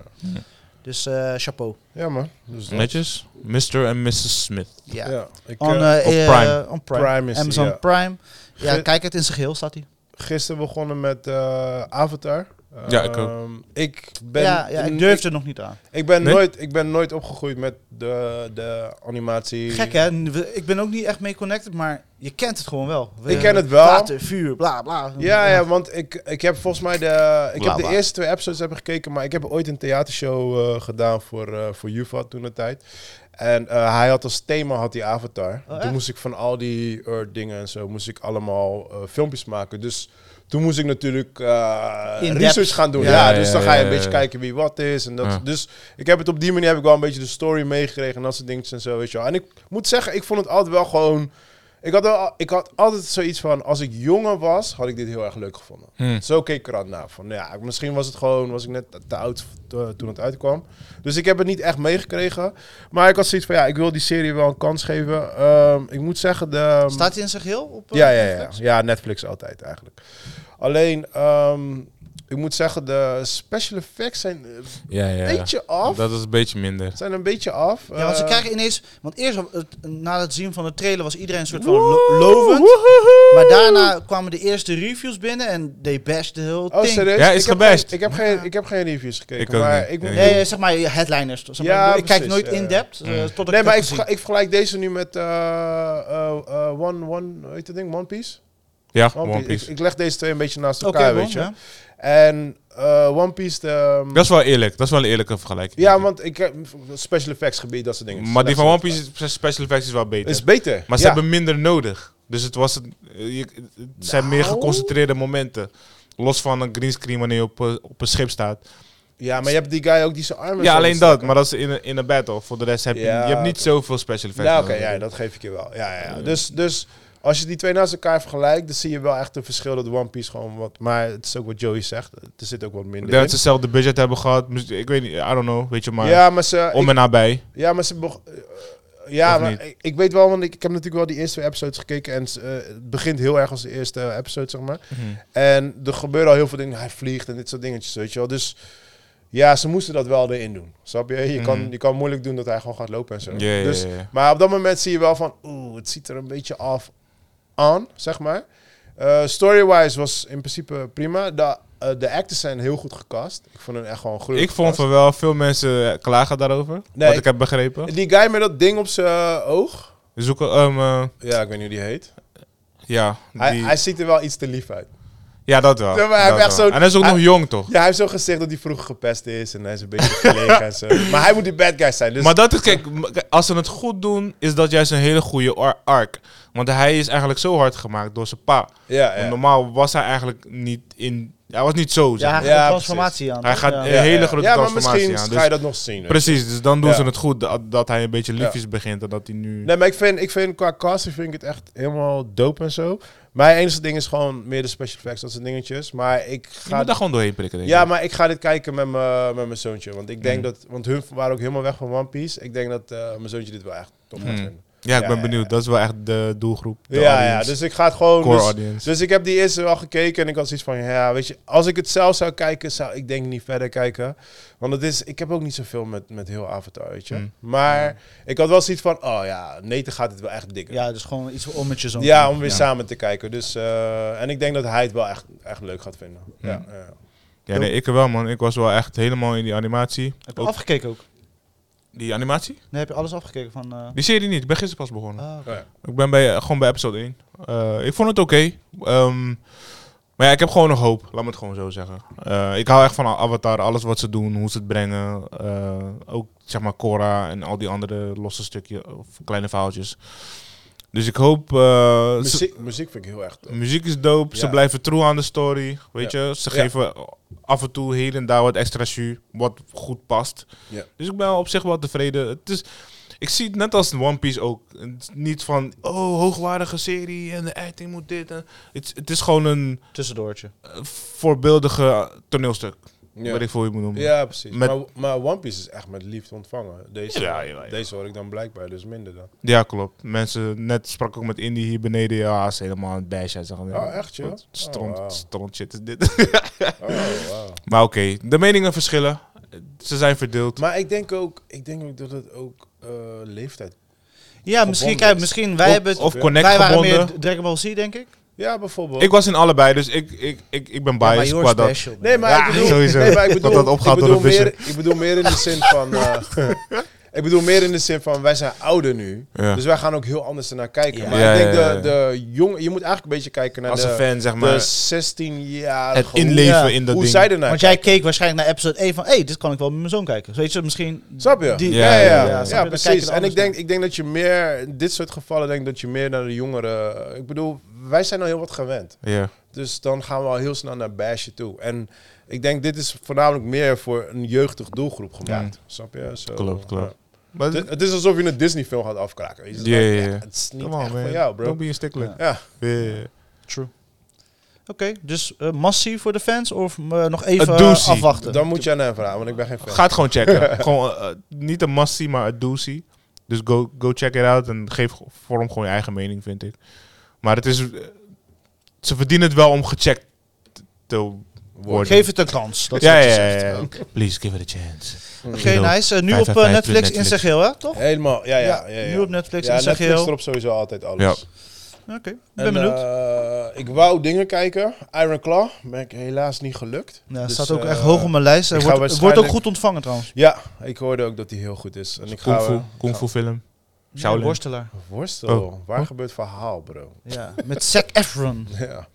C: Dus eh, chapeau.
A: Ja, man. Dus dat-
B: Netjes. Mr. en Mrs. Smith.
C: Ja.
A: Ja. Ik,
C: On,
A: eh,
C: eh,
B: op
C: eh,
B: Prime.
C: on Prime.
A: Prime is die,
C: Amazon
A: ja.
C: Prime. Ja,
A: Ge-
C: kijk het in zijn geheel staat hij.
A: gisteren begonnen met eh, Avatar.
B: Ja, ik ook.
A: Ehm, Ik ben,
C: ja, ja, ik durfde het nog niet aan.
A: Ik ben,
B: Nee?
A: nooit, ik ben nooit opgegroeid met de, de animatie.
C: Gek hè? N- we- Ik ben ook niet echt mee connected, maar je kent het gewoon wel. We-
A: Ik ken het wel.
C: Water, vuur, bla bla.
A: Ja, ja, want ik, ik heb volgens mij de, ik
C: Bla,
A: heb de
C: bla.
A: eerste twee episodes hebben gekeken, maar ik heb ooit een theatershow eh, gedaan voor, eh voor Juva toen de tijd. En eh, hij had als thema had die Avatar.
C: Oh, echt?
A: toen moest ik van al die eh, dingen en zo moest ik allemaal eh, filmpjes maken. Dus toen moest ik natuurlijk eh,
C: In
A: research
C: depth.
A: gaan doen.
B: Ja,
A: Ja,
B: ja,
A: dus dan
B: ja,
A: ga je een
B: ja,
A: beetje
B: ja.
A: kijken wie wat is. En dat,
B: Ja.
A: Dus ik heb het op die manier heb ik wel een beetje de story meegekregen en dat soort dingetjes en zo. Weet je wel. En ik moet zeggen, ik vond het altijd wel gewoon ik had, wel- ik had altijd zoiets van, als ik jonger was, had ik dit heel erg leuk gevonden.
B: Hmm.
A: Zo keek ik er aan na. Van, nou ja, misschien was het gewoon, was ik net te oud te- toen het uitkwam. Dus ik heb het niet echt meegekregen. Maar ik had zoiets van, ja, ik wil die serie wel een kans geven. Ehm, ik moet zeggen, de...
C: Staat hij in zijn geheel op eh,
A: ja, ja, ja,
C: Netflix?
A: ja, Netflix altijd eigenlijk. Alleen, ehm, ik moet zeggen, de special effects zijn eh,
B: Ja, ja.
A: een beetje af.
B: Dat is een beetje minder.
A: Zijn een beetje af.
C: Ja, want ze
A: Eh,
C: krijgen ineens... Want eerst op het- na het zien van de trailer was iedereen een soort van lo- lovend. Maar daarna kwamen de eerste reviews binnen en they bashed the whole
A: Oh,
C: thing.
A: serieus?
B: Ja, is
A: ik, heb
B: gebashed.
A: geen, ik, heb geen, ik heb geen reviews gekeken.
B: Ik ook
A: maar
B: niet.
A: ik moet
B: Nee.
C: Nee, zeg maar headliners. Zeg maar.
A: Ja,
C: ik kijk
A: precies,
C: nooit
A: ja.
C: in-depth. eh,
B: Mm.
C: tot
A: Nee,
C: ik
A: maar
C: het
A: ik,
C: heb
A: verga- ik vergelijk deze nu met eh, eh, eh, One, one, hoe heet dat ding? One Piece?
B: Ja,
A: One
B: One
A: Piece. Ik,
B: Piece.
A: ik leg deze twee een beetje naast
C: Oké,
A: elkaar,
C: bon,
A: weet je.
C: ja.
A: En eh, One Piece, de,
B: Dat is wel eerlijk. Dat is wel een eerlijke vergelijking.
A: ja, want ik heb special effects gebied, dat soort dingen.
B: Maar die van
A: Dat
B: One
A: soort-
B: Piece is- special effects is wel beter.
A: is beter.
B: maar ze
A: ja.
B: hebben minder nodig. Dus het, was een- eh, je- het zijn meer
A: Nou.
B: geconcentreerde momenten. Los van een greenscreen wanneer je op, eh, op een schip staat.
A: ja, maar je hebt die guy ook die zijn armen...
B: Ja,
A: zo
B: alleen
A: moet steken.
B: dat. Maar dat is in een, in een battle. Voor de rest heb je,
A: Ja,
B: je hebt niet
A: oké.
B: zoveel special effects
A: Ja, oké,
B: nodig.
A: ja, dat geef ik je wel. Ja, ja, ja. Dus, dus als je die twee naast elkaar vergelijkt, dan zie je wel echt een verschil dat One Piece gewoon wat... Maar het is ook wat Joey zegt, er zit ook wat
B: Ik
A: minder
B: denk
A: in.
B: dat ze hetzelfde budget hebben gehad. Misschien- Ik weet niet, I don't know. Weet je, maar
A: ja, maar ze, ik-
B: om en nabij.
A: Ja, maar ze beg- eh, ja,
B: Of
A: maar
B: niet?
A: ik, ik weet wel, want ik, ik heb natuurlijk wel die eerste twee episodes gekeken. En eh, het begint heel erg als de eerste episode, zeg maar.
B: Mhm.
A: En er gebeuren al heel veel dingen. Hij vliegt en dit soort dingetjes, weet je wel. Dus ja, ze moesten dat wel erin doen. Snap je? Je, kan,
B: Mhm.
A: je kan moeilijk doen dat hij gewoon gaat lopen en zo.
B: Ja, ja,
A: dus,
B: ja, ja.
A: Maar op dat moment zie je wel van, oeh, het ziet er een beetje af aan, zeg maar. Eh, Story-wise was in principe prima. De, eh, de actors zijn heel goed gecast. Ik vond hun echt gewoon gruwelijk
B: Ik vond
A: gecast.
B: van wel, veel mensen klagen daarover.
A: Nee,
B: wat ik
A: ik-
B: heb begrepen.
A: Die guy met dat ding op zijn eh, oog.
B: We zoeken, ehm, eh,
A: Ja, ik weet niet hoe die heet.
B: ja,
A: Hij,
B: die-
A: hij ziet er wel iets te lief uit.
B: ja, dat wel.
A: Ja, maar hij
B: dat
A: heeft echt
B: wel.
A: zo'n-
B: en hij is ook
A: hij-
B: nog jong, toch?
A: Ja, hij heeft zo gezegd dat hij vroeger gepest is en hij is een beetje verlegen en zo. Maar hij moet die bad guy zijn. Dus
B: maar dat is, kijk, m- kijk, als ze het goed doen, is dat juist een hele goede ar- arc. Want hij is eigenlijk zo hard gemaakt door zijn pa.
A: ja,
B: Want
A: ja.
B: normaal was hij eigenlijk niet in... Hij was niet zo, zeg
C: Ja, hij
B: maar.
C: gaat
A: Ja,
C: een
A: precies.
C: transformatie aan.
B: Hij
C: toch?
B: gaat
C: Ja.
B: een hele grote
A: ja, maar
B: transformatie
A: misschien
B: aan. Dus
A: ga je dat nog zien. weet je.
B: Precies, dus dan doen
A: Ja.
B: ze het goed. Dat, dat hij een beetje liefjes begint en dat hij nu...
A: Nee, maar ik vind, ik vind qua casting vind ik het echt helemaal dope en zo. Mijn enige ding is gewoon meer de special effects, dat soort dingetjes. Maar ik
B: je
A: ga...
B: moet daar gewoon doorheen prikken, denk ik.
A: Ja, maar ik ga dit kijken met mijn met mijn zoontje. Want ik denk
B: Mm.
A: dat... Want hun waren ook helemaal weg van One Piece. Ik denk dat eh, mijn zoontje dit wel echt top gaat
B: Mm.
A: vinden.
B: Ja, ik
A: Ja,
B: ben
A: ja,
B: benieuwd.
A: ja.
B: Dat is wel echt de doelgroep. de
A: ja, ja,
B: audience,
A: dus ik ga het gewoon...
B: core
A: dus-
B: audience.
A: Dus ik heb die eerste wel gekeken en ik had zoiets van, ja, weet je, als ik het zelf zou kijken, zou ik denk ik niet verder kijken. Want het is, ik heb ook niet zoveel met, met heel Avatar, weet je.
B: Mm.
A: Maar ik had wel zoiets van, oh ja, Nathan gaat het wel echt dikker. Ja,
C: Ja, dus gewoon iets om met je zo'n...
A: om weer samen te kijken. Dus, eh, en ik denk dat hij het wel echt, echt leuk gaat vinden. Ja, ja.
B: Ja, nee, ik wel, man. Ik was wel echt helemaal in die animatie.
C: Heb je
B: Ook
C: afgekeken ook?
B: die animatie?
C: Nee, heb je alles afgekeken van... eh,
B: Die serie niet. Ik ben gisteren pas begonnen.
C: ah, oké.
B: Ik ben bij, gewoon bij episode 1. Eh, ik vond het oké. Ehm, maar ja, ik heb gewoon nog hoop. Laat me het gewoon zo zeggen. Eh, ik hou echt van Avatar. Alles wat ze doen, hoe ze het brengen. Eh, ook zeg maar Korra en al die andere losse stukjes of kleine verhaaltjes. Dus ik hoop... eh, ze-
A: Muziek, muziek vind ik heel erg tof.
B: Muziek is dope, ze
A: Ja.
B: blijven true aan de story. Weet je, ze
A: Ja.
B: geven af en toe hier en daar wat extra jus, wat goed past.
A: Ja.
B: Dus ik ben op zich wel tevreden. Het is, Ik zie het net als One Piece ook. Het is niet van, oh, hoogwaardige serie en de acting moet dit. En, het, het is gewoon een
C: Tussendoortje.
B: eh, voorbeeldige toneelstuk.
A: Ja.
B: Wat ik voor je moet noemen.
A: Ja, precies.
B: Met-
A: Maar, maar One Piece is echt met liefde ontvangen. Deze,
B: Jawel, jawel, jawel.
A: deze hoor ik dan blijkbaar dus minder dan.
B: Ja, klopt. Mensen, net sprak ik met Indy hier beneden. Ja, ze is helemaal een bash. Hij zegt, ja,
A: Oh, echt, joh?
B: wat Stront,
A: Oh, wauw.
B: stront shit is dit.
A: Oh, wow.
B: maar oké, de meningen verschillen. Ze zijn verdeeld.
A: Maar ik denk ook, ik denk ook dat het ook eh, leeftijd...
C: Ja, misschien,
A: Gebonden
C: kijk,
A: is.
C: misschien wij
B: of,
C: hebben het,
B: of Connect
C: wij waren
B: gebonden.
C: meer Dragon Ball Z, denk ik.
A: Ja, bijvoorbeeld.
B: Ik was in allebei, dus ik, ik, ik, ik ben
C: Ja,
B: biased
C: maar you're
B: qua dat.
C: special, man.
A: Nee, maar
B: Ja,
A: ik bedoel,
B: sowieso.
A: Nee, maar ik bedoel,
B: Dat dat opgehaald
A: ik
B: door de
A: bedoel meer, Ik bedoel meer in de zin van... eh, ik bedoel meer in de zin van, wij zijn ouder nu.
B: Ja.
A: Dus wij gaan ook heel anders ernaar kijken. Maar
B: Ja,
A: ik denk,
B: ja, ja, ja.
A: de, de jong, je moet eigenlijk een beetje kijken naar
B: Als
A: de,
B: een fan, zeg
A: de
B: maar.
A: 16 jaar
B: Het inleven
C: Ja.
B: in dat
A: Hoe
B: ding.
A: zij ernaar
C: Want jij keek waarschijnlijk naar episode 1 van, hé, hey, dit kan ik wel met mijn zoon kijken. Weet je, misschien...
A: Snap je?
C: Die-
A: ja, ja, ja,
B: ja, snap
C: je? Dan kijk je
A: precies.
C: er
A: En
C: anders
A: ik denk, ik denk dat je meer, in dit soort gevallen, denk ik dat je meer naar de jongeren. Ik bedoel, wij zijn al heel wat gewend.
B: Ja.
A: Dus dan gaan we al heel snel naar bashen toe. En ik denk, dit is voornamelijk meer voor een jeugdig doelgroep gemaakt. Snap je? Zo,
B: Klopt, klopt.
A: ja.
B: Maar
A: Het, het is alsof je een Disney-film gaat afkraken. Weet je? Dus
B: Ja,
A: dan-
B: ja, ja.
A: Het is niet
B: Come on,
A: echt
B: man.
A: voor jou, bro.
B: Don't be a stickler.
C: Ja.
A: Ja.
B: Yeah.
C: True. Oké, dus eh, massief voor de fans of eh, nog even
B: Een
C: eh,
B: doozy.
C: afwachten?
A: Dan moet je aan hem vragen, want ik ben geen fan.
B: Ga het gewoon checken. gewoon, eh, eh, niet een massie, maar een doozy. Dus go, go check it out en geef go- vorm gewoon je eigen mening, vind ik. Maar het is... eh, ze verdienen het wel om gecheckt te worden.
C: Geef het een kans. Dat is
B: ja,
C: wat je
B: ja,
C: zegt.
B: ja, ja. Please give it a chance.
C: Oké,
B: Geel.
C: nice. Eh, nu
B: Vijf
C: op
B: en
C: eh,
B: vijf,
C: Netflix in
B: Netflix.
C: zijn geheel, hè? Toch?
A: Helemaal, ja, ja. ja, ja,
C: Nu op Netflix
A: Ja,
C: in zijn
A: Netflix
C: geheel.
A: erop sowieso altijd alles.
B: Ja.
C: Oké, ik
A: En,
C: ben benieuwd.
A: eh, ik wou dingen kijken. Iron Claw. Ben ik helaas niet gelukt.
C: ja, het
A: dus,
C: staat ook
A: eh,
C: echt hoog op mijn lijst.
A: ik
C: Het
A: ga
C: wordt, het wordt ook
A: waarschijnlijk-
C: goed ontvangen trouwens.
A: Ja, ik hoorde ook dat die heel goed is. En ik ga
B: Kung fu,
A: eh,
B: kung fu film.
C: Ja,
B: Shaolin.
C: worstelaar.
A: worstel.
B: Oh.
A: Waar
B: Oh.
A: gebeurt verhaal, bro?
C: Ja, met Zac Efron.
A: ja.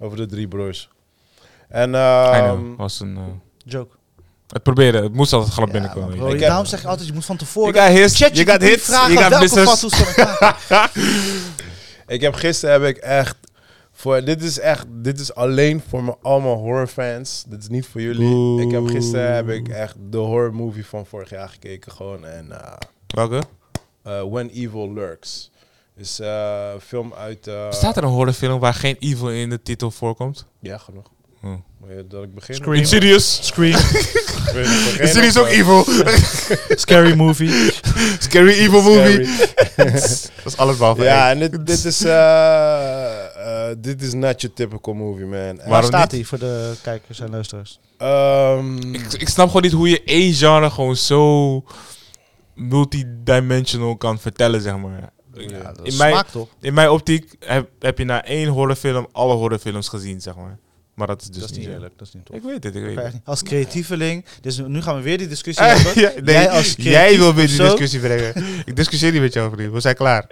A: Over de drie broers. En
B: I
A: ehm,
B: know, was een... eh,
C: Joke.
B: het proberen, het moest altijd glad
C: Ja,
B: binnenkomen.
C: maar
B: je
C: bro,
B: denkt,
C: daarom zeg ik altijd, je moet van
B: You
C: tevoren...
B: got hits,
C: Chat
B: you got hits,
C: vragen
B: you got
C: welke
B: business.
C: fatsoes van elkaar.
A: ik heb gisteren heb ik echt voor dit is echt dit is alleen voor me allemaal horrorfans. Dit is niet voor jullie. Ik heb gisteren heb ik echt de horror movie van vorig jaar gekeken gewoon en. eh,
B: Welke?
A: eh, When Evil Lurks. Is eh, een film uit. eh,
B: Staat er een horrorfilm waar geen evil in de titel voorkomt?
A: Ja, genoeg.
B: Oh.
A: Moet je dat ik begin?
C: Scream.
B: Insidious.
C: Scream.
A: Ik weet niet, begin
B: Insidious is
A: of,
B: ook
A: eh,
B: evil.
C: Scary movie.
B: Scary evil movie.
A: Scary.
B: Dat is alles behalve
A: Ja,
B: eng.
A: en dit, dit is. eh, eh, dit is not your typical movie, man. En,
C: Waar
B: Waarom
C: staat
B: niet?
C: hij voor de kijkers en luisteraars?
A: ehm,
B: Ik, ik snap gewoon niet hoe je één genre gewoon zo multidimensional kan vertellen, zeg maar.
A: ja,
B: In mijn,
C: Smaakt toch?
B: in mijn optiek heb, heb je na één horrorfilm alle horrorfilms gezien, zeg maar. Maar dat is dus
C: dat is
B: niet
C: niet
B: zo.
C: eerlijk, dat is niet tof.
B: Ik weet het, ik weet
C: Kan je echt
B: het.
C: niet. Als creatieveling, dus nu gaan we weer die discussie
B: Eh,
C: hebben.
B: ja, nee,
C: jij als
B: jij wil weer die
C: persoon-
B: discussie brengen. ik discussieer niet met jou, vriend. We zijn klaar.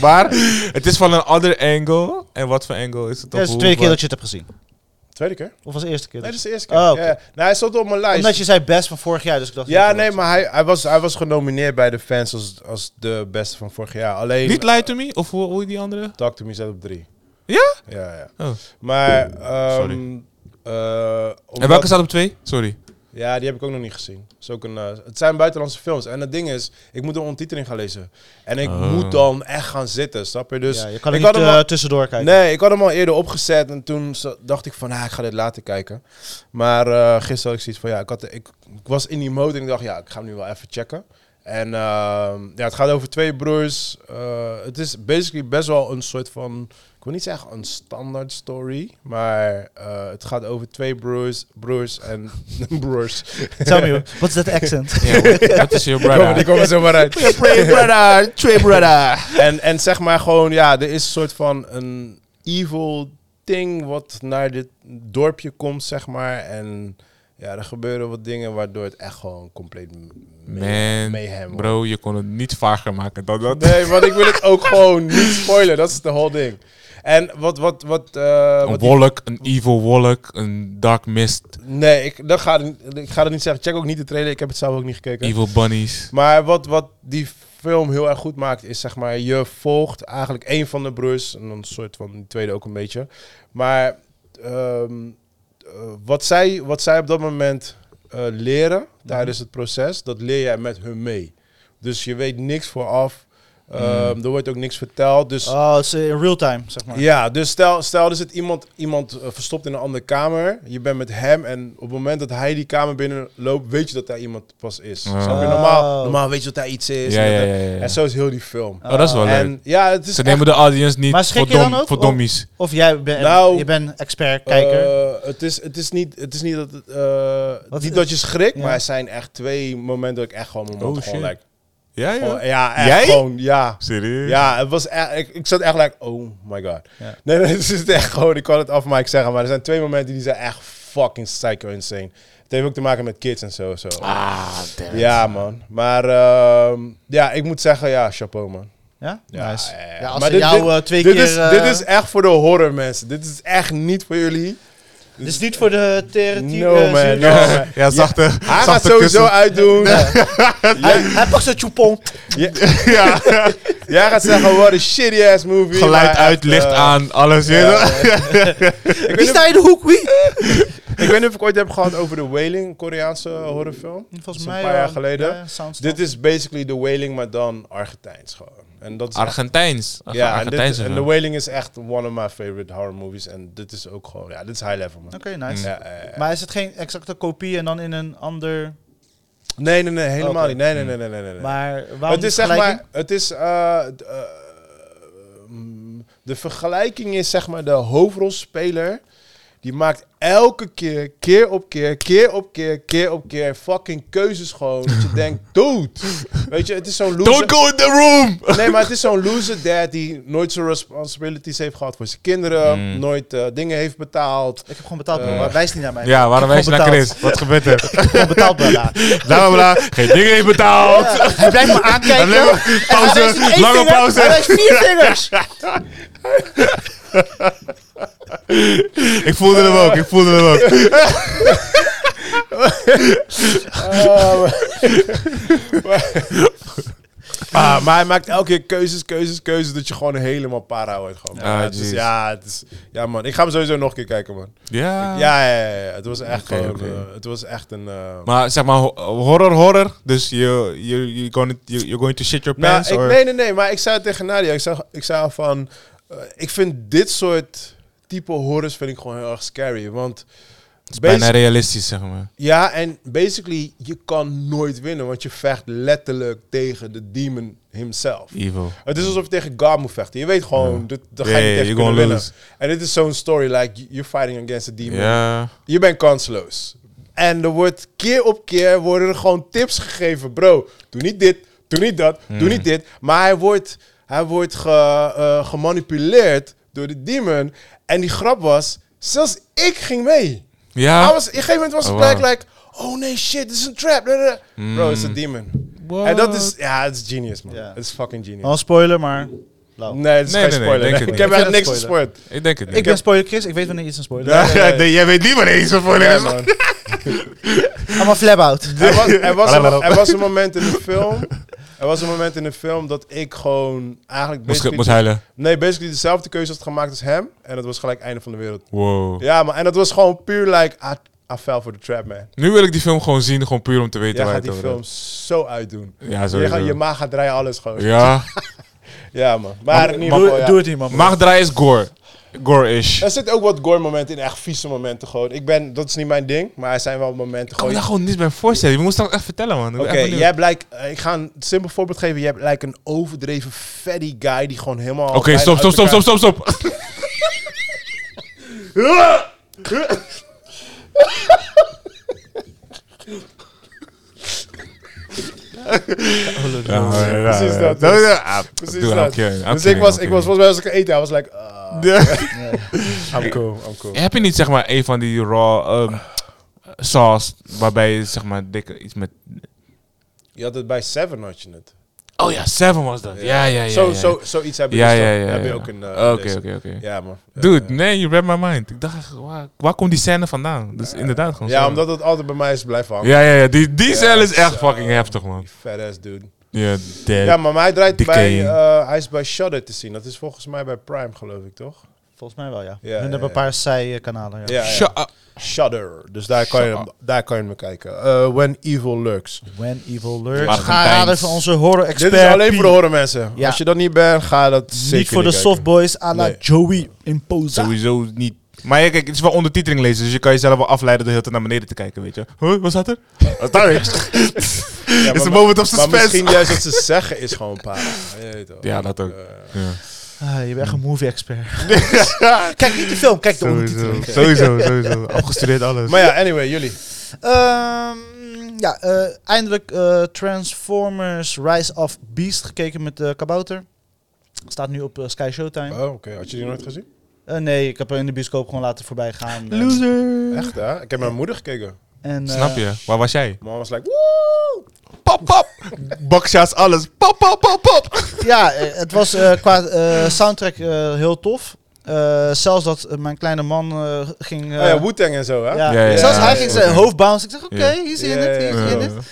B: maar het is van een other angle. En wat voor angle is het?
C: Dat is de
B: Of
C: tweede
B: hoe-
C: keer dat je het hebt gezien.
A: tweede keer?
C: Of was de eerste keer?
A: Nee,
C: dat
A: dit is
C: je-
A: de eerste keer.
C: Oh, oké.
A: Ja, ja. Nou, hij stond op mijn lijst.
C: Omdat je zei best van vorig jaar, dus ik dacht...
A: Ja,
C: ik-
A: nee, maar hij, hij, was, hij was genomineerd bij de fans als, als de beste van vorig jaar. Alleen.
B: Niet Lie to Me? Of hoe, hoe heet die andere?
A: Talk to me staat op drie.
B: Ja?
A: Ja, ja.
B: Oh.
A: Maar. ehm, eh,
B: En
A: omdat-
B: welke staat op twee? Sorry.
A: Ja, die heb ik ook nog niet gezien. Is ook een, eh, het zijn buitenlandse films. En het ding is, ik moet de ondertiteling gaan lezen. En ik
B: Oh.
A: moet dan echt gaan zitten, snap je? Dus
C: ja, je kan er
A: ik
C: niet
A: had hem
C: eh,
A: al-
C: tussendoor kijken.
A: Nee, ik had hem al eerder opgezet. En toen zo- dacht ik van, ah, ik ga dit later kijken. Maar eh, gisteren had ik zoiets van, ja, ik, had, ik, ik was in die mode. En ik dacht, ja, ik ga hem nu wel even checken. En ehm, ja, het gaat over twee broers. Eh, het is basically best wel een soort van... Ik wil niet zeggen een standaard story. Maar eh, het gaat over twee broers. Broers en... broers.
C: Tell me, wat is dat accent?
B: Dat is your
A: Die komen, die
B: brother.
A: komen zo maar uit.
B: Twee brother, twee brother.
A: En, en zeg maar gewoon, ja, er is een soort van een evil thing wat naar dit dorpje komt, zeg maar. En ja, er gebeuren wat dingen waardoor het echt gewoon compleet m-
B: Man,
A: mayhem wordt.
B: Bro, je kon het niet vager maken dan dat.
A: Nee, want ik wil het ook gewoon niet spoilen. Dat is de whole ding. En wat, wat, wat... eh,
B: Een
A: wat die-
B: wolk, een evil wolk, een dark mist,
A: nee, ik, dat ga, ik ga dat niet zeggen. Check ook niet de trailer. Ik heb het zelf ook niet gekeken.
B: evil bunnies.
A: Maar wat, wat die film heel erg goed maakt, is zeg maar, je volgt eigenlijk één van de broers. En dan een soort van die tweede ook een beetje. Maar ehm, eh, wat, zij, wat zij op dat moment eh, leren tijdens het proces, dat leer jij met hun mee. Dus je weet niks vooraf. Ehm, Er wordt ook niks verteld. Dus
C: Oh, het is eh, in real time, zeg maar.
A: ja, dus stel, stel er zit iemand, iemand eh, verstopt in een andere kamer. Je bent met hem en op het moment dat hij die kamer binnenloopt, weet je dat daar iemand pas is.
B: Ah.
A: Snap je?
C: Oh.
A: Normaal, normaal weet je dat daar iets is.
B: Ja,
A: en,
B: ja,
A: dat-
B: ja, ja, ja.
A: en zo is heel die film.
B: Oh, dat is wel leuk.
A: En ja, het is
B: Ze nemen de audience niet
C: Maar schrik
B: voor,
C: je dan
B: dom-
C: ook
B: voor
C: op-
B: dommies.
C: Of jij bent,
A: Nou,
C: je bent expert,
A: echt, eh,
C: kijker.
A: het, is, het, is niet, het is niet dat, het, eh,
C: Wat-
A: niet dat je schrikt,
C: Ja.
A: maar er zijn echt twee momenten dat ik echt gewoon mijn mond
B: Oh,
A: gewoon
B: shit.
A: like,
B: Ja,
A: gewoon-
B: ja.
A: ja, echt
B: Jij?
A: gewoon, ja.
B: Serieus?
A: Ja, het was echt, ik, ik zat echt like, oh my god.
C: Ja.
A: Nee, nee, het is echt gewoon, ik kan het af Mike zeggen, maar er zijn twee momenten die zijn echt fucking psycho insane. Het heeft ook te maken met kids en zo. zo.
B: Ah, damn.
A: ja, man. Maar ehm, ja, ik moet zeggen, ja, chapeau, man.
C: ja?
A: Ja,
C: Nice.
A: ja, ja.
C: Ja, als
A: Maar
C: ze
A: dit-
C: jou
A: dit-
C: eh, twee
A: dit
C: keer...
A: Is,
C: eh,
A: dit is echt voor de horror, mensen. Dit is echt niet voor jullie.
C: dit is niet voor de tere team.
A: No,
C: eh,
A: man.
C: zeer-
A: No, man.
B: Ja, zachte,
A: Hij gaat
B: zachte
A: sowieso
B: kussen.
A: uitdoen.
C: Hij, hij pakt zijn choupon.
B: Ja,
A: Jij gaat zeggen, what a shitty ass movie.
B: geluid
A: maar
B: uit,
A: echt,
B: licht
A: eh,
B: aan, alles. weet je wel.
C: Wie sta in de hoek? Wie?
A: Eh, Ik weet niet of ik ooit heb gehad over de Wailing, Koreaanse horrorfilm. Dat is
C: Volgens
A: een
C: mij
A: paar jaar
C: eh,
A: geleden.
C: ja, soundstop.
A: Dit is basically de Wailing, maar dan Argentijns gewoon. En dat is echt-
B: Argentijns.
A: ja, en, dit-
B: Argentijnse
A: en
B: film.
A: The Wailing is echt one of my favorite horror movies. En dit is ook gewoon, ja, dit is high level, man.
C: Oké, nice.
A: Ja, ja, ja.
C: Maar is het geen exacte kopie en dan in een ander...
A: Nee, nee, nee, helemaal
C: Oké.
A: niet. Nee,
B: Hmm.
A: nee, nee, nee, nee. nee.
C: Maar waarom
A: het is zeg maar, het is, eh, d- eh, mm, de vergelijking is zeg maar de hoofdrolspeler. Die maakt elke keer, keer op keer, keer op keer, keer op keer fucking keuzes gewoon. Dat je denkt, dood. Weet je, het is zo'n loser.
B: Don't go in the room!
A: Nee, maar het is zo'n loser dad die nooit zijn responsibilities heeft gehad voor zijn kinderen.
B: Mm.
A: Nooit eh, dingen heeft betaald.
C: Ik heb gewoon betaald,
A: Eh,
C: bro. Maar wijs niet naar mij.
B: Ja, waarom
C: Ik
B: wijs
C: heb
B: je naar
C: gewoon
B: Chris? Wat gebeurt er?
C: betaald. Ik heb gewoon betaald, bro.
B: Bla bla bla. Geen dingen heeft betaald.
C: Hij blijft me
B: Dan
C: aankijken.
B: hebben we pauze. Lange pauze.
C: vier vingers.
B: Ik voelde hem ook. Ik voelde hem ook.
A: Ah, maar, Ah, maar hij maakt elke keer keuzes, keuzes, keuzes. Dat je gewoon helemaal para wordt. Gewoon.
B: Ah,
A: Ja, het is,
B: jeez.
A: ja, het is, ja, man. Ik ga hem sowieso nog een keer kijken, man.
B: Ja.
A: Ja, ja, ja, ja. Het was echt
B: Oké,
A: gewoon...
B: oké.
A: eh, het was echt een... eh,
B: Maar zeg maar ho- horror, horror. Dus je je je going you- you're going to shit your
A: Nou,
B: pants.
A: ik,
B: or-
A: nee, nee, nee. Maar ik zei tegen Nadia, ik zei, ik zei van... eh, ik vind dit soort type horrors vind ik gewoon heel erg scary. Want...
B: Het is bijna realistisch, zeg maar.
A: Ja, en basically, je kan nooit winnen, want je vecht letterlijk tegen de demon himself.
B: Evil.
A: Het is alsof je tegen God moet vechten. Je weet gewoon,
B: Ja.
A: dat, dat
B: Ja,
A: ga je
B: ja,
A: niet
B: ja,
A: tegen
B: you're
A: kunnen
B: gonna
A: winnen.
B: lose.
A: En dit is zo'n story, like, you're fighting against a demon.
B: Ja.
A: Je bent kansloos. En er wordt keer op keer worden er gewoon tips gegeven. Bro, doe niet dit, doe niet dat,
B: Hmm.
A: doe niet dit. Maar hij wordt, hij wordt ge- eh, gemanipuleerd door de demon. En die grap was, zelfs ik ging mee.
B: Ja.
A: Hij was, op een gegeven moment was het
B: Ah. Oh,
A: blijk,
B: wow.
A: like, oh nee, shit, dit is een trap. blah, blah, blah. Bro, het is
B: Hmm.
A: een demon. En dat is, ja, het is genius, man. Het
C: Ja.
A: is fucking genius.
C: Al een spoiler, maar... Lauw.
A: Nee, het is
B: Nee,
A: geen
B: nee, nee,
A: spoiler.
B: denk
A: Nee,
B: het
A: ik
B: niet.
A: heb
C: Ik
A: echt
C: vind
A: niks
C: het spoiler.
A: gespoord.
B: Ik denk het
C: Ik
B: niet.
C: ben spoiler Chris, ik weet wanneer iets een spoiler is.
A: Ja.
B: Nee, Jij weet niet wat eens voor
A: Ja,
B: is.
A: man.
C: I'm a flap out.
A: Er was, er, was
B: Hallo.
A: een, er was een moment in de film... Er was een moment in de film dat ik gewoon eigenlijk...
B: Moest,
A: basically-
B: moest huilen.
A: Nee, basically dezelfde keuze had gemaakt als hem. En dat was gelijk einde van de wereld.
B: Wow.
A: Ja, maar en dat was gewoon puur like... I, I fell for the trap, man.
B: Nu wil ik die film gewoon zien, gewoon puur om te weten
A: Jij
B: waar
A: gaat
B: het
A: die
B: over
A: film
B: gaat.
A: zo uitdoen.
B: Ja,
A: Je,
B: sowieso.
A: gaat, je maag gaat draaien, alles gewoon. Ja,
B: Ja.
A: man. Maar in ieder
C: Doe,
A: geval, ja.
C: doe het niet, man. bro.
B: Maag draaien is gore. Gore-ish.
A: Er zitten ook wat gore momenten in, echt vieze momenten gewoon. Ik ben, dat is niet mijn ding, maar er zijn wel momenten
B: Ik kan me
A: gewoon.
B: Oh, daar gewoon niet bij voorstellen. Je moest dat echt vertellen, man. Ik ben
A: Oké,
B: echt benieuwd.
A: jij blijkt, eh, ik ga een simpel voorbeeld geven. Jij lijkt een overdreven fatty guy die gewoon helemaal.
B: Oké,
A: bijna
B: stop,
A: uit
B: stop, stop,
A: elkaar-
B: stop, stop, stop. Ja, ja, ja,
A: Precies
B: ja.
A: dat,
B: Dat
A: dus.
B: is- ah,
A: Precies
B: doe,
A: dat.
B: I'm kidding,
A: Dus
B: I'm
A: ik
B: kidding,
A: was,
B: I'm
A: ik was
B: kidding.
A: volgens mij als ik eten, hij was like, ah,
B: Ja.
A: I'm cool, I'm cool.
B: Heb je niet zeg maar een van die raw ehm sauce waarbij je zeg maar dikke iets met.
A: Je had het bij Seven had je het.
B: Oh ja, seven was dat. Ja, ja, ja.
A: zo,
B: ja.
A: zo, zoiets hebben
B: Ja,
A: dus
B: ja,
A: dan.
B: ja.
A: Heb je
B: ja.
A: ook een. eh,
B: Oké,
A: deze.
B: oké, oké.
A: Ja man.
B: Dude, nee, you read my mind. Ik dacht, echt, waar, waar komt die scène vandaan? Dus inderdaad gewoon.
A: Ja,
B: zo.
A: omdat het altijd bij mij is blijven hangen.
B: Ja, ja, ja. Die, die scène is echt
A: zo.
B: fucking heftig, man.
A: Die Fat ass dude.
B: Ja,
A: Ja, maar hij draait bij,
B: Decaying.
A: eh, hij is bij Shudder te zien. Dat is volgens mij bij Prime geloof ik toch?
C: Volgens mij wel, ja.
A: Ja,
C: Hun
A: ja,
C: hebben
A: ja.
C: een paar zijkanalen. Ja.
A: Ja, ja.
B: Shut up.
A: Shudder. Dus daar kan, je hem, daar kan je hem kijken. Eh, When Evil Lurks.
C: When Evil Lurks.
B: Argentijns.
C: Ga raden van onze horror-expert.
A: Dit is alleen
C: Piet.
A: voor de horen mensen.
C: Ja.
A: Als je dat niet bent, ga dat zeker
C: Niet voor de
A: niet kijken.
C: softboys à la
A: Nee.
C: Joey Imposa.
B: Sowieso niet. Maar ja, kijk, het is wel ondertiteling lezen, dus je kan jezelf wel afleiden door heel de tijd naar beneden te kijken, weet je. Huh, wat staat er?
A: Dat daar is. Ja,
B: is
A: maar-
B: de moment of
A: Maar
B: suspense. Ah.
A: misschien juist dat ze zeggen is gewoon para. Je weet wel.
B: Ja, dat ook.
A: Eh,
C: Ah, je bent echt een movie-expert. kijk niet de film, kijk de ondertiteling.
B: sowieso, sowieso. Afgestudeerd alles.
A: maar ja, anyway, jullie.
C: Ehm, ja, eh, eindelijk eh, Transformers Rise of Beast gekeken met de kabouter. Staat nu op eh, Sky Showtime.
A: Oh, oké. Had je die nooit gezien?
C: Eh, nee, ik heb hem in de bioscoop gewoon laten voorbij gaan. En-
B: Loser.
A: Echt, hè? Ik heb mijn moeder gekeken.
C: En, eh,
B: Snap je? Waar was jij?
A: Mama was like, woe!
B: Pap, pap. Baksha's alles. Pap, pap, pap, pap.
C: Ja, eh, het was eh, qua eh, soundtrack eh, heel tof. Eh, zelfs dat eh, mijn kleine man eh, ging... eh,
A: Oh ja, Wu-Tang en zo, hè?
C: ja,
B: Ja, ja,
C: zelfs
B: ja,
C: hij
B: ja,
C: ging
B: ja.
C: zijn hoofd bounce. Ik zeg, oké,
B: Ja.
C: hier is hij in
A: Ja,
C: het,
A: ja,
C: hier is hij in
B: Ja.
C: het.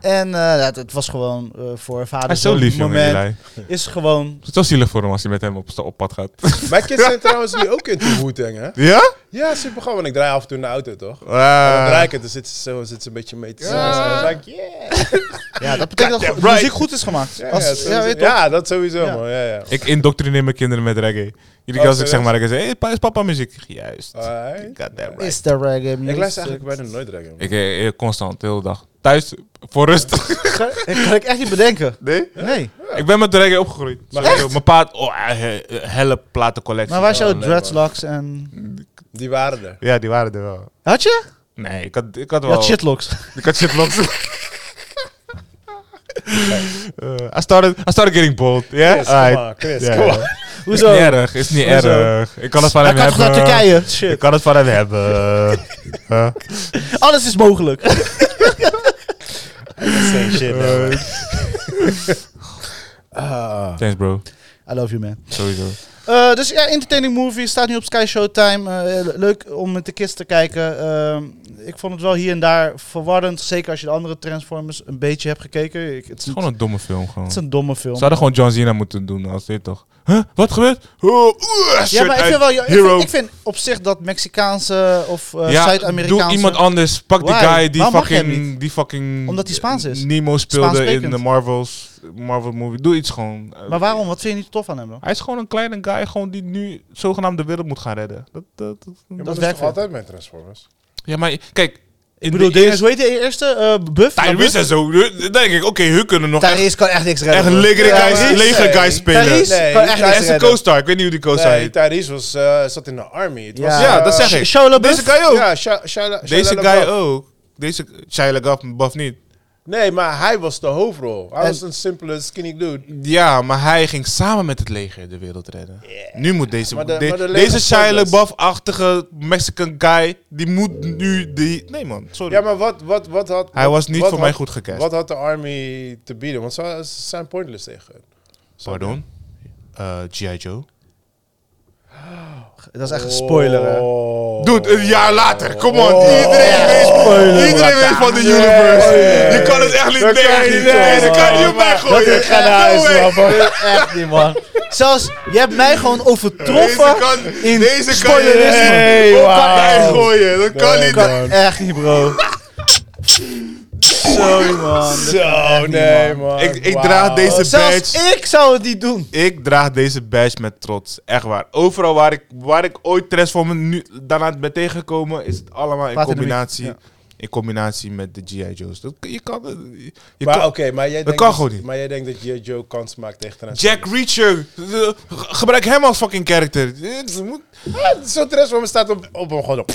C: En eh, ja, het was gewoon eh, voor
B: Hij
C: vader
B: is zo
C: zo'n
B: lief, jongen,
C: moment.
B: Eli.
C: Is gewoon...
B: Het is wel zielig voor hem als hij met hem op, sta- op pad gaat.
A: Mijn kids zijn trouwens nu ook into Wu-Tang, hè?
B: Ja?
A: Ja, super gewoon. Want ik draai af en toe in de auto, toch? En dan draai
B: Ah.
A: ik het, dan zit ze zo, zit ze een beetje mee te zingen. En dan like, yeah.
C: Ja, dat betekent dat
B: Goddamn
C: de
B: right.
C: muziek goed is gemaakt.
A: Ja,
C: Als-
A: ja,
C: ja,
A: sowieso.
C: weet je toch?
A: Ja, dat sowieso,
C: Ja.
A: man. Ja, ja.
B: Ik indoctrineer mijn kinderen met reggae. Iedere
A: Oh,
B: keer als ik zeg
A: serieus?
B: maar reggae, zeg hey, pa- is papa muziek? Ik zeg, Juist.
A: Alright.
B: God damn right.
C: Is de reggae music.
A: Ik luister eigenlijk bijna nooit reggae. man.
B: Ik eh, eh, constant, de hele dag. Thuis, voor rust.
C: Dat kan ik echt niet bedenken.
B: Nee?
C: Nee.
B: Ik ben met de reggae opgegroeid. Sowieso. Mijn paard, oh, eh, eh, helle platencollectie.
C: Maar waar is
A: Oh,
C: jouw
A: nee,
C: dreadlocks en...
A: Die waren er.
B: Ja, die waren er wel.
C: Had je?
B: Nee, ik had, ik had
C: Je
B: wel...
C: had shitlocks.
B: Ik had shit locked. Eh, I, started, I started getting bold. Yeah?
A: Chris,
B: Alright.
A: come on, Chris,
B: Ja,
A: come
B: ja.
A: on.
B: Is
C: Hoezo?
B: niet erg, is niet
C: Hoezo?
B: erg. Ik kan het van
C: Hij
B: hem
C: kan toch naar
B: hebben.
C: Turkije?
B: Ik
C: Shit.
B: kan het van hem hebben. Huh?
C: Alles is mogelijk.
A: Same shit, man. Ah.
B: Thanks bro,
C: I love you, man.
B: sowieso.
C: Eh, dus ja, entertaining movie staat nu op Sky Showtime. Eh, le- leuk om met de kist te kijken. Ehm, ik vond het wel hier en daar verwarrend. Zeker als je de andere Transformers een beetje hebt gekeken. Ik, het, is
B: Het is
C: niet-
B: gewoon een domme film gewoon.
C: het is
B: Ze
C: een domme film.
B: hadden gewoon John Cena moeten doen als dit toch. Huh? Wat gebeurt? Oh, oeh,
C: ja,
B: shirt
C: maar ik
B: uit,
C: vind, wel, ik,
B: hero.
C: vind, ik vind op zich dat Mexicaanse of eh,
B: Ja,
C: Zuid-Amerikaanse...
B: Doe iemand anders. Pak die
C: Why?
B: guy die
C: Waarom mag jij
B: fucking, die fucking.
C: Omdat hij Spaans is.
B: Nemo speelde in
C: Spaanssprekend.
B: de Marvels. Marvel movie. Doe iets gewoon. Eh,
C: Maar waarom? Wat vind je niet tof aan hem dan?
B: Hij is gewoon een kleine guy gewoon die nu zogenaamd de wereld moet gaan redden. Dat, dat,
A: Ja, maar
C: Dat
A: dat is
C: werkt
A: toch altijd met Transformers?
B: Ja, maar kijk.
C: Ik bedoel,
B: de
C: Dennis, hoe heet de eerste? eh Buff?
B: Tyrese en zo. eh, Dan denk ik, oké, hun kunnen nog echt,
C: Tyrese kan echt niks
B: echt
C: redden.
B: leger
A: Ja,
B: guys,
A: maar-
B: leger
A: Nee.
B: guys spelen.
C: Tyrese
A: Nee,
C: kan echt
A: Tyrese
B: Hij
C: niks
B: is een
C: redden.
B: co-star. Ik weet niet hoe die co-star
A: Nee,
B: heet.
A: Tyrese was, eh, zat in de army. Het
C: Ja.
A: was,
B: Ja,
A: eh,
B: dat zeg ik.
C: Shia LaBeouf?
B: Deze guy ook.
A: Ja, Sha- Shia- Shia
B: Deze
A: LaBeouf.
B: guy ook. Deze Shia LaBeouf buff niet.
A: Nee, maar hij was de hoofdrol. Hij
C: En-
A: was een simpele skinny dude.
B: Ja, maar hij ging samen met het leger de wereld redden. Nu moet deze...
A: Maar de-
B: de-
A: maar de
B: deze
A: leger dus-
B: Shia
A: spoilers.
B: LaBeouf-achtige Mexican guy, die moet nu... Die, nee man, sorry.
A: Ja, maar wat, wat, wat had...
B: hij was niet
A: wat
B: voor mij
A: had-
B: goed gecast.
A: Wat had de army te bieden? Want ze ze zijn pointless tegen hun.
B: Pardon? Eh, G.I. Joe?
C: Dat is echt een spoiler, hè.
A: Oh.
B: Dude, een jaar later. Come on. Iedereen weet, iedereen weet van de universe. Je kan het echt niet
A: Oh, Dat kan je
B: negatief.
A: niet,
B: Nee, ze
A: man.
B: kan je weggooien.
C: Ga
B: No
C: naar
B: way.
C: huis, man. Echt niet, man. Zelfs, je hebt mij gewoon
B: Deze
C: overtroffen.
B: kan,
C: in
B: deze kan je
C: spoilerisme.
B: Hey,
A: Wow.
B: wow. gooien. Dat kan
A: Nee,
B: niet.
A: man.
C: Kan echt niet, bro. Sorry, man.
A: Zo, nee, man.
B: Ik, ik
A: Wauw.
B: draag deze
C: Zelfs
B: badge.
C: ik zou het niet doen.
B: Ik draag deze badge met trots. Echt waar. Overal waar ik, waar ik ooit Transformers nu daarna ben tegengekomen, is het allemaal in
C: Platinum,
B: combinatie.
C: ja.
B: In combinatie met de G.I. Joe's. Dat, je kan, je
A: Maar
B: kan-
A: oké, maar jij denkt dus-
B: kan gewoon niet.
A: Maar jij denkt dat G.I. Joe kans maakt tegen Transformers.
B: Jack Reacher. eh, ge- Gebruik hem als fucking character. Eh, ze moet-
A: Ah, Zo'n Transformers staat op, op hem gewoon op.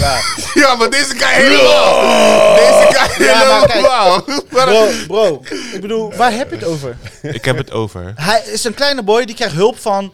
A: Ja.
B: Ja, maar deze guy helemaal. Deze guy
C: Ja, maar kijk.
B: helemaal. Waarom-
C: Bro, bro. Ik bedoel, waar heb je het over?
B: Ik heb het over.
C: Hij is een kleine boy die krijgt hulp van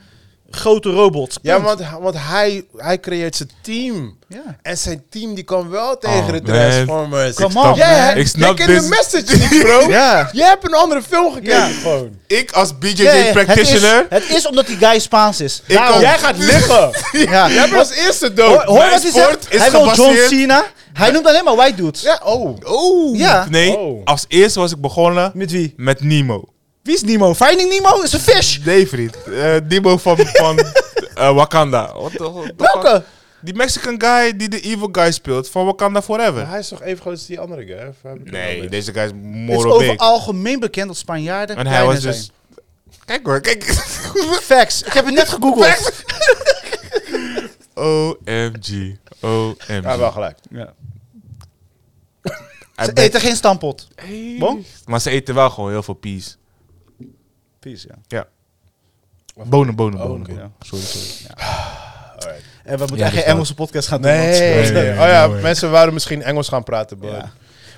C: grote robots.
A: Ja,
C: Punt.
A: want, want hij, hij creëert zijn team.
C: Ja.
A: En zijn team die kan wel tegen de
B: Oh, man.
A: Transformers.
C: Come on,
A: Jij,
C: man.
A: hebt-
B: Ik snap
A: jij
B: dit.
A: kent de message niet, bro.
C: Ja.
A: Jij hebt een andere film gekeken
C: Ja.
A: gewoon.
B: Ik als BJJ
C: Ja, ja, ja.
B: practitioner.
C: Het is, het is omdat die guy Spaans is.
B: Ik kan-
A: Jij gaat liggen.
C: Ja.
A: Jij bent als eerste dood.
C: Hoor, hoor
B: Mijn
C: wat hij
B: sport
C: zegt.
B: is
C: Hij wil John
B: gebaseerd-
C: Cena. Hij noemt alleen maar white dudes.
A: Ja, oh.
B: Oh.
C: Ja.
B: Nee,
A: Oh.
B: als eerst was ik begonnen
C: Met wie?
B: met Nemo.
C: Wie Oh, is Nemo? Finding Nemo is een fish.
B: Nee, vriend. Eh, Nemo van, van eh, Wakanda. What the- what the fuck?
C: Welke?
B: Die Mexican guy die de evil guy speelt van Wakanda
A: Maar
B: Forever.
A: hij is toch even groot als die andere guy? Of eh, heb ik het wel
B: Nee,
A: mis?
B: deze guy is
C: Het is
B: moro
C: over
B: big.
C: algemeen bekend dat Spanjaarden
B: En hij was
C: kleiner
B: dus... Kijk hoor, kijk.
C: zijn. Facts. Ik heb het net gegoogeld.
B: OMG. OMG.
A: Ja, wel gelijk.
C: Ja.
B: Hij
C: Ze
B: bent-
C: eten geen stampot.
B: Hey.
C: Bon?
B: Maar ze eten wel gewoon heel veel peas.
C: Peace, ja.
B: Bonen, bonen, bonen.
A: oké.
B: bonen. Sorry, sorry.
C: En we moeten
B: Ja,
C: echt
B: dus
C: geen
B: dat.
C: Engelse podcast gaan doen.
A: Nee.
C: want- eh,
B: nee, nee,
A: Oh ja,
B: no way.
A: mensen wouden misschien Engels gaan praten, bro.
C: Ja.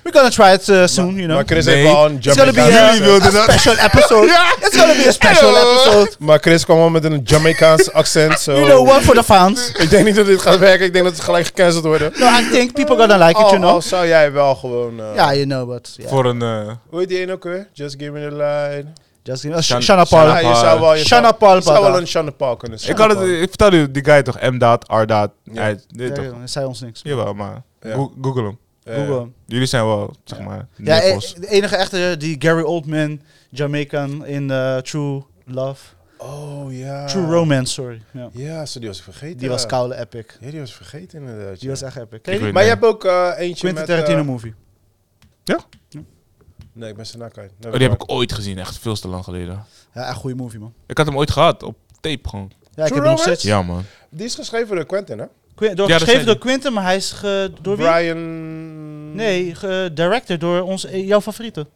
C: We're gonna try it uh, soon, you know.
A: Maar Chris
B: Nee.
A: heeft wel een
C: It's gonna be
A: Jamaicaanse...
B: Jullie
C: a,
B: wilden
C: a
B: dat.
C: special episode. It's gonna be a special
B: Hello.
C: episode.
A: Maar Chris kwam wel met een Jamaicaans accent, zo...
C: You know, one for the fans.
A: Ik denk niet dat dit gaat werken. Ik denk dat het gelijk gecanceld wordt.
C: No, I think people gonna like
B: Oh,
C: it, you
A: Al,
C: know.
A: al zou jij wel gewoon... eh,
C: Ja, you know, but... Yeah.
B: Voor een... eh,
A: Hoe heet die een ook weer? Just give me the line.
C: Just give me... oh, Sh-
B: Shan-
C: Shana
A: Ja,
C: Paul.
B: Shan-
A: je zou wel... Je
C: Shana
A: zou,
C: Paul.
A: je zou wel
C: Paul.
A: een Shanna Paul kunnen zijn.
B: ik, had het, ik vertel u, die guy toch M daad, R daad. Hij, nee, toch?
C: Hij zei ons niks.
B: Jawel, maar
A: Ja.
B: Go- Google hem.
A: Ja.
C: Google.
B: Jullie zijn wel, zeg
C: Ja.
B: maar,
C: Ja,
B: ja,
C: eh, de enige echte, die Gary Oldman, Jamaican in eh, True Love.
A: Oh, ja.
C: True Romance, sorry. Ja.
A: Ja, zo, die was ik vergeten.
C: Die was koude epic.
A: Ja, die was ik vergeten inderdaad.
C: Die
A: ja.
C: was echt epic. Ken
B: Ik
C: je die?
B: weet-
A: Maar je hebt ook eh, eentje
C: Quentin
A: met...
C: Tarantino
A: eh,
C: movie.
A: nee, ik ben zijn naam kwijt.
B: Oh, die heb ik ooit gezien, echt veel te lang geleden.
C: Ja, echt goede movie, man.
B: Ik had hem ooit gehad, op tape gewoon.
C: Ja,
A: True
C: ik heb hem nog
A: Romance?
C: steeds.
B: Ja, man.
A: Die is geschreven door Quentin, hè?
C: Quin- door,
B: Ja, dat
C: geschreven
B: zei
C: door Quentin, maar hij is ge- door wie?
A: Brian...
C: Nee, directed door ons, eh, jouw favoriete.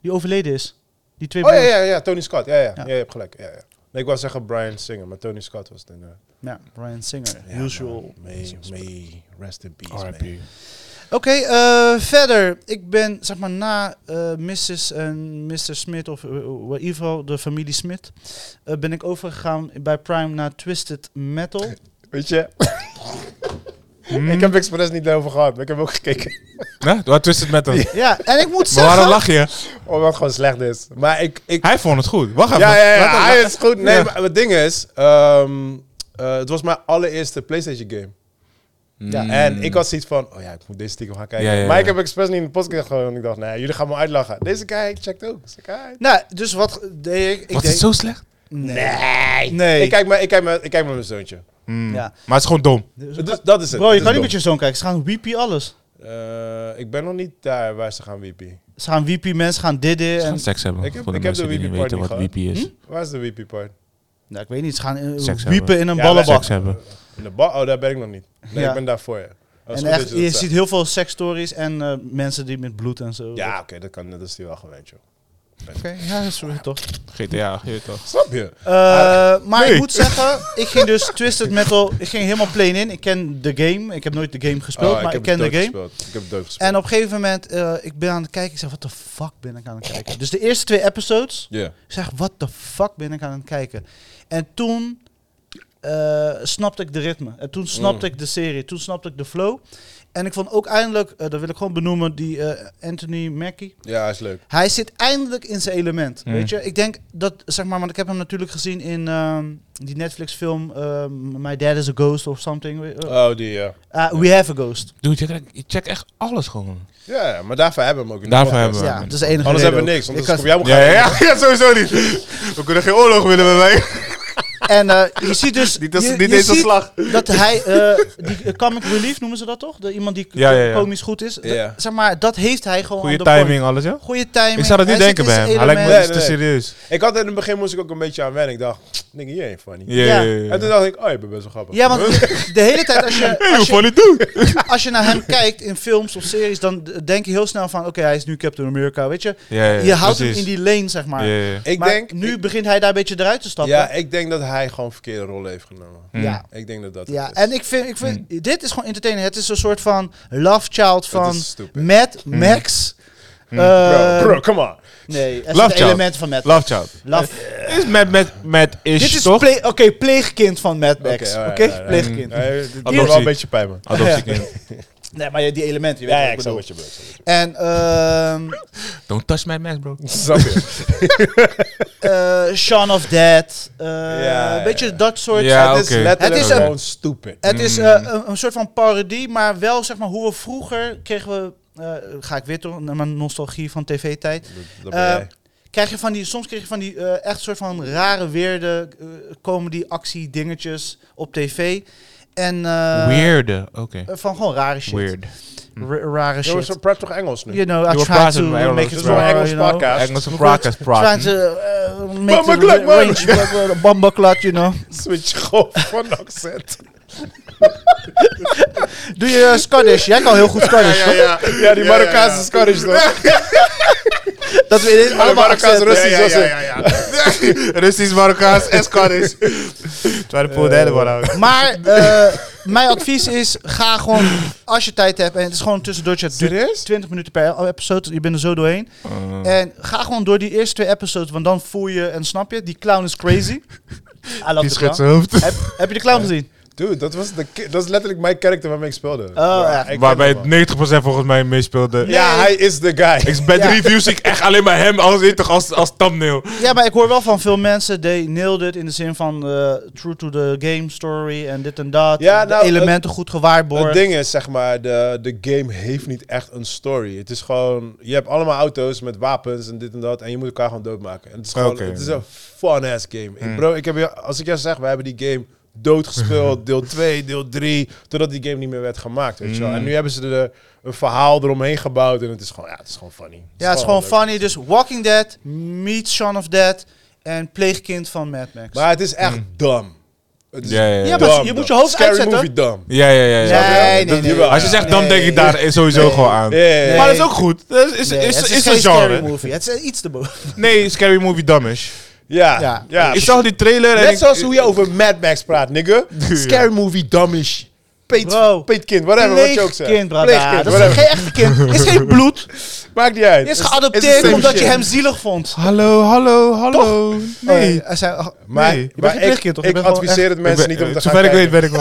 C: Die overleden is. Die twee
A: Oh ja,
C: broers.
A: ja, ja, Tony Scott. Ja, ja, ja.
C: Ja.
A: je hebt gelijk. Ja, ja. Nee, ik wou zeggen Brian Singer, maar Tony Scott was het inderdaad.
C: Ja, Brian Singer.
A: Ja,
C: usual.
A: man. May, may, rest in peace, man.
C: Oké, eh, verder. Ik ben, zeg maar, na eh, Mrs. en Mr. Smith, of eh, eh, in ieder geval de familie Smith, eh, ben ik overgegaan bij Prime naar Twisted Metal.
A: Weet je, ik heb expres niet over gehad, maar ik heb ook gekeken.
B: Nou, Hmm. wat is het met hem?
C: ja, en ik moet
B: Maar waarom
C: zeggen...
B: lach je?
A: Omdat het gewoon slecht is. Maar ik... ik
B: Hij vond het goed. Wacht
A: ja,
B: even.
A: ja, ja,
B: Laat-
A: hij
B: laat-
A: is goed. Nee,
B: Ja.
A: maar het ding is, ehm, eh, het was mijn allereerste PlayStation game. Ja,
B: Mm.
A: en ik had zoiets van, oh ja, ik moet deze stiekem gaan kijken.
B: Ja, ja,
A: Maar ik
B: ja.
A: heb expres niet in de podcast gewoon. Ik dacht, nee, jullie gaan me uitlachen. Deze guy checkt ook. Dus ik, ah,
C: Nou, dus wat deed ik? Ik
B: Was
C: deed...
B: het zo slecht?
C: Nee. Nee.
A: Ik kijk met- ik kijk met ik kijk met mijn zoontje.
B: Mm.
C: Ja.
B: Maar het is gewoon dom.
C: Dus-
A: Dus dat is het.
C: Bro,
A: Het
C: je
A: is
C: kan niet
A: dom.
C: met je zoon kijken. Ze gaan weepie alles.
A: Eh, ik ben nog niet daar waar ze gaan wiepie.
C: Ze gaan weepie, mensen gaan dit dit
B: Ze
C: en...
B: gaan seks hebben.
A: Ik heb-
B: voor de
A: ik heb
B: mensen
A: de Hm?
B: die niet
A: Weepy
B: weten
A: Party
B: wat wiepie is.
A: Waar is de wiepie part?
C: Nou, ik weet niet, ze gaan eh,
B: Seks
C: wiepen
B: hebben.
C: in een
A: Ja,
C: ballenbak.
B: Seks hebben.
A: In de ba- oh, daar ben ik nog niet. Nee,
C: Ja.
A: ik ben daarvoor. Ja. Dat is
C: En
A: goed dat
C: echt,
A: dat
C: je
A: zegt.
C: ziet heel veel seksstories en eh, mensen die met bloed en zo.
A: Ja, oké, dat kan. Dat is die wel gewend, joh.
C: Oké, ja, dat is wel toch.
B: GTA, je weet toch.
A: Snap je?
C: Eh, maar ik moet zeggen, ik ging dus Twisted Metal, ik ging helemaal plain in. Ik ken de game, ik heb nooit de game gespeeld,
A: Oh,
C: maar ik,
A: heb
C: ken de
A: het
C: game.
A: dood gespeeld. Ik heb het dood gespeeld.
C: En op een gegeven moment, eh, ik ben aan het kijken, ik zeg, wat de fuck ben ik aan het kijken? Dus de eerste twee episodes,
A: Ja.
C: ik zeg, wat de fuck ben ik aan het kijken? En toen eh, snapte ik de ritme. En toen
A: Mm.
C: snapte ik de serie. Toen snapte ik de flow. En ik vond ook eindelijk, eh, dat wil ik gewoon benoemen, die eh, Anthony Mackie.
A: Ja, is leuk.
C: Hij zit eindelijk in zijn element.
B: Mm.
C: Weet je, ik denk dat, zeg maar, want ik heb hem natuurlijk gezien in ehm, die Netflix-film ehm, My Dad is a Ghost of something. We- eh,
A: Oh, die, ja.
C: ah, we have a Ghost.
B: Dude, je kijkt- je checkt echt alles gewoon.
A: Ja, ja, maar daarvoor hebben we hem ook. in de
B: Daarvoor
A: podcast.
B: hebben we
C: Ja, dat is de enige
A: Anders
C: reden
A: hebben we
C: ook.
A: niks.
C: Ik
A: Anders
C: was-
A: kom jij
B: Ja, ja, ja, ja, sowieso niet. We kunnen geen oorlog willen bij mij.
C: En eh, je ziet dus...
B: Niet als-
C: je-
B: niet
C: je
B: eens als
C: ziet
B: slag.
C: Dat hij... eh, die eh, comic relief noemen ze dat toch? De, iemand die
B: Ja, ja, ja.
C: komisch goed is. Dat-
A: Ja.
C: Zeg maar, dat heeft hij gewoon
B: Goede
C: aan de point.
B: timing, alles, ja?
C: Goeie timing.
B: Ik zou dat niet
C: Hij zit
B: denken
C: in
B: bij hem.
C: zijn
B: Hij lijkt me
C: element.
B: iets te
A: Nee, nee.
B: serieus.
A: Ik had in het begin moest ik ook een beetje aan wennen. Ik dacht, nigga, je ain't funny.
B: Ja, ja,
C: Ja.
B: ja, ja.
A: En toen dacht ik, oh, je bent best wel grappig.
C: Ja, want de hele tijd als je, als je
B: Funny dude.
C: als je naar hem kijkt in films of series, dan d- denk je heel snel van, oké, hij is nu Captain America, weet je.
B: Ja, ja,
C: je houdt
B: precies.
C: hem in die lane, zeg
B: Ja,
C: maar.
B: ja, ja.
A: Ik
C: Maar
A: denk,
C: nu begint hij daar een beetje eruit te stappen.
A: ja, ik denk dat hij gewoon verkeerde rol heeft genomen.
B: Hm.
C: ja.
A: Ik denk dat dat
C: Ja,
A: het is.
C: en ik vind, ik vind
B: Hmm.
C: dit is gewoon entertainment. Het is een soort van love child
A: Het
C: van
A: is stupid.
C: Matt,
B: Hmm.
C: Max.
A: Bro,
C: eh,
A: bro, come on.
C: Nee, er
B: Love
C: zitten
B: child.
C: elementen van Matt.
B: Love Child.
C: Love.
B: Dit is met, met, met is,
C: Dit is
B: toch?
C: ple- oké, pleegkind van Mad Max. Oké,
A: Oké, alright, alright.
C: pleegkind.
A: Ja, dit doet me
B: Adoptie.
A: wel een beetje pijn, man.
B: Adoptiekind. Hmm.
C: Nee, maar ja, die elementen, je weet
A: Ja, ja,
C: wat
A: ik
C: ik
A: snap
C: bedoel.
A: wat je bedoelt.
C: En ehm
B: Don't touch my man, bro.
A: Snap je?
C: eh, Shaun of Dead, eh
A: ja,
C: weet je,
A: ja.
C: dat soort...
B: Ja,
A: Het is
B: oké.
A: letterlijk
C: Het is een-
A: gewoon stupid.
C: Het is eh, een, een soort van parodie, maar wel zeg maar hoe we vroeger kregen we. eh, ga ik weer terug naar mijn nostalgie van tv-tijd.
A: Hmm. Dat, dat ben
C: Eh,
A: jij.
C: krijg je van die, soms krijg je van die eh, echt soort van rare weerde eh, comedy actie dingetjes op tv. En eh,
B: Weirde, oké.
C: eh, van gewoon rare shit.
B: Weird.
C: Ra- rare
A: Jongens,
C: shit.
A: ze praat toch Engels nu?
C: You know, I
B: were
C: try
B: praten
C: to
B: bij
C: make
B: Engels,
C: it
A: Dit is wel een
C: more,
A: Engelse
C: you know.
A: podcast.
B: Engelse praatjes
C: Trying
B: praten.
C: to eh, make
A: Mama
C: the
A: klak, man.
C: range uh, bamba klak, you know.
A: Switch gewoon van accent.
C: Doe je eh, Scottish? Jij kan heel goed Scottish, toch?
A: Ja, die Marokkaanse Scottish toch?
C: Dat we ineens allemaal
A: Marokkaans
C: accenten-
A: Russisch was het.
B: Russisch, Marokkaans en Scottish. Try to pull that one out.
C: Maar eh, mijn advies is, ga gewoon, als je tijd hebt, en het is gewoon een tussendoortje, het duurt
A: Serieus?
C: 20 minuten per episode, je bent er zo doorheen.
A: Oh.
C: En ga gewoon door die eerste twee episodes, want dan voel je en snap je, die clown is crazy. Hij loopt
B: Die
C: de
B: schudt
C: clown.
B: zijn hoofd.
C: Heb, heb je de clown gezien?
A: Dude, dat was, de ki- dat is letterlijk mijn karakter waarmee ik speelde.
C: echt?
A: ik ken
B: Waarbij
A: hem wel.
B: 90% volgens mij meespeelde.
A: Ja, hij is de guy.
B: Ik, bij de
C: Ja.
B: reviews zie ik echt alleen maar hem als, toch, als, als thumbnail.
C: Ja, maar ik hoor wel van veel mensen, they nailed it in de zin van eh, true to the game story en dit en dat.
A: Ja,
C: De
A: nou,
C: elementen goed gewaarborgd.
A: Het ding is, zeg maar, de, de game heeft niet echt een story. Het is gewoon, je hebt allemaal auto's met wapens en dit en dat. En je moet elkaar gewoon doodmaken. En het is gewoon,
B: Oké.
A: het is een fun-ass game.
C: Hmm.
A: Ik, bro, ik heb, je- als ik jou zeg, we hebben die game doodgespeeld. deel 2, deel 3. Totdat die game niet meer werd gemaakt, weet je
C: Hmm.
A: wel. En nu hebben ze er een verhaal eromheen gebouwd. En het is gewoon, ja, het is gewoon funny.
C: ja, het is gewoon
A: leuk.
C: funny. Dus Walking Dead, meets Shaun of Dead en Pleegkind van Mad Max.
A: Maar het is echt dom. Het is
B: Ja, ja, ja.
C: Hmm. Ja, maar
A: dom,
C: je moet je
A: dom.
C: hoofd
A: Scary
C: uitzetten.
A: movie dumb.
B: Ja, ja, ja. ja.
C: Nee, nee,
A: Dat-
C: nee.
A: jawel.
B: Als je zegt, dan denk ik daar sowieso gewoon aan.
A: Ja, ja, ja.
C: Nee.
B: Maar dat is ook goed. Dat is, is,
C: Nee,
B: is,
C: het
B: is
C: geen
B: een
C: scary
B: genre.
C: movie. Het is iets te boven.
B: Nee, Scary Movie Dumb is.
A: Ja,
C: Ja.
A: ja.
B: ik zag die trailer en
A: Net
B: ik-
A: zoals hoe je over Mad Max praat, nigga. Scary movie, dummish. Peet,
C: Bro.
A: peetkind, whatever wat je ook zegt.
C: Pleegkind, brada.
A: Pleegkind,
C: dat is
A: whatever.
C: geen echt kind. Er is geen bloed. Hij
A: Maakt niet uit.
C: is
A: It's-
C: geadopteerd
A: it's the same
C: omdat je
A: shit.
C: hem zielig vond.
B: Hallo, hallo, hallo.
C: Nee. hij zei, oh,
A: Maar,
C: nee, je bent
A: maar
C: geen
A: ik,
C: pleegkind, toch? Je
A: ik
C: bent gewoon
A: adviseer het mensen
B: Ik
A: niet om
B: ben-
A: te gaan
B: Zover ik
A: kijken.
B: weet, ben ik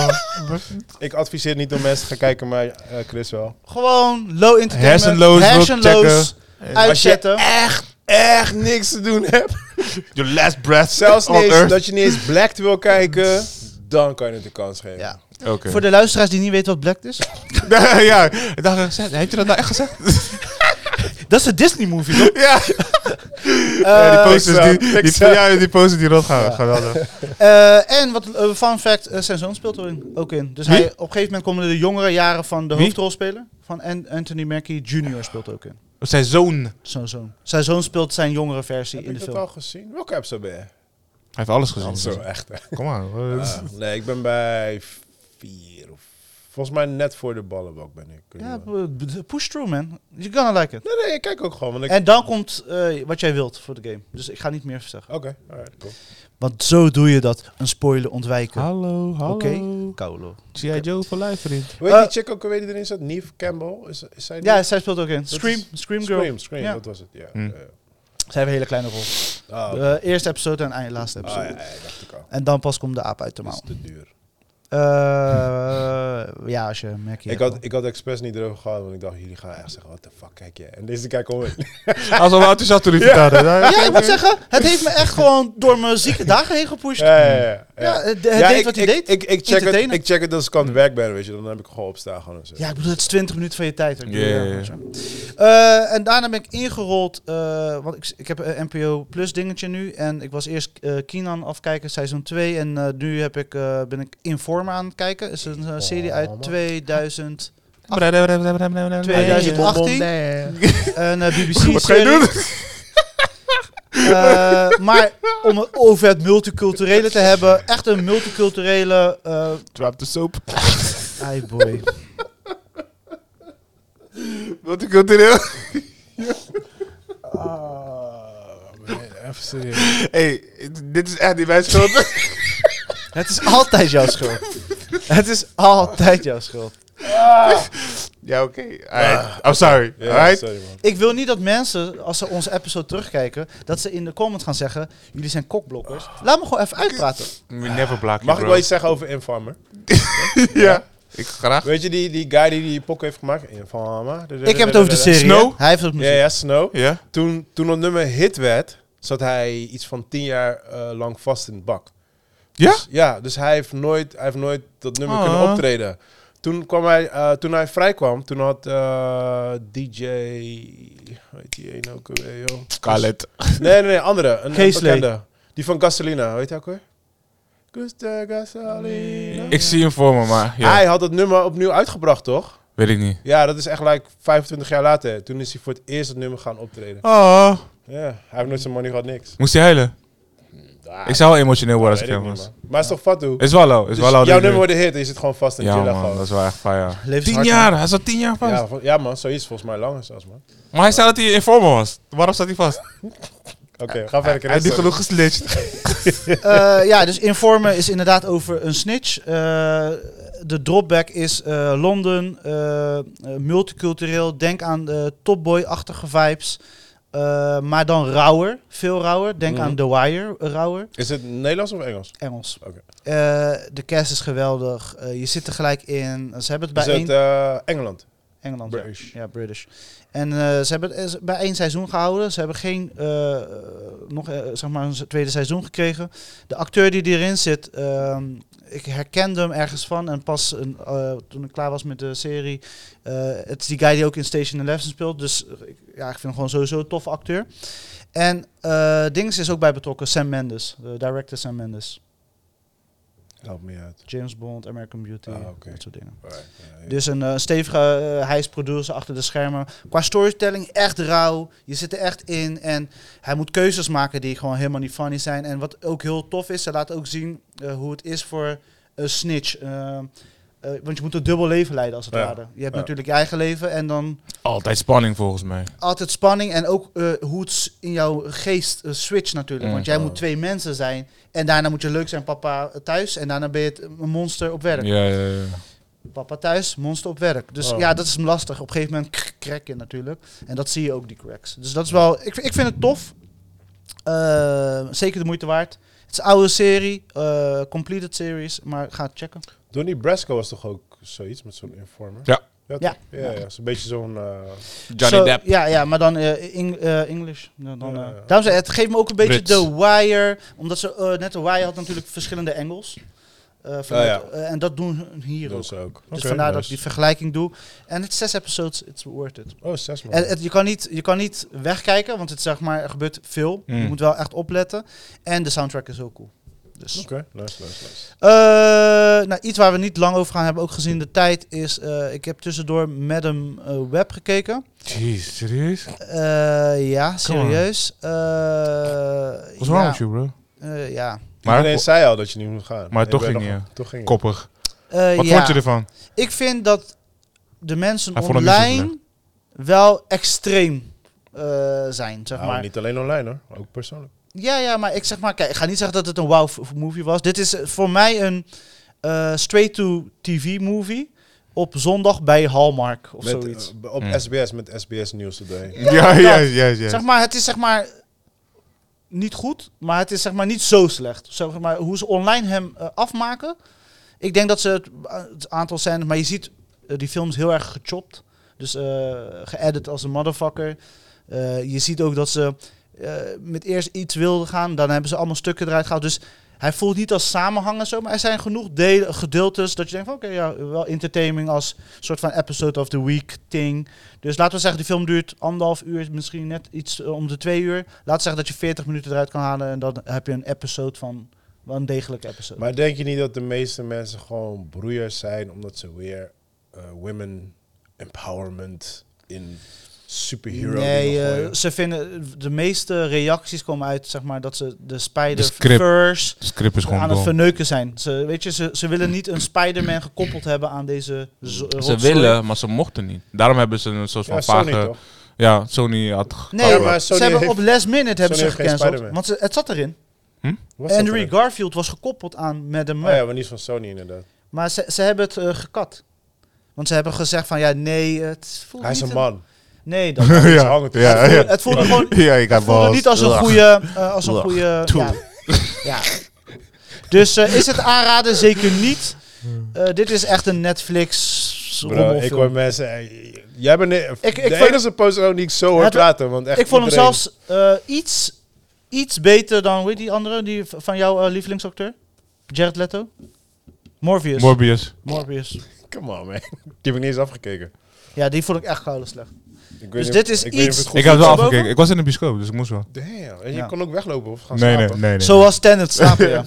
B: wel.
A: Ik adviseer niet om mensen te gaan kijken, maar eh, Chris wel.
C: echt Gewoon low entertainment.
B: Hersenloos wilt
C: hersenloos Uitzetten.
A: echt, echt niks te doen hebt.
B: Your last breath
A: Zelfs niet
B: on
A: eens,
B: earth.
A: dat je niet eens Black wil kijken, dan kan je het de kans geven.
C: Ja.
B: Oké.
C: Voor de luisteraars die niet weten wat Black is.
B: ja, ik dacht, heeft je dat nou echt gezegd?
C: Dat is een Disney movie. toch?
B: ja.
C: Eh,
A: Oh,
B: die posters,
A: Pixar,
B: die, die,
A: Pixar.
B: ja, die posters die rond gaan, geweldig.
C: Eh, en wat eh, fun fact, eh, zijn zoon speelt erin ook in. Dus hij, op een gegeven moment komen de jongere jaren van de
B: Wie?
C: hoofdrolspeler. Van An- Anthony Mackie Jr. speelt ook in.
B: Zijn zoon. Hij
C: Zijn zoon. Zijn zoon speelt zijn jongere versie
A: Heb
C: in
A: ik
C: de
A: dat
C: film.
A: al gezien? Welke episode ben je?
B: heeft alles gezien.
A: Zo, echt. hè.
B: Kom maar.
A: Ah, nee, ik ben bij vier of... Volgens mij net voor de ballenbak ben ik. Ik
C: Ja,
A: weet niet
C: b- b- push through man. You're gonna like it.
A: waar. nee, nee, ik kijk ook gewoon. Want ik...
C: En dan komt eh, wat jij wilt voor de game. Dus ik ga niet meer zeggen.
A: Oké, alright, cool.
C: Want zo doe je dat. Een spoiler ontwijken.
B: Hallo, hallo.
C: Oké? Kaulo.
B: G.I. Joe voor live, vriend.
A: Weet
C: Eh,
A: die chick ook alweer die erin zat? Neve Campbell? Is, is zij die?
C: Ja, zij speelt ook in. Scream.
A: is-
C: Scream Girl. Hm.
A: Scream, Scream,
C: Ja.
A: dat was het. Ja.
B: Hmm.
A: Eh,
C: Zij heeft een hele kleine rol.
A: ah, oké.
C: Eh, eerste episode en eind- laatste
A: Ah,
C: episode.
A: ja, ja, ja, dacht ik al.
C: En dan pas komt de aap uit de
A: Dat
C: mouw.
A: is te duur.
C: Eh, ja, als je merk je.
A: Ik had, ik had expres niet erover gehad, want ik dacht, jullie gaan echt zeggen, what the fuck kijk je? En deze kijken om.
B: Als al enthousiast toen hij vertelde. Ja.
C: ja, ik moet zeggen, het heeft me echt gewoon door mijn zieke dagen heen gepusht. Ja,
A: Ja, ja, ja.
C: het, het deed
A: ik,
C: wat hij
A: ik,
C: deed.
A: Ik, ik, check het,
C: Entertainen.
A: ik check het als ik aan het werk ben, weet je. Dan heb ik gewoon opstaan gewoon en zo.
C: ja, ik bedoel, het is 20 minuten van je tijd. wat ik doe,
B: Dus- Ja,
C: ja,
B: ja, ja.
C: weet je. Eh, en daarna ben ik ingerold, eh, want ik, ik heb een NPO Plus dingetje nu. En ik was eerst eh Kinan afkijken, seizoen 2. En eh, nu heb ik, eh, ben ik Informa aan het kijken. Het is een eh, serie uit 2000,
B: Twee.
C: 2018. Een BBC-serie.
B: Wat ga je doen?
C: Eh, maar om het over het multiculturele te hebben, echt een multiculturele. eh
B: Drop the soap.
C: ai boy.
B: Wat ik cultureel.
A: Ah, even serieus.
B: Hey, dit is echt niet mijn schuld.
C: Het is altijd jouw schuld. Het is altijd jouw schuld.
B: ja, oké.
A: Ah.
B: Alright. I'm sorry. Alright.
A: sorry man.
C: Ik wil niet dat mensen, als ze onze episode terugkijken, dat ze in de comments gaan zeggen: jullie zijn kokblokkers. Laat me gewoon even uitpraten.
B: We never black
A: Mag ik wel iets zeggen over Infarmer?
B: Ja. Ik graag.
A: Weet je die, die guy die die pok heeft gemaakt? Infarmer.
C: Ik heb het over de serie.
B: Snow?
C: hè? Hij heeft het op
A: Ja,
C: muziek.
A: ja, Snow.
B: Ja?
A: toen, toen dat nummer hit werd, zat hij iets van tien jaar eh, lang vast in het bak.
B: Ja?
A: Dus, ja, dus hij heeft nooit, hij heeft nooit dat nummer
B: Ah.
A: kunnen optreden. Toen, kwam hij, eh, toen hij vrijkwam, toen had eh, DJ... Hoe heet die ene ook alweer, joh?
B: Khaled.
A: Nee, nee, nee, andere. Een een
C: Keesley.
A: bekende. Die van Gasolina, hoe heet hij ook weer? Gusta Gasolina.
B: Ik zie hem voor me, maar ja,
A: Hij had dat nummer opnieuw uitgebracht, toch?
B: weet ik niet.
A: Ja, dat is echt like 25 jaar later. Toen is hij voor het eerst het nummer gaan optreden.
B: Oh.
A: Ja, hij heeft nooit zijn money gehad, niks.
B: Moest hij huilen?
A: Ja,
B: Ik zou wel emotioneel worden als
A: Ah. weet
B: ik
A: ik
B: hem
A: niet,
B: was.
A: man. Maar het is toch Fatu?
B: Is wel low, is
A: Dus
B: wel low.
A: jouw
B: denk
A: nummer
B: ik.
A: wordt de hit en je zit gewoon vast in
B: Ja
A: chillen
B: man,
A: gewoon.
B: dat is wel echt fijn, ja.
C: Levens
B: Tien
C: hard,
B: jaar, hij zat tien jaar vast.
A: ja, van- ja man, zoiets volgens mij langer zelfs man.
B: Maar hij zei dat hij in vorm was. Waarom zat hij vast?
A: Oké, ga verder.
B: Hij heeft niet genoeg geslitcht.
C: Eh, ja, dus informen is inderdaad over een snitch. Eh, de dropback is eh, Londen, eh, eh, multicultureel. Denk aan de topboy-achtige vibes. Eh, maar dan rauwer, veel rauwer. Denk
A: Mhm.
C: aan The Wire, eh, rauwer.
A: Is het Nederlands of Engels?
C: Engels.
A: Oké.
C: Eh, de cast is geweldig. Eh, je zit er gelijk in. Ze hebben het
A: Is
C: bij één...
A: het eh, Engeland?
C: Engeland. ja.
A: British.
C: Ja, British. En eh, ze hebben het eh, bij één seizoen gehouden. Ze hebben geen, eh, eh, nog eh, zeg maar, een tweede seizoen gekregen. De acteur die erin zit, ehm, ik herkende hem ergens van. En pas een, eh, toen ik klaar was met de serie, eh, het is die guy die ook in Station Eleven speelt. Dus eh, ik- ja, ik vind hem gewoon sowieso een toffe acteur. En eh Dings is ook bij betrokken, Sam Mendes. De director Sam Mendes.
A: Help me uit.
C: James Bond, American Beauty,
A: Ah, oké.
C: dat soort dingen.
A: Alright, ja, ja.
C: Dus een eh, stevige, eh, hij is producer achter de schermen. Qua storytelling echt rauw. Je zit er echt in. En hij moet keuzes maken die gewoon helemaal niet funny zijn. En wat ook heel tof is, hij laat ook zien eh, hoe het is voor een snitch. Eh, eh, want je moet een dubbel leven leiden als het
A: Ja.
C: ware. Je hebt
A: Ja.
C: natuurlijk je eigen leven en dan
B: Altijd spanning volgens mij.
C: altijd spanning. En ook eh, hoe het s- in jouw geest eh, switcht natuurlijk.
B: Mm.
C: Want jij
A: Ja.
C: moet twee mensen zijn. En daarna moet je leuk zijn papa thuis. En daarna ben je het een monster op werk.
B: Ja, ja, ja.
C: Papa thuis, monster op werk. Dus
A: Oh.
C: ja, dat is hem lastig. Op een gegeven moment krak- crack je natuurlijk. En dat zie je ook, die cracks. Dus dat is wel... Ik, ik vind het tof. Eh, zeker de moeite waard. Het is een oude serie. eh, completed series. Maar ga het checken.
A: Donnie Brasco was toch ook zoiets met zo'n informer?
B: Ja.
A: Ja,
C: Ja.
A: toch? ja, ja, is een beetje zo'n... eh,
B: Johnny
C: Zo,
B: Depp.
C: Ja, ja maar dan eh Eng- eh, English. Dan, dan,
A: Ja,
C: eh,
A: ja, ja.
C: Daarom zei het geeft me ook een beetje
B: Brits.
C: The Wire. Omdat ze eh, net The Wire had natuurlijk verschillende Engels. Eh, vanuit-
A: ja.
C: eh, en dat doen hun hier
A: dat
C: ook.
A: is ook.
C: Dus
A: Oké,
C: vandaar dat ik
A: nice.
C: die vergelijking doe. En het is zes episodes, it's worth it.
A: Oh, zes man.
C: En het, je, kan niet, je kan niet wegkijken, want het, zeg maar, er gebeurt veel. Je
B: Mm.
C: moet wel echt opletten. En de soundtrack is ook cool. Dus.
A: Oké, nice, nice, nice.
C: Eh, nou, iets waar we niet lang over gaan hebben, ook gezien de tijd, is... eh, ik heb tussendoor Madam eh, Web gekeken.
B: Jeez, serieus?
C: Eh, ja,
B: Come on.
C: serieus. Eh,
B: What's wrong
C: ja,
B: with you, bro?
C: eh, ja.
B: Maar-
A: Iedereen zei al dat je niet moet gaan.
B: Maar
A: Ik
B: toch
A: ben
B: ging
A: nog-
B: je.
A: Toch ging je.
B: Koppig.
C: Eh,
B: Wat
C: ja.
B: vond je ervan?
C: Ik vind dat de mensen
B: Hij vond het niet zo
C: online wel extreem eh, zijn, zeg
A: Nou,
C: maar.
A: niet alleen online hoor, ook persoonlijk.
C: Ja, ja, maar ik zeg maar, kijk, ik ga niet zeggen dat het een wow f- movie was. Dit is eh, voor mij een eh, straight-to-TV movie op zondag bij Hallmark of
A: Met,
C: zoiets.
A: eh, op
B: Mm.
A: SBS, met SBS Nieuws Today.
B: Ja, ja, ja,
C: Zeg
B: ja.
C: maar, het is zeg maar niet goed, maar het is zeg maar niet zo slecht. Zeg maar, hoe ze online hem eh, afmaken. Ik denk dat ze het, eh, het aantal scènes, maar je ziet eh, die films heel erg gechopt. Dus eh geëdit als een motherfucker. Eh, je ziet ook dat ze eh, met eerst iets wilden gaan, dan hebben ze allemaal stukken eruit gehaald. Dus hij voelt niet als samenhang en zo, maar er zijn genoeg delen, gedeeltes dat je denkt van oké, ja, wel entertaining als soort van episode of the week thing. Dus laten we zeggen, die film duurt anderhalf uur, misschien net iets eh, om de twee uur. Laten we zeggen dat je 40 minuten eruit kan halen en dan heb je een episode van, wel een degelijke episode.
A: Maar denk je niet dat de meeste mensen gewoon broeiers zijn omdat ze weer eh, women empowerment in superhero
C: nee,
A: dingen
C: eh,
A: gooien?
C: ze vinden, de meeste reacties komen uit, zeg maar, dat ze de
B: De script.
C: spider-verse
B: Het script is gewoon
C: aan het
B: dom.
C: verneuken zijn. Ze, weet je, ze, ze willen niet een Spider-Man gekoppeld hebben aan deze zo-
B: Ze
C: rotzooi.
B: willen, maar ze mochten niet. Daarom hebben ze een soort
A: Ja,
B: van
A: Sony
B: vage...
A: toch?
B: Ja, Sony had...
C: Nee,
A: Ja,
C: maar
A: maar
C: ze
A: Sony
C: hebben
A: heeft-
C: op last minute
A: Sony
C: hebben ze
A: heeft geen
C: gecanceld.
A: Spider-Man.
C: Want ze- het zat erin.
A: Was dat
C: Andrew
A: er?
C: Garfield was gekoppeld aan Madam
A: Oh
C: Web.
A: ja, maar niet van Sony inderdaad.
C: Maar ze, ze hebben het eh, gekat. Want ze hebben gezegd van ja, nee, het voelt
A: Hij is
C: niet
A: een man.
C: Nee, dat
A: Ja,
B: ja, ja.
C: het voelde gewoon
B: Ja, ik had
C: het voelde niet als een goede... eh, als een
B: Ugh.
C: goede ja.
B: Toe.
C: ja. Dus eh, is het aanraden? Zeker niet. Eh, dit is echt een Netflix
A: Bro, ik
C: rommelfilm.
A: hoor mensen... eh, Jij bent de,
C: Ik- ik
A: de
C: vond-
A: enige persoon die ik zo hoor
C: Het-
A: praten. Want echt
C: Ik vond hem
A: iedereen-
C: zelfs eh, iets, iets beter dan, weet die andere, die v- van jouw eh, lievelingsacteur? Jared Leto? Morbius.
B: Morbius.
C: Morbius.
A: Come on, man. Die heb ik niet eens afgekeken.
C: Ja, die vond ik echt gouden slecht.
A: Ik weet
C: Dus
A: niet-
C: dit is
A: ik weet niet of
C: iets-
A: het goed
B: Ik heb het wel
A: is.
B: afgekeken. Ik was in de bioscoop, dus ik moest
A: Oh,
B: wel.
A: Damn. En je
C: Ja.
A: kon ook weglopen of gaan
B: Nee, nee,
A: slapen.
B: nee. nee.
C: Zoals Tenet, slaap je.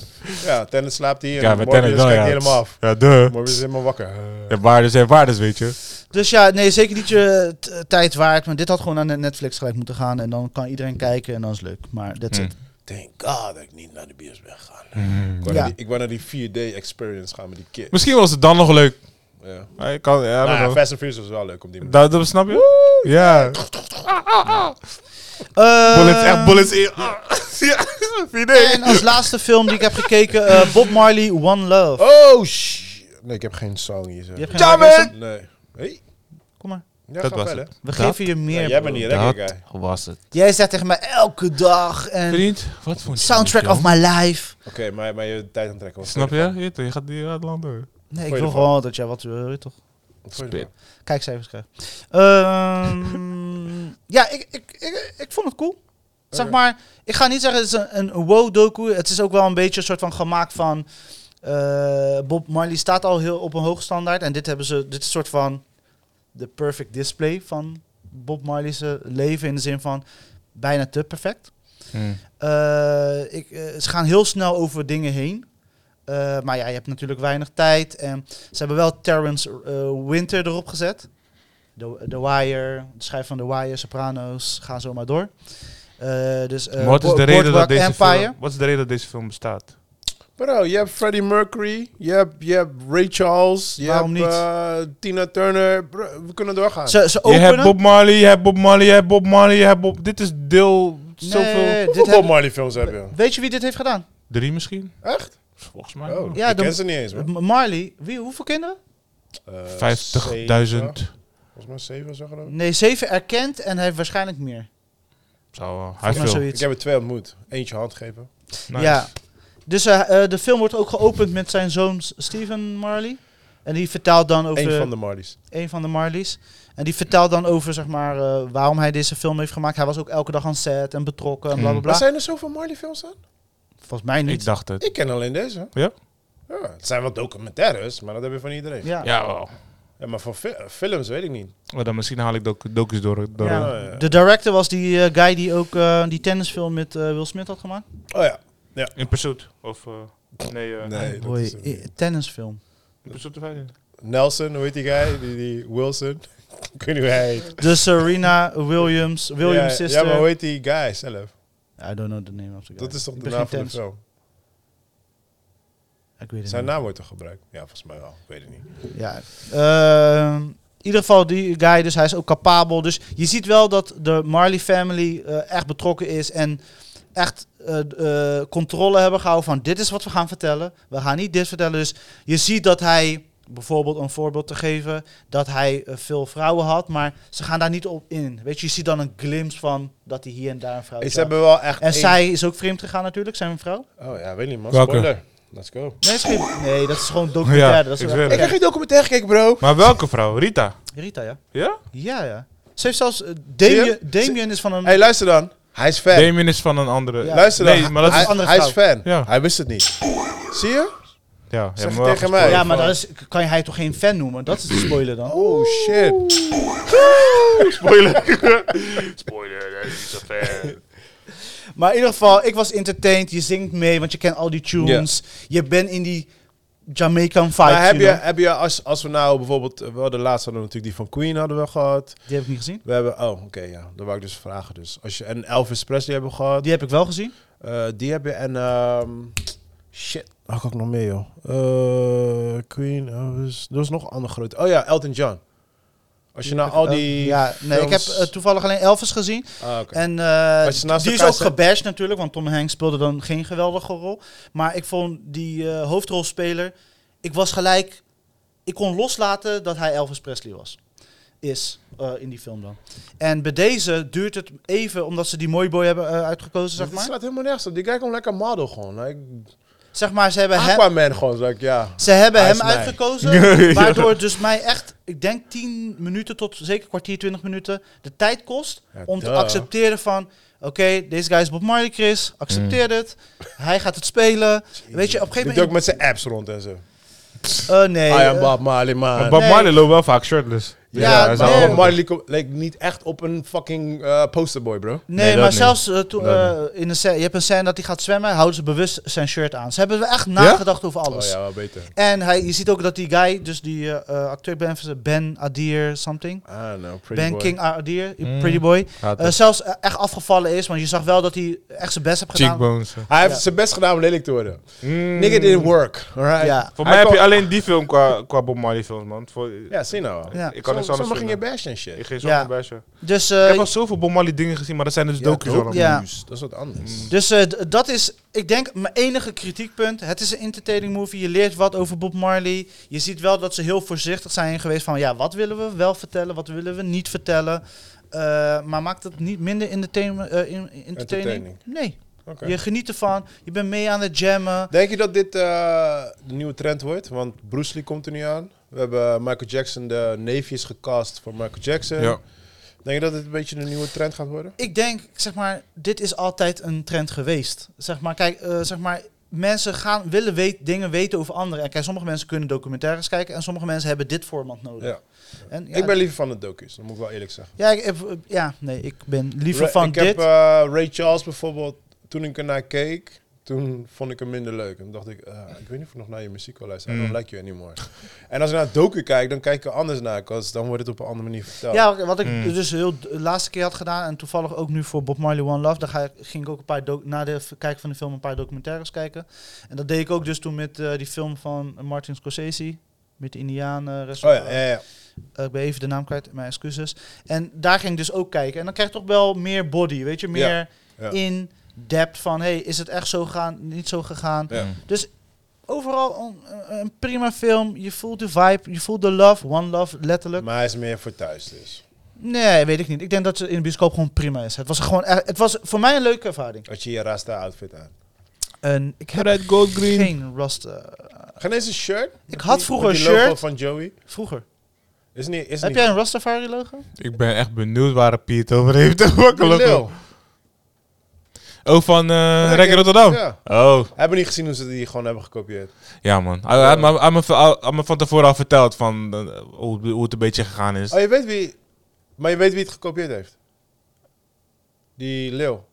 A: Ja, Tennis slaapt hier.
B: Ja,
A: Ja,
B: we
A: en
B: kennen
A: Morbius
B: wel,
A: kijkt
B: ja.
A: niet helemaal af.
B: Ja, duh.
A: Morbius is helemaal wakker. Eh,
B: Ja, waardes en waardes, weet je.
C: Dus ja, nee, zeker niet je t- tijd waard. Maar dit had gewoon naar Netflix gelijk moeten gaan. En dan kan iedereen kijken en dan is het leuk. Maar dat is
A: Hm.
B: Hmm.
C: het.
A: Thank God dat ik niet naar de bios ben gegaan. Ik wou
C: Ja.
A: naar die- Ik wou naar die 4D experience gaan met die kid.
B: Mm. Misschien was het dan nog leuk.
A: Ja.
B: Ja, Ik kan, ja, I don't
A: Nou, ja,
B: know.
A: Fast and Furious was wel leuk om die manier.
B: dat, dat snap je? Ja.
C: Eh,
B: Bullets, echt bullets in. Ah, ja,
C: En als laatste film die ik heb gekeken, eh, Bob Marley, One Love.
A: Oh, sh. Nee, ik heb geen song hier. Zo.
C: Je hebt geen
B: Jammer!
C: referentie?
A: Nee. Hey.
C: Kom maar.
A: Ja,
B: Dat
A: ga
B: was
A: verder.
C: We
B: Dat-
C: geven je meer.
A: Ja, jij
C: bro.
A: bent hier, hè,
B: Dat
A: guy.
B: was het.
C: Jij zegt tegen mij elke dag. En
B: Vriend, wat vond je?
C: soundtrack
B: van
C: of
B: die
C: my life.
A: Oké, maar, maar je tijd aan het trekken.
B: film?
A: Wat
B: Snap
A: vond
B: je? Je, je gaat die uit land door.
C: Nee, ik
A: Vond je
C: wil
A: ervan?
C: gewoon dat jij wat wil, toch?
A: Wat vond je ervan?
C: Kijkcijfers krijgen. Ehm, ja, ik, ik, ik, ik vond het cool. Zeg
A: Oké.
C: maar, ik ga niet zeggen het is een, een wow-doku. Het is ook wel een beetje een soort van gemaakt van... eh, Bob Marley staat al heel op een hoog standaard. En dit hebben ze, dit is een soort van de perfect display van Bob Marley's eh, leven. In de zin van bijna te perfect.
B: Hmm.
C: Eh, ik, eh, ze gaan heel snel over dingen heen. Eh, maar ja, je hebt natuurlijk weinig tijd. En ze hebben wel Terrence eh, Winter erop gezet. The, The Wire, de schrijver van The Wire, Sopranos, gaan zo maar door. Eh, dus, eh,
B: wat, is de
C: Bo-
B: reden dat
C: Boardwalk
B: deze
C: Empire.
B: film, wat is de reden dat deze film bestaat?
A: Bro, je hebt Freddie Mercury, je hebt, je hebt Ray Charles, je
C: Waarom
A: hebt
C: niet?
A: eh, Tina Turner. Bro, we kunnen doorgaan.
C: Ze, ze
B: Je
C: openen...
B: hebt Bob Marley, je hebt Bob Marley, je hebt Bob Marley, je hebt Bob... Dit is deel
C: Nee,
B: zoveel...
C: dit
A: Hoeveel Bob
C: hebben-
A: Marley films heb je?
C: Weet je wie dit heeft gedaan?
B: Drie misschien?
A: Echt?
B: Volgens mij.
A: Oh,
C: Ja,
A: ik
C: dan-
A: ken ze niet eens, man.
C: M- Marley, wie, hoeveel kinderen?
A: Eh,
B: 50.000.
A: zeven, Volgens mij zeven, zeg ik.
C: Nee, zeven erkend en hij heeft waarschijnlijk meer.
B: Zou wel. Hij
C: Volgens mij
B: heeft
A: Ik
B: veel.
C: zoiets.
A: heb er twee ontmoet. Eentje hand geven.
B: Nice.
C: Ja. Dus eh, eh, de film wordt ook geopend met zijn zoon S- Stephen Marley. En die vertaalt dan over
A: Eén van de Marleys.
C: een van de Marleys. En die vertaalt dan over zeg maar, eh, waarom hij deze film heeft gemaakt. Hij was ook elke dag aan set en betrokken en bla bla
B: Mm.
C: bla.
A: Maar zijn er zoveel Marley films dan?
C: Volgens mij
B: Ik
C: niet.
B: dacht het.
A: Hmm. Ik ken alleen deze.
B: Ja?
A: Ja, het zijn wel documentaires, maar dat heb je van iedereen. Ja.
C: Ja.
B: Jawel.
A: maar van fi- eh, films weet ik niet.
B: Maar dan misschien haal ik docu docus door. door
C: Ja.
A: Oh, ja.
C: De director was die eh, guy die ook eh, die tennisfilm met eh, Will Smith had gemaakt.
A: Oh ja.
B: In Pursuit. Of... eh, nee, eh,
A: Nee, dat is
C: Hoi,
A: hem
C: eh,
A: niet.
C: tennisfilm.
B: In Pursuit of Happiness.
A: Nelson, hoe heet die guy? Die, die Wilson. ik weet niet hoe hij heet.
C: De Serena Williams, Williams
A: ja,
C: sister.
A: Ja, maar hoe heet die guy zelf?
C: I don't know the name of the guy.
A: Dat is toch
C: Ik
A: de
C: ben
A: naam
C: geen
A: van de
C: tennis-
A: film?
C: Ik weet het
A: Zijn
C: niet.
A: naam wordt toch gebruikt? Ja, volgens mij wel. Ik weet het niet.
C: Ja. Ehm, in ieder geval die guy, dus hij is ook capabel. Dus je ziet wel dat de Marley family eh, echt betrokken is en echt eh, eh, controle hebben gehouden van dit is wat we gaan vertellen. We gaan niet dit vertellen. Dus je ziet dat hij, bijvoorbeeld om een voorbeeld te geven, dat hij eh, veel vrouwen had, maar ze gaan daar niet op in. Weet je, je ziet dan een glimp van dat hij hier en daar een vrouw
A: Ze
C: is.
A: hebben wel echt.
C: En
A: één-
C: zij is ook vreemd gegaan natuurlijk, zijn vrouw.
A: Oh ja, weet niet man.
B: Welke?
A: Spoiler. Let's go.
C: Nee, is geen- nee dat is gewoon documentaire.
B: Ja,
C: dat is
B: ik
C: wel-
B: zweer het.
A: Ik heb geen documentaire gekeken, bro.
B: Maar welke vrouw? Rita?
C: Rita, ja.
B: Ja?
C: Ja, ja. Ze heeft zelfs... eh,
A: Zie
C: Damien,
A: je?
C: Damien is van een...
A: Hey, luister dan. Hij is fan.
B: Damien is van een andere.
C: Ja.
A: Luister dan.
B: Nee, maar dat is
A: hij,
C: een andere
A: hij is fan.
B: Ja.
A: Hij wist het niet. Zie je?
B: Ja,
A: Zeg
B: maar
A: het
B: wel
A: tegen mij.
C: ja, maar dat is, kan je hij toch geen fan noemen? Dat is de spoiler dan.
A: Oh shit.
C: Maar in ieder geval, ik was entertained. Je zingt mee, want je kent al die tunes. Je bent in die Jamaican vibe.
A: Maar Nou, heb
C: you
A: je,
C: know.
A: heb je als, als we nou bijvoorbeeld. eh, Wel de laatste hadden we natuurlijk die van Queen hadden we gehad.
C: Die heb ik niet gezien.
A: We hebben. Oh, oké, ja. Dat wou ik dus vragen. Dus. Als je, en Elvis Presley hebben we gehad.
C: Die heb ik wel gezien.
A: Eh, die heb je en ehm, shit, waar had ik nog meer joh? Eh, Queen, Elvis, er was nog een ander groot. Oh ja, Elton John. Als je nou al die
C: Eh, Ja, nee, ik heb
A: films-
C: eh, toevallig alleen Elvis gezien.
A: Ah, oké.
C: En eh,
A: Als je naast
C: die is
A: elkaar
C: ook
A: zet-
C: gebashed natuurlijk, want Tom Hanks speelde dan geen geweldige rol. Maar ik vond die eh, hoofdrolspeler, ik was gelijk, ik kon loslaten dat hij Elvis Presley was. Is eh, in die film dan. En bij deze duurt het even, omdat ze die mooi boy hebben eh, uitgekozen, zeg
A: Het
C: maar.
A: slaat helemaal nergens op. Die guy komt lekker model gewoon. Like,
C: Zeg maar, ze
A: Ah,
C: hebben hem,
A: Aquaman gewoon, zeg ik, ja.
C: ze hebben
A: Hij
C: hem
A: is mij.
C: uitgekozen, waardoor het dus mij echt, ik denk 10 minuten tot zeker kwartier, 20 minuten, de tijd kost
A: Ja,
C: om te
A: duh.
C: accepteren van... Oké, deze guy is Bob Marley, Chris. Accepteer dit. Hij gaat het spelen. Weet je, op een
A: Die
C: gegeven
A: doet Mm. ook
C: moment...
A: met zijn apps rond en zo.
C: Eh, nee.
A: I am
C: eh,
A: Bob Marley, man.
E: Maar Bob
C: nee.
E: Marley loopt wel vaak shirtless.
C: Ja,
A: ja,
C: nee.
A: maar Bob Marley ko- leek niet echt op een fucking eh, posterboy, bro.
C: Nee,
E: Nee, dat
C: maar
E: niet.
C: zelfs eh, toen,
E: Dat
C: eh, in de scène, je hebt een scène dat hij gaat zwemmen, houden ze bewust zijn shirt aan. Ze hebben echt nagedacht over
A: Oh
C: alles.
A: ja, wel beter.
C: En hij, je ziet ook dat die guy, dus die eh, eh, acteur ben, Ben Adir something.
A: I don't know, pretty
C: ben
A: boy.
C: King Adir,
E: Mm.
C: Pretty Boy.
E: Gaat
C: Eh, zelfs eh, echt afgevallen is, want je zag wel dat hij echt zijn best heeft gedaan.
E: Cheekbones.
A: Hij heeft
C: Ja. Hmm.
A: zijn best gedaan om lelijk te worden.
E: Mm.
A: Nigga didn't work, alright?
C: Ja.
E: Voor
A: Hij
E: mij heb
A: kon-
E: je alleen die film qua, qua Bob Marley films, man. Voor,
A: Ja, zie nou. wel.
C: Ja.
E: Ik kan niks
A: Som-
E: anders
A: Sommigen gingen
E: vinden.
A: bashen en shit.
E: Ik geef zo
C: Ja.
E: een bashen.
C: Dus,
E: Ik
C: eh,
E: heb al zoveel Bob Marley dingen gezien, maar dat zijn dus docu's allemaal.
C: ja.
A: Dus Dat is wat anders.
C: dus eh, d- dat is, ik denk, mijn enige kritiekpunt. Het is een entertaining movie. Je leert wat over Bob Marley. Je ziet wel dat ze heel voorzichtig zijn geweest van, ja, wat willen we wel vertellen, wat willen we niet vertellen. Eh, maar maakt het niet minder entertainment, eh, in- entertaining?
A: Entertaining.
C: Nee.
A: Oké.
C: Je geniet ervan. Je bent mee aan het jammen.
A: Denk je dat dit eh, de nieuwe trend wordt? Want Bruce Lee komt er nu aan. We hebben Michael Jackson, de neefjes gecast voor Michael Jackson.
E: Ja.
A: Denk je dat dit een beetje een nieuwe trend gaat worden?
C: Ik denk, zeg maar, dit is altijd een trend geweest. Zeg maar, kijk, eh, zeg maar, mensen gaan, willen weet, dingen weten over anderen. En kijk, sommige mensen kunnen documentaires kijken en sommige mensen hebben dit format nodig.
A: Ja.
C: En, ja,
A: Ik ben liever van de docu's, dat moet ik wel eerlijk zeggen.
C: Ja, ik, heb- ja, nee, ik ben liever
A: Ra-
C: van
A: ik
C: dit.
A: heb eh, Ray Charles bijvoorbeeld, toen ik ernaar keek, toen vond ik hem minder leuk. En toen dacht ik, eh, ik weet niet of ik nog naar je muziek wil luisteren. I don't like you anymore. en als ik naar het docu kijk, dan kijk ik er anders naar. 'cause dan wordt het op een andere manier verteld.
C: ja, wat ik
E: Mm.
C: dus heel de laatste keer had gedaan en toevallig ook nu voor Bob Marley One Love, daar ga ik, ging ik ook een paar doc- na de v- kijken van de film een paar documentaires kijken. En dat deed ik ook dus toen met eh, die film van Martin Scorsese met de Indianen.
A: Oh ja, ja, ja.
C: Eh, ik ben even de naam kwijt, mijn excuses. En daar ging ik dus ook kijken. En dan krijg je toch wel meer body, weet je, meer
A: ja.
C: in depth van, hey, is het echt zo gegaan, niet zo gegaan.
A: Ja.
C: Dus overal een, een prima film. Je voelt de vibe, je voelt de love, one love, letterlijk.
A: Maar hij is meer voor thuis dus.
C: Nee, weet ik niet. Ik denk dat ze in de bioscoop gewoon prima is. Het was gewoon, echt- het was voor mij een leuke ervaring.
A: Had je je Rasta outfit aan.
C: En ik heb
E: Red, gold, green.
C: geen rasta. eh,
A: Geen eens een shirt?
C: Ik had
A: Die-
C: vroeger een
A: met die logo
C: shirt.
A: van Joey.
C: Vroeger.
A: Is niet, is
C: Heb
A: niet
C: jij een Rastafari logo?
E: Ik ben echt benieuwd waar Piet het over heeft. Wat
A: Die
E: een
A: lul.
E: lul. Oh, van eh Rek in
A: Ja.
E: Rotterdam.
A: Ja.
E: Oh,
A: Hebben niet gezien hoe ze die gewoon hebben gekopieerd.
E: ja man. Hij hij had me- hij had me- hij had me van tevoren al verteld van, eh, hoe, hoe het een beetje gegaan is.
A: Oh, je weet wie... Maar je weet wie het gekopieerd heeft? Die leeuw.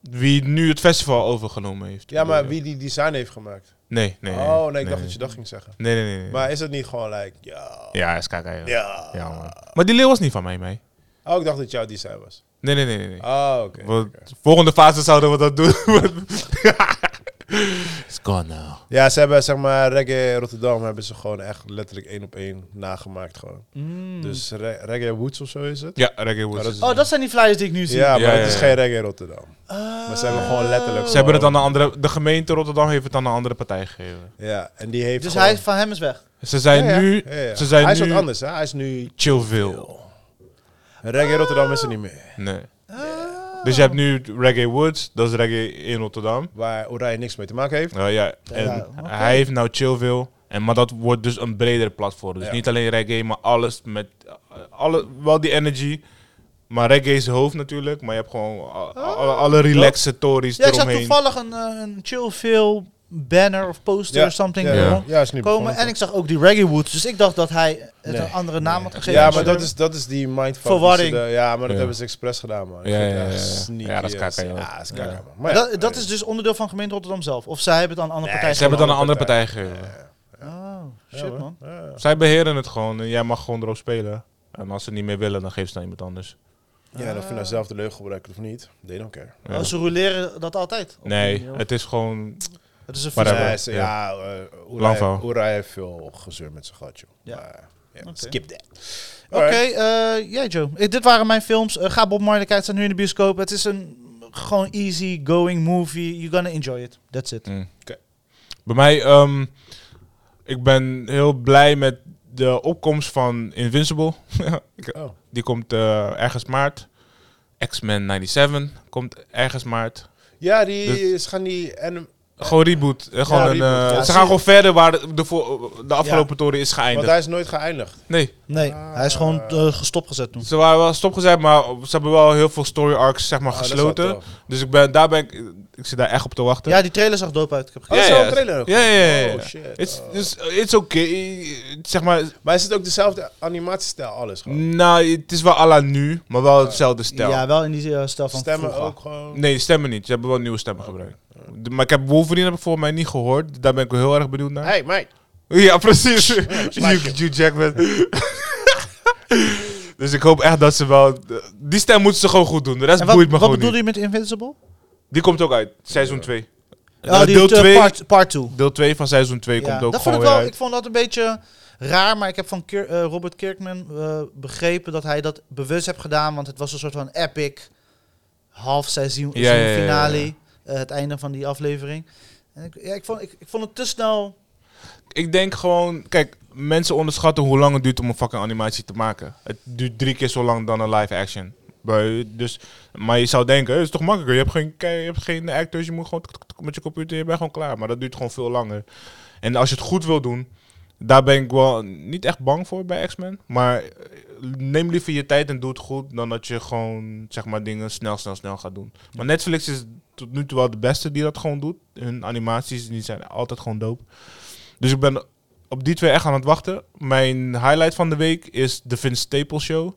E: Wie nu het festival overgenomen heeft.
A: Ja, maar wie
E: bedoel
A: die design heeft gemaakt.
E: je? Nee, nee.
A: oh, nee, ik dacht dat je dat ging zeggen.
E: Nee, nee, nee. nee.
A: Maar is het niet gewoon like, ja,
E: Ja, is kijk, ja.
A: ja.
E: Ja, man. Maar die leeuw was niet van mij mee.
A: Oh, ik dacht dat jouw design was.
E: Nee, nee, nee, nee. nee.
A: Oh, oké.
E: Want Volgende fase zouden we dat doen. It's gone now.
A: Ja, ze hebben zeg maar reggae Rotterdam hebben ze gewoon echt letterlijk één op één nagemaakt gewoon.
C: Mm.
A: Dus re- reggae Woods of zo is het.
E: Ja, Reggae Woods.
A: Maar dat is-
C: Oh, dat zijn die flyers die ik nu zie.
A: Ja, maar
E: Ja,
A: het is
E: ja, ja.
A: geen reggae Rotterdam. Maar ze hebben gewoon letterlijk.
C: Ah.
E: Ze hebben het aan een andere... De gemeente Rotterdam heeft het aan een andere partij gegeven.
A: Ja, en die heeft.
C: Dus
A: gewoon-
C: hij, van hem is weg.
E: Ze zijn
A: Ja, ja,
E: nu...
A: ja, ja.
E: Ze zijn
A: hij
E: nu...
A: is wat anders, hè? Hij is nu.
E: Chillville.
A: Reggae Rotterdam is er niet meer.
E: Nee. Dus je hebt nu Reggae Woods. Dat is reggae in Rotterdam.
A: Waar Oranje niks mee te maken heeft.
E: Nou ja. En
C: Ja, oké.
E: hij heeft nou Chillville. En, maar dat wordt dus een bredere platform. Dus
A: Ja.
E: niet alleen reggae, maar alles met... eh, Alle, wel die energy... Maar reggae is hoofd natuurlijk, maar je hebt gewoon al- al- alle, relaxatories
C: Oh, Ja, ik zag
E: eromheen.
C: toevallig een, eh, een chill veel banner of poster of something
A: ja,
E: Ja.
A: ja.
C: rond
A: Ja, is nu
C: komen.
A: begonnen.
C: En ik zag ook die Reggae Woods. Dus ik dacht dat hij het
A: Nee.
C: een andere naam had gegeven.
A: Ja, maar dat is, dat is die mindfuck. die
C: Verwarring.
A: ze de- Ja, maar dat
E: Ja.
A: hebben ze expres gedaan, man. Ik
E: Ja,
A: vind
E: ja,
A: het echt
E: ja, ja.
A: sneaky
E: Ja, dat is
A: as-
E: kaka, joh.
A: Ja, dat is kaka, man. Maar
C: Maar
A: ja,
C: dat, dat is dus onderdeel van gemeente Rotterdam zelf. Of zij hebben het aan een andere partij
E: Ze hebben het aan een andere
A: partij.
E: partij gegeven.
C: gegeven. Oh,
A: ja,
C: shit
A: hoor.
C: man.
A: Ja, ja.
E: Zij beheren het gewoon en jij mag gewoon erop spelen. En als ze het niet meer willen, dan geven ze het aan iemand anders.
A: Ja, en of je nou zelf de leugen gebruikt of niet, they don't care.
E: Ja.
C: Oh, ze roleren dat altijd. Op die
E: Nee,
C: manier.
E: het is gewoon...
C: Het is een
E: Whatever.
C: verhaal.
A: Nee, ze- ja, eh, Oeraj-
E: Lang verhaal.
A: Oeraj heeft veel gezeur met zijn gat, joh.
C: Ja.
A: Maar, ja,
C: Oké.
A: Skip that.
C: Oké, eh, jij Joe. Eh, dit waren mijn films. Eh, ga Bob Marley kijken. staat nu in de bioscoop. Het is een gewoon easy going movie. You're gonna enjoy it. That's it.
E: Bij mij, ehm, ik ben heel blij met de opkomst van Invincible. Ik-
A: Oh.
E: Die komt eh, ergens maart. X-Men 97 komt ergens maart.
A: Ja, die
E: Dus-
A: is gaan die anim-
E: Gewoon reboot. Eh, Gewoon
A: Ja,
E: een,
A: reboot.
E: eh, ze
A: Ja,
E: gaan
A: zie-
E: gewoon verder waar de, de, voor- de afgelopen toren is
A: Want
E: geëindigd.
A: hij is nooit geëindigd.
E: Nee,
C: Nee, hij is gewoon eh, stopgezet toen.
E: ze waren wel stopgezet, maar ze hebben wel heel veel story arcs zeg maar,
A: Ah, dat is wel
E: gesloten.
A: tof.
E: Dus ik ben, daar ben ik, ik zit daar echt op te wachten.
C: Ja, die trailer zag dope uit. Ik heb
A: Oh,
C: gekeken.
A: is
E: Ja,
A: er al
E: ja.
A: een trailer ook?
E: Ja, ja, ja, ja.
A: Oh, shit.
E: It's,
A: Oh.
E: it's, it's oké. Zeg maar,
A: Maar is het ook dezelfde animatiestijl, alles gewoon?
E: nou, het is wel à la nu, maar wel hetzelfde stijl.
C: Ja, wel in die eh, stijl van
A: Stemmen
C: vroeger.
A: ook gewoon.
E: Nee, de stemmen niet. Ze hebben wel nieuwe
C: Oh.
E: stemmen gebruikt. De- Maar ik heb Wolverine heb ik volgens mij niet gehoord. Daar ben ik wel heel erg benieuwd naar.
A: Hey, mate.
E: Ja, precies.
A: like
E: Hugh Hugh Jackman. dus ik hoop echt dat ze wel... Die stem moeten ze gewoon goed doen. De rest
C: En wat,
E: boeit me
C: wat
E: gewoon
C: bedoelde
E: niet.
C: je met Invincible?
E: Die komt ook uit. Seizoen 2.
C: Oh, die,
E: deel
C: eh,
E: 2
C: part- Part 2.
E: Deel 2 van seizoen 2
C: Ja,
E: komt ook
C: dat vond
E: gewoon
C: ik,
E: weer
C: wel,
E: uit.
C: ik vond dat een beetje raar, maar ik heb van Kier- eh, Robert Kirkman eh, begrepen dat hij dat bewust heeft gedaan, want het was een soort van epic half seizoen
E: Ja, ja, ja, ja, ja.
C: finale, eh, het einde van die aflevering. En ik, ja, ik, vond, ik, ik vond het te snel.
E: Ik denk gewoon... Kijk, mensen onderschatten hoe lang het duurt om een fucking animatie te maken. Het duurt drie keer zo lang dan een live action. Bij- Dus, maar je zou denken, het is toch makkelijker. Je hebt geen, ke- je hebt geen actors, je moet gewoon tuk, tuk, tuk met je computer, je bent gewoon klaar. Maar dat duurt gewoon veel langer. En als je het goed wil doen, daar ben ik wel niet echt bang voor bij X-Men. Maar eh, neem liever je tijd en doe het goed, dan dat je gewoon zeg maar, dingen snel, snel, snel gaat doen. Maar Netflix is tot nu toe wel de beste die dat gewoon doet. Hun animaties die zijn altijd gewoon dope. Dus ik ben op die twee echt aan het wachten. Mijn highlight van de week is de Vince Staples Show.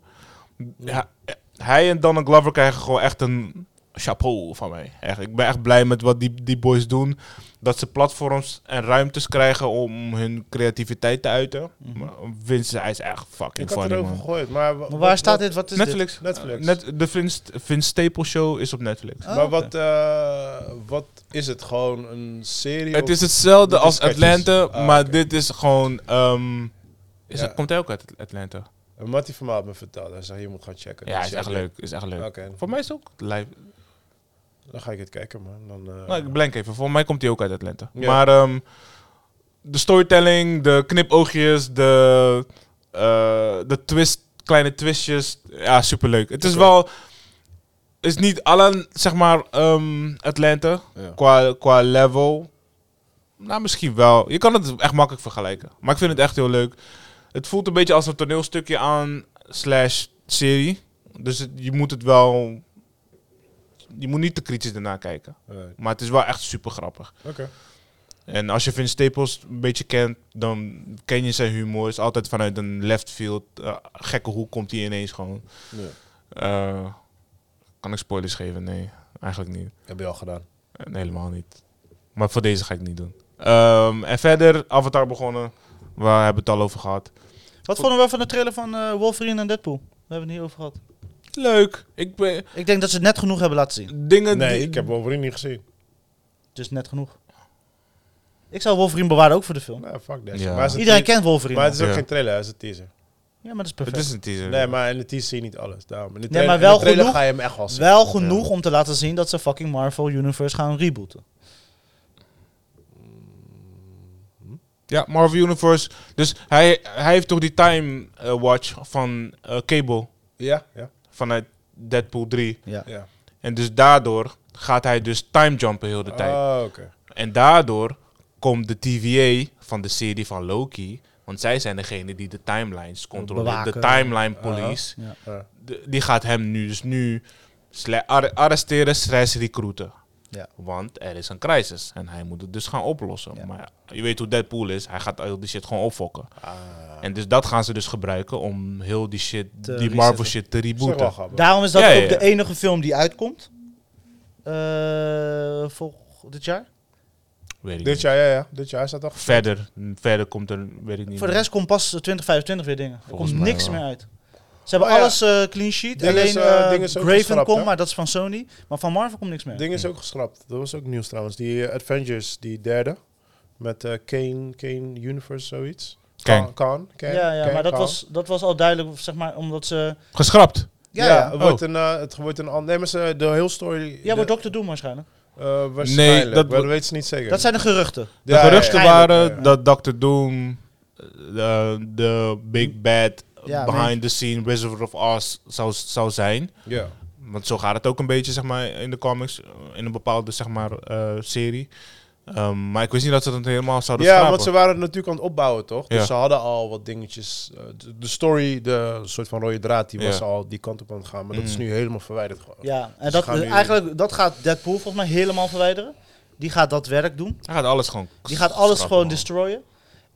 E: Ja, eh, hij en Donna Glover krijgen gewoon echt een chapeau van mij. Echt, ik ben echt blij met wat die, die boys doen. Dat ze platforms en ruimtes krijgen om hun creativiteit te uiten. Maar Vince, hij is echt
A: Ik
E: fucking
A: had
E: funny,
A: erover
E: man.
A: gegooid, maar... wa-
C: Maar
A: wat-
C: waar staat
A: wat-
C: dit? Wat is dit?
E: Netflix.
A: Netflix. Ah,
E: Net, de Vince, Vince Staples Show is op Netflix.
C: Oh,
A: maar
C: oké.
A: wat, eh, wat is het? Gewoon een serie?
E: Het
A: of-
E: is hetzelfde
A: Dit is
E: als
A: sketches.
E: Atlanta,
A: Ah,
E: maar
A: oké.
E: dit is gewoon... ehm, is
A: Ja.
E: het, komt hij ook uit Atlanta?
A: En Mattie van mij had me verteld. Hij zei, je moet gaan checken.
E: Ja,
A: Dus
E: is echt leuk. Is echt leuk.
A: Oké,
E: Voor mij is het ook live.
A: dan ga ik het kijken, man. Dan, eh,
E: Nou, ik blank even. Voor mij komt hij ook uit Atlanta.
A: Ja.
E: Maar ehm, de storytelling, de knipoogjes, de, eh, de twist, kleine twistjes. Ja, superleuk. Het is
A: Oké.
E: wel... is niet allen, zeg maar, ehm, Atlanta
A: ja.
E: qua, qua level. Nou, misschien wel. Je kan het echt makkelijk vergelijken. Maar ik vind het echt heel leuk. Het voelt een beetje als een toneelstukje aan slash serie. Dus het- je moet het wel... Je moet niet te kritisch ernaar kijken.
A: Alright,
E: Maar het is wel echt super grappig.
A: eh, Oké.
E: En als je Vince Staples een beetje kent, dan ken je zijn humor. Het is altijd vanuit een left field, eh, gekke hoek komt hij ineens gewoon.
A: Ja.
E: Eh, kan ik spoilers geven? Nee, eigenlijk niet.
A: Heb je al gedaan.
E: Eh, nee, helemaal niet. Maar voor deze ga ik niet doen. Ehm, en verder, Avatar begonnen. We hebben het al over gehad.
C: Wat vonden we van de trailer van eh, Wolverine en Deadpool? We hebben het niet over gehad.
E: Leuk. Ik ben,
C: Ik denk dat ze het net genoeg hebben laten zien.
E: dingen
A: Nee,
E: Eh, die-
A: ik heb Wolverine niet gezien.
C: Dus net genoeg. Ik zou Wolverine bewaren ook voor de film. Dus
A: Nou, fuck that.
E: Ja.
A: Maar het is een
C: Iedereen
A: te-
C: kent Wolverine.
A: Maar het is ook
E: Ja.
A: geen trailer, het is een teaser.
C: ja, maar dat is
E: Het
C: perfect.
E: is een teaser.
A: Nee, maar in de teaser zie je niet alles. Daarom. In de
C: Nee,
A: trailer,
C: maar
A: in de
C: wel
A: trailer
C: genoeg-
A: ga je hem echt wel zien.
C: Wel genoeg om te laten zien dat ze fucking Marvel Universe gaan rebooten.
E: Ja, Marvel Universe. Dus hij, hij heeft toch die time eh, watch van eh, Cable.
A: Ja, ja,
E: vanuit Deadpool 3.
C: Ja.
A: ja.
E: En dus daardoor gaat hij dus timejumpen heel de tijd.
A: Oh, oké.
E: En daardoor komt de TVA van de serie van Loki. Want zij zijn degene die de timelines controleren. De
C: Bewaken.
E: timeline police.
C: Ja.
A: Ja.
E: De- die gaat hem nu dus nu sle- ar- arresteren slash recruiten.
C: Ja.
E: Want er is een crisis en hij moet het dus gaan oplossen.
C: Ja.
E: Maar ja, je weet hoe Deadpool is. Hij gaat al die shit gewoon opfokken.
A: Ah.
E: En dus dat gaan ze dus gebruiken om heel die shit,
C: Te
E: die Marvel
C: resetten.
E: shit te
A: Is toch wel
E: rebooten.
A: grappig.
C: Daarom is dat
E: Ja, ja,
C: ook
E: ja.
C: de enige film die uitkomt. Eh volgend dit jaar.
E: Weet ik niet.
A: Dit jaar, ja, ja. Dit jaar staat toch...
E: verder, verder komt er, weet ik niet.
C: Voor de
E: meer.
C: rest komt pas 2025 weer dingen. Er
E: Volgens
C: komt
E: mij
C: niks
E: wel.
C: meer uit. Ze hebben
A: Oh ja.
C: alles eh, clean sheet.
A: Ding
C: Alleen
A: is, eh,
C: eh,
A: ding is ook
C: Graven
A: geschrapt,
C: komt,
A: hè?
C: maar dat is van Sony. Maar van Marvel komt niks meer.
A: Ding is ook geschrapt. Dat was ook nieuws trouwens. Die eh, Avengers, die derde. Met eh, Kane, Kane Universe, zoiets.
E: Kang.
A: Khan, Khan, Kang,
C: ja, ja
A: Kang,
C: maar dat
A: Khan.
C: was, dat was al duidelijk, zeg maar, omdat ze...
E: Geschrapt.
A: Ja,
C: Ja, ja.
A: Het, wordt een, eh, het wordt een... an- Nee, maar ze, de heel story...
C: Ja,
A: de,
C: wordt Doctor Doom waarschijnlijk.
A: eh, waarschijnlijk.
E: Nee,
A: dat,
E: dat
A: maar dat
E: wo-
A: weten ze niet zeker.
C: Dat zijn de geruchten.
E: De
A: Ja, ja,
E: geruchten
A: ja.
E: waren
A: Ja.
E: dat Dr. Doom, eh, de, de big bad,
C: Ja,
E: behind the scene, Wizard of Oz zou, zou zijn.
A: Ja.
E: Want zo gaat het ook een beetje, zeg maar, in de comics, eh, in een bepaalde, zeg maar, eh, serie. Ehm, maar ik wist niet dat ze het helemaal zouden
A: Ja,
E: schrapen.
A: want ze waren het natuurlijk aan het opbouwen, toch?
E: Ja.
A: Dus ze hadden al wat dingetjes. eh, de- De story, de soort van rode draad, die was
E: Ja.
A: al die kant op aan het gaan. Maar dat is
E: Mm.
A: nu helemaal verwijderd gewoon.
C: Ja, en
A: Ze
C: dat,
A: gaan nu-
C: eigenlijk, dat gaat Deadpool volgens mij helemaal verwijderen. Die gaat dat werk doen.
E: Hij gaat alles gewoon...
C: Die gaat alles
E: schrappen,
C: gewoon
E: man.
C: destroyen.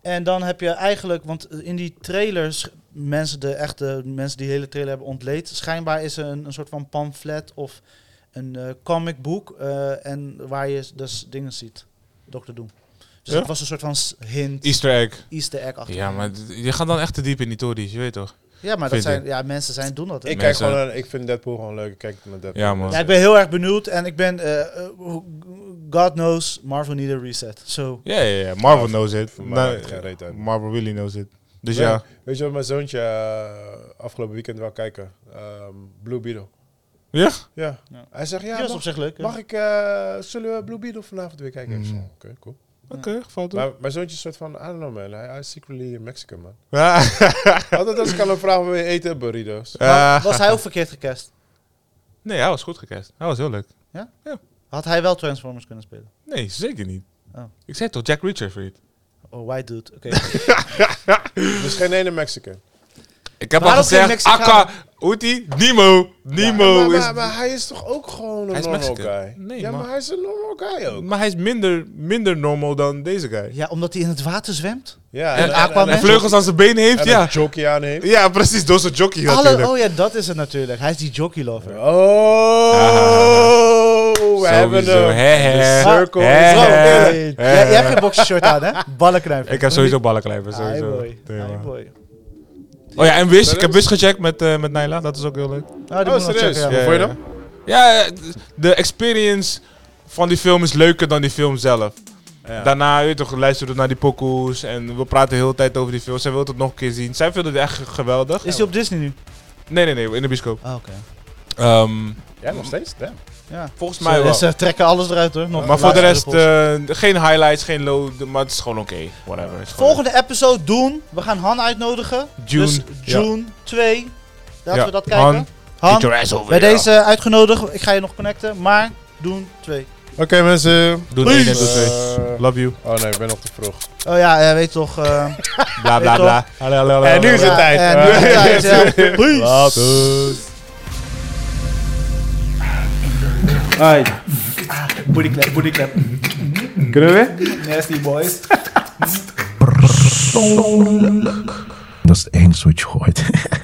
C: En dan heb je eigenlijk, want in die trailers, mensen, de echte mensen die de hele trailer hebben ontleed, schijnbaar is er een, een soort van pamflet of een eh comic book eh, en waar je dus dingen ziet. Dr. Doom. Dus
E: Ja?
C: het was een soort van s- hint,
E: Easter egg.
C: easter egg achter.
E: Ja, maar d- je gaat dan echt te diep in die tories, je weet toch?
C: ja, maar dat
E: vind
C: zijn,
E: ik.
C: ja, mensen zijn, doen dat. hè.
A: Ik, kijk
E: Mensen-
A: gewoon naar- ik vind Deadpool gewoon leuk. Ik kijk naar Deadpool.
E: Ja, man.
C: ja, ik ben heel erg benieuwd en ik ben, eh, eh, God knows, Marvel need a reset. So,
E: Ja, ja, ja. Marvel knows it.
A: Voor mij
E: Nee,
A: maakt geen reet uit.
E: Marvel really knows it. Dus
A: Nee,
E: ja.
A: Weet je wat mijn zoontje eh, afgelopen weekend wou kijken? Ehm, Blue Beetle.
E: Ja?
A: Ja.
C: Ja.
A: Hij zegt,
C: ja,
A: ja,
C: dat is op
A: mag,
C: zich leuk. hè.
A: mag ik, eh, zullen we Blue Beetle vanavond weer kijken? Ik zeg,
E: Mm.
A: Oké, cool.
E: Oké, valt
A: Maar mijn zoontje is een soort van, I don't know man, hij hij is secretly in Mexican man.
E: Ja.
A: Altijd als ik aan hem vraag, wil je eten? Burritos.
E: Eh,
C: Maar was hij ook verkeerd gecast?
E: Nee, hij was goed gecast. Hij was heel leuk.
C: Had hij wel Transformers kunnen spelen?
E: Nee, zeker niet.
C: Oh.
E: Ik zei toch, Jack Reacher vriend.
C: Oh, white dude. Oké.
A: Dus geen ene Mexican.
E: Ik heb
C: Waarom
E: al
C: geen
E: gezegd,
C: Mexicaan?
E: Akka, hoe die? Nemo. Nemo
A: maar, maar,
E: is...
A: maar, hij is toch ook gewoon een
E: Hij is
A: normal
E: Mexican.
A: guy?
E: Nee,
A: ja,
E: man.
A: maar hij is een normal guy ook.
E: Maar hij is minder, minder normal dan deze guy.
C: Ja, omdat hij in het water zwemt?
A: Ja,
C: En Aquaman?
E: En vleugels aan zijn benen heeft,
A: en
E: ja.
A: een jockey aan heeft.
E: Ja, precies, door zijn jockey
C: Alle,
E: natuurlijk.
C: oh ja, dat is het natuurlijk. Hij is die jockey lover.
A: Oh, we hebben
E: Sowieso,
A: hem.
E: hè, hè.
A: De
C: Ah,
A: cirkel
E: Hè,
A: is Oh,
E: hè.
A: rond.
C: Hey, eh, Jij, jij hebt geen boxershort aan, hè? Ballenknijper.
E: eh. Ik heb sowieso ballenklijven,
C: Hi
E: sowieso.
C: boy.
E: Nee,
C: Hi
E: man.
C: boy.
E: Oh ja, en Wish. Ik heb Wish gecheckt met, eh, met Naila. Dat is ook heel leuk.
C: Oh,
A: Oh,
C: die moet nog
A: serieus?
C: checken, ja.
A: Hoe vond je dat?
E: Ja, eh, d- de experience van die film is leuker dan die film zelf. Daarna, je weet toch, luisteren we naar die pokoes en we praten de hele tijd over die film. Zij wil het nog een keer zien. Zij vindt het echt geweldig.
C: Is hij op Disney nu?
E: Nee, nee, nee, in de bioscoop.
C: Ah, oké.
E: Ehm,
A: Ja, nog steeds. damn.
C: Ja.
E: volgens mij
C: Maar
E: wel.
C: ze trekken alles eruit, hoor. Nog
E: maar voor de rest,
C: luisteren,
E: eh, geen highlights, geen low, maar het is gewoon oké. Whatever. Het is gewoon
C: Volgende episode doen. We gaan Han uitnodigen.
E: June.
C: Dus June 2. Laten
E: Ja,
C: we dat
E: Han,
C: kijken.
E: Get
C: Han,
E: your ass over
C: bij
E: here.
C: deze uitgenodigd. Ik ga je nog connecten. Maar Doen 2.
F: Oké mensen.
E: Doe het één en doe
A: Please.
E: twee. Love you.
A: Oh nee, ik ben nog te vroeg.
C: Oh ja, eh, weet toch... eh,
E: Bla bla bla. Hallo, hallo, hallo,
A: En nu is
E: hallo.
A: het tijd.
C: En nu is het tijd, ja. Booty clap, booty clap. Nasty boys.
G: Dat is het enige wat je gooit.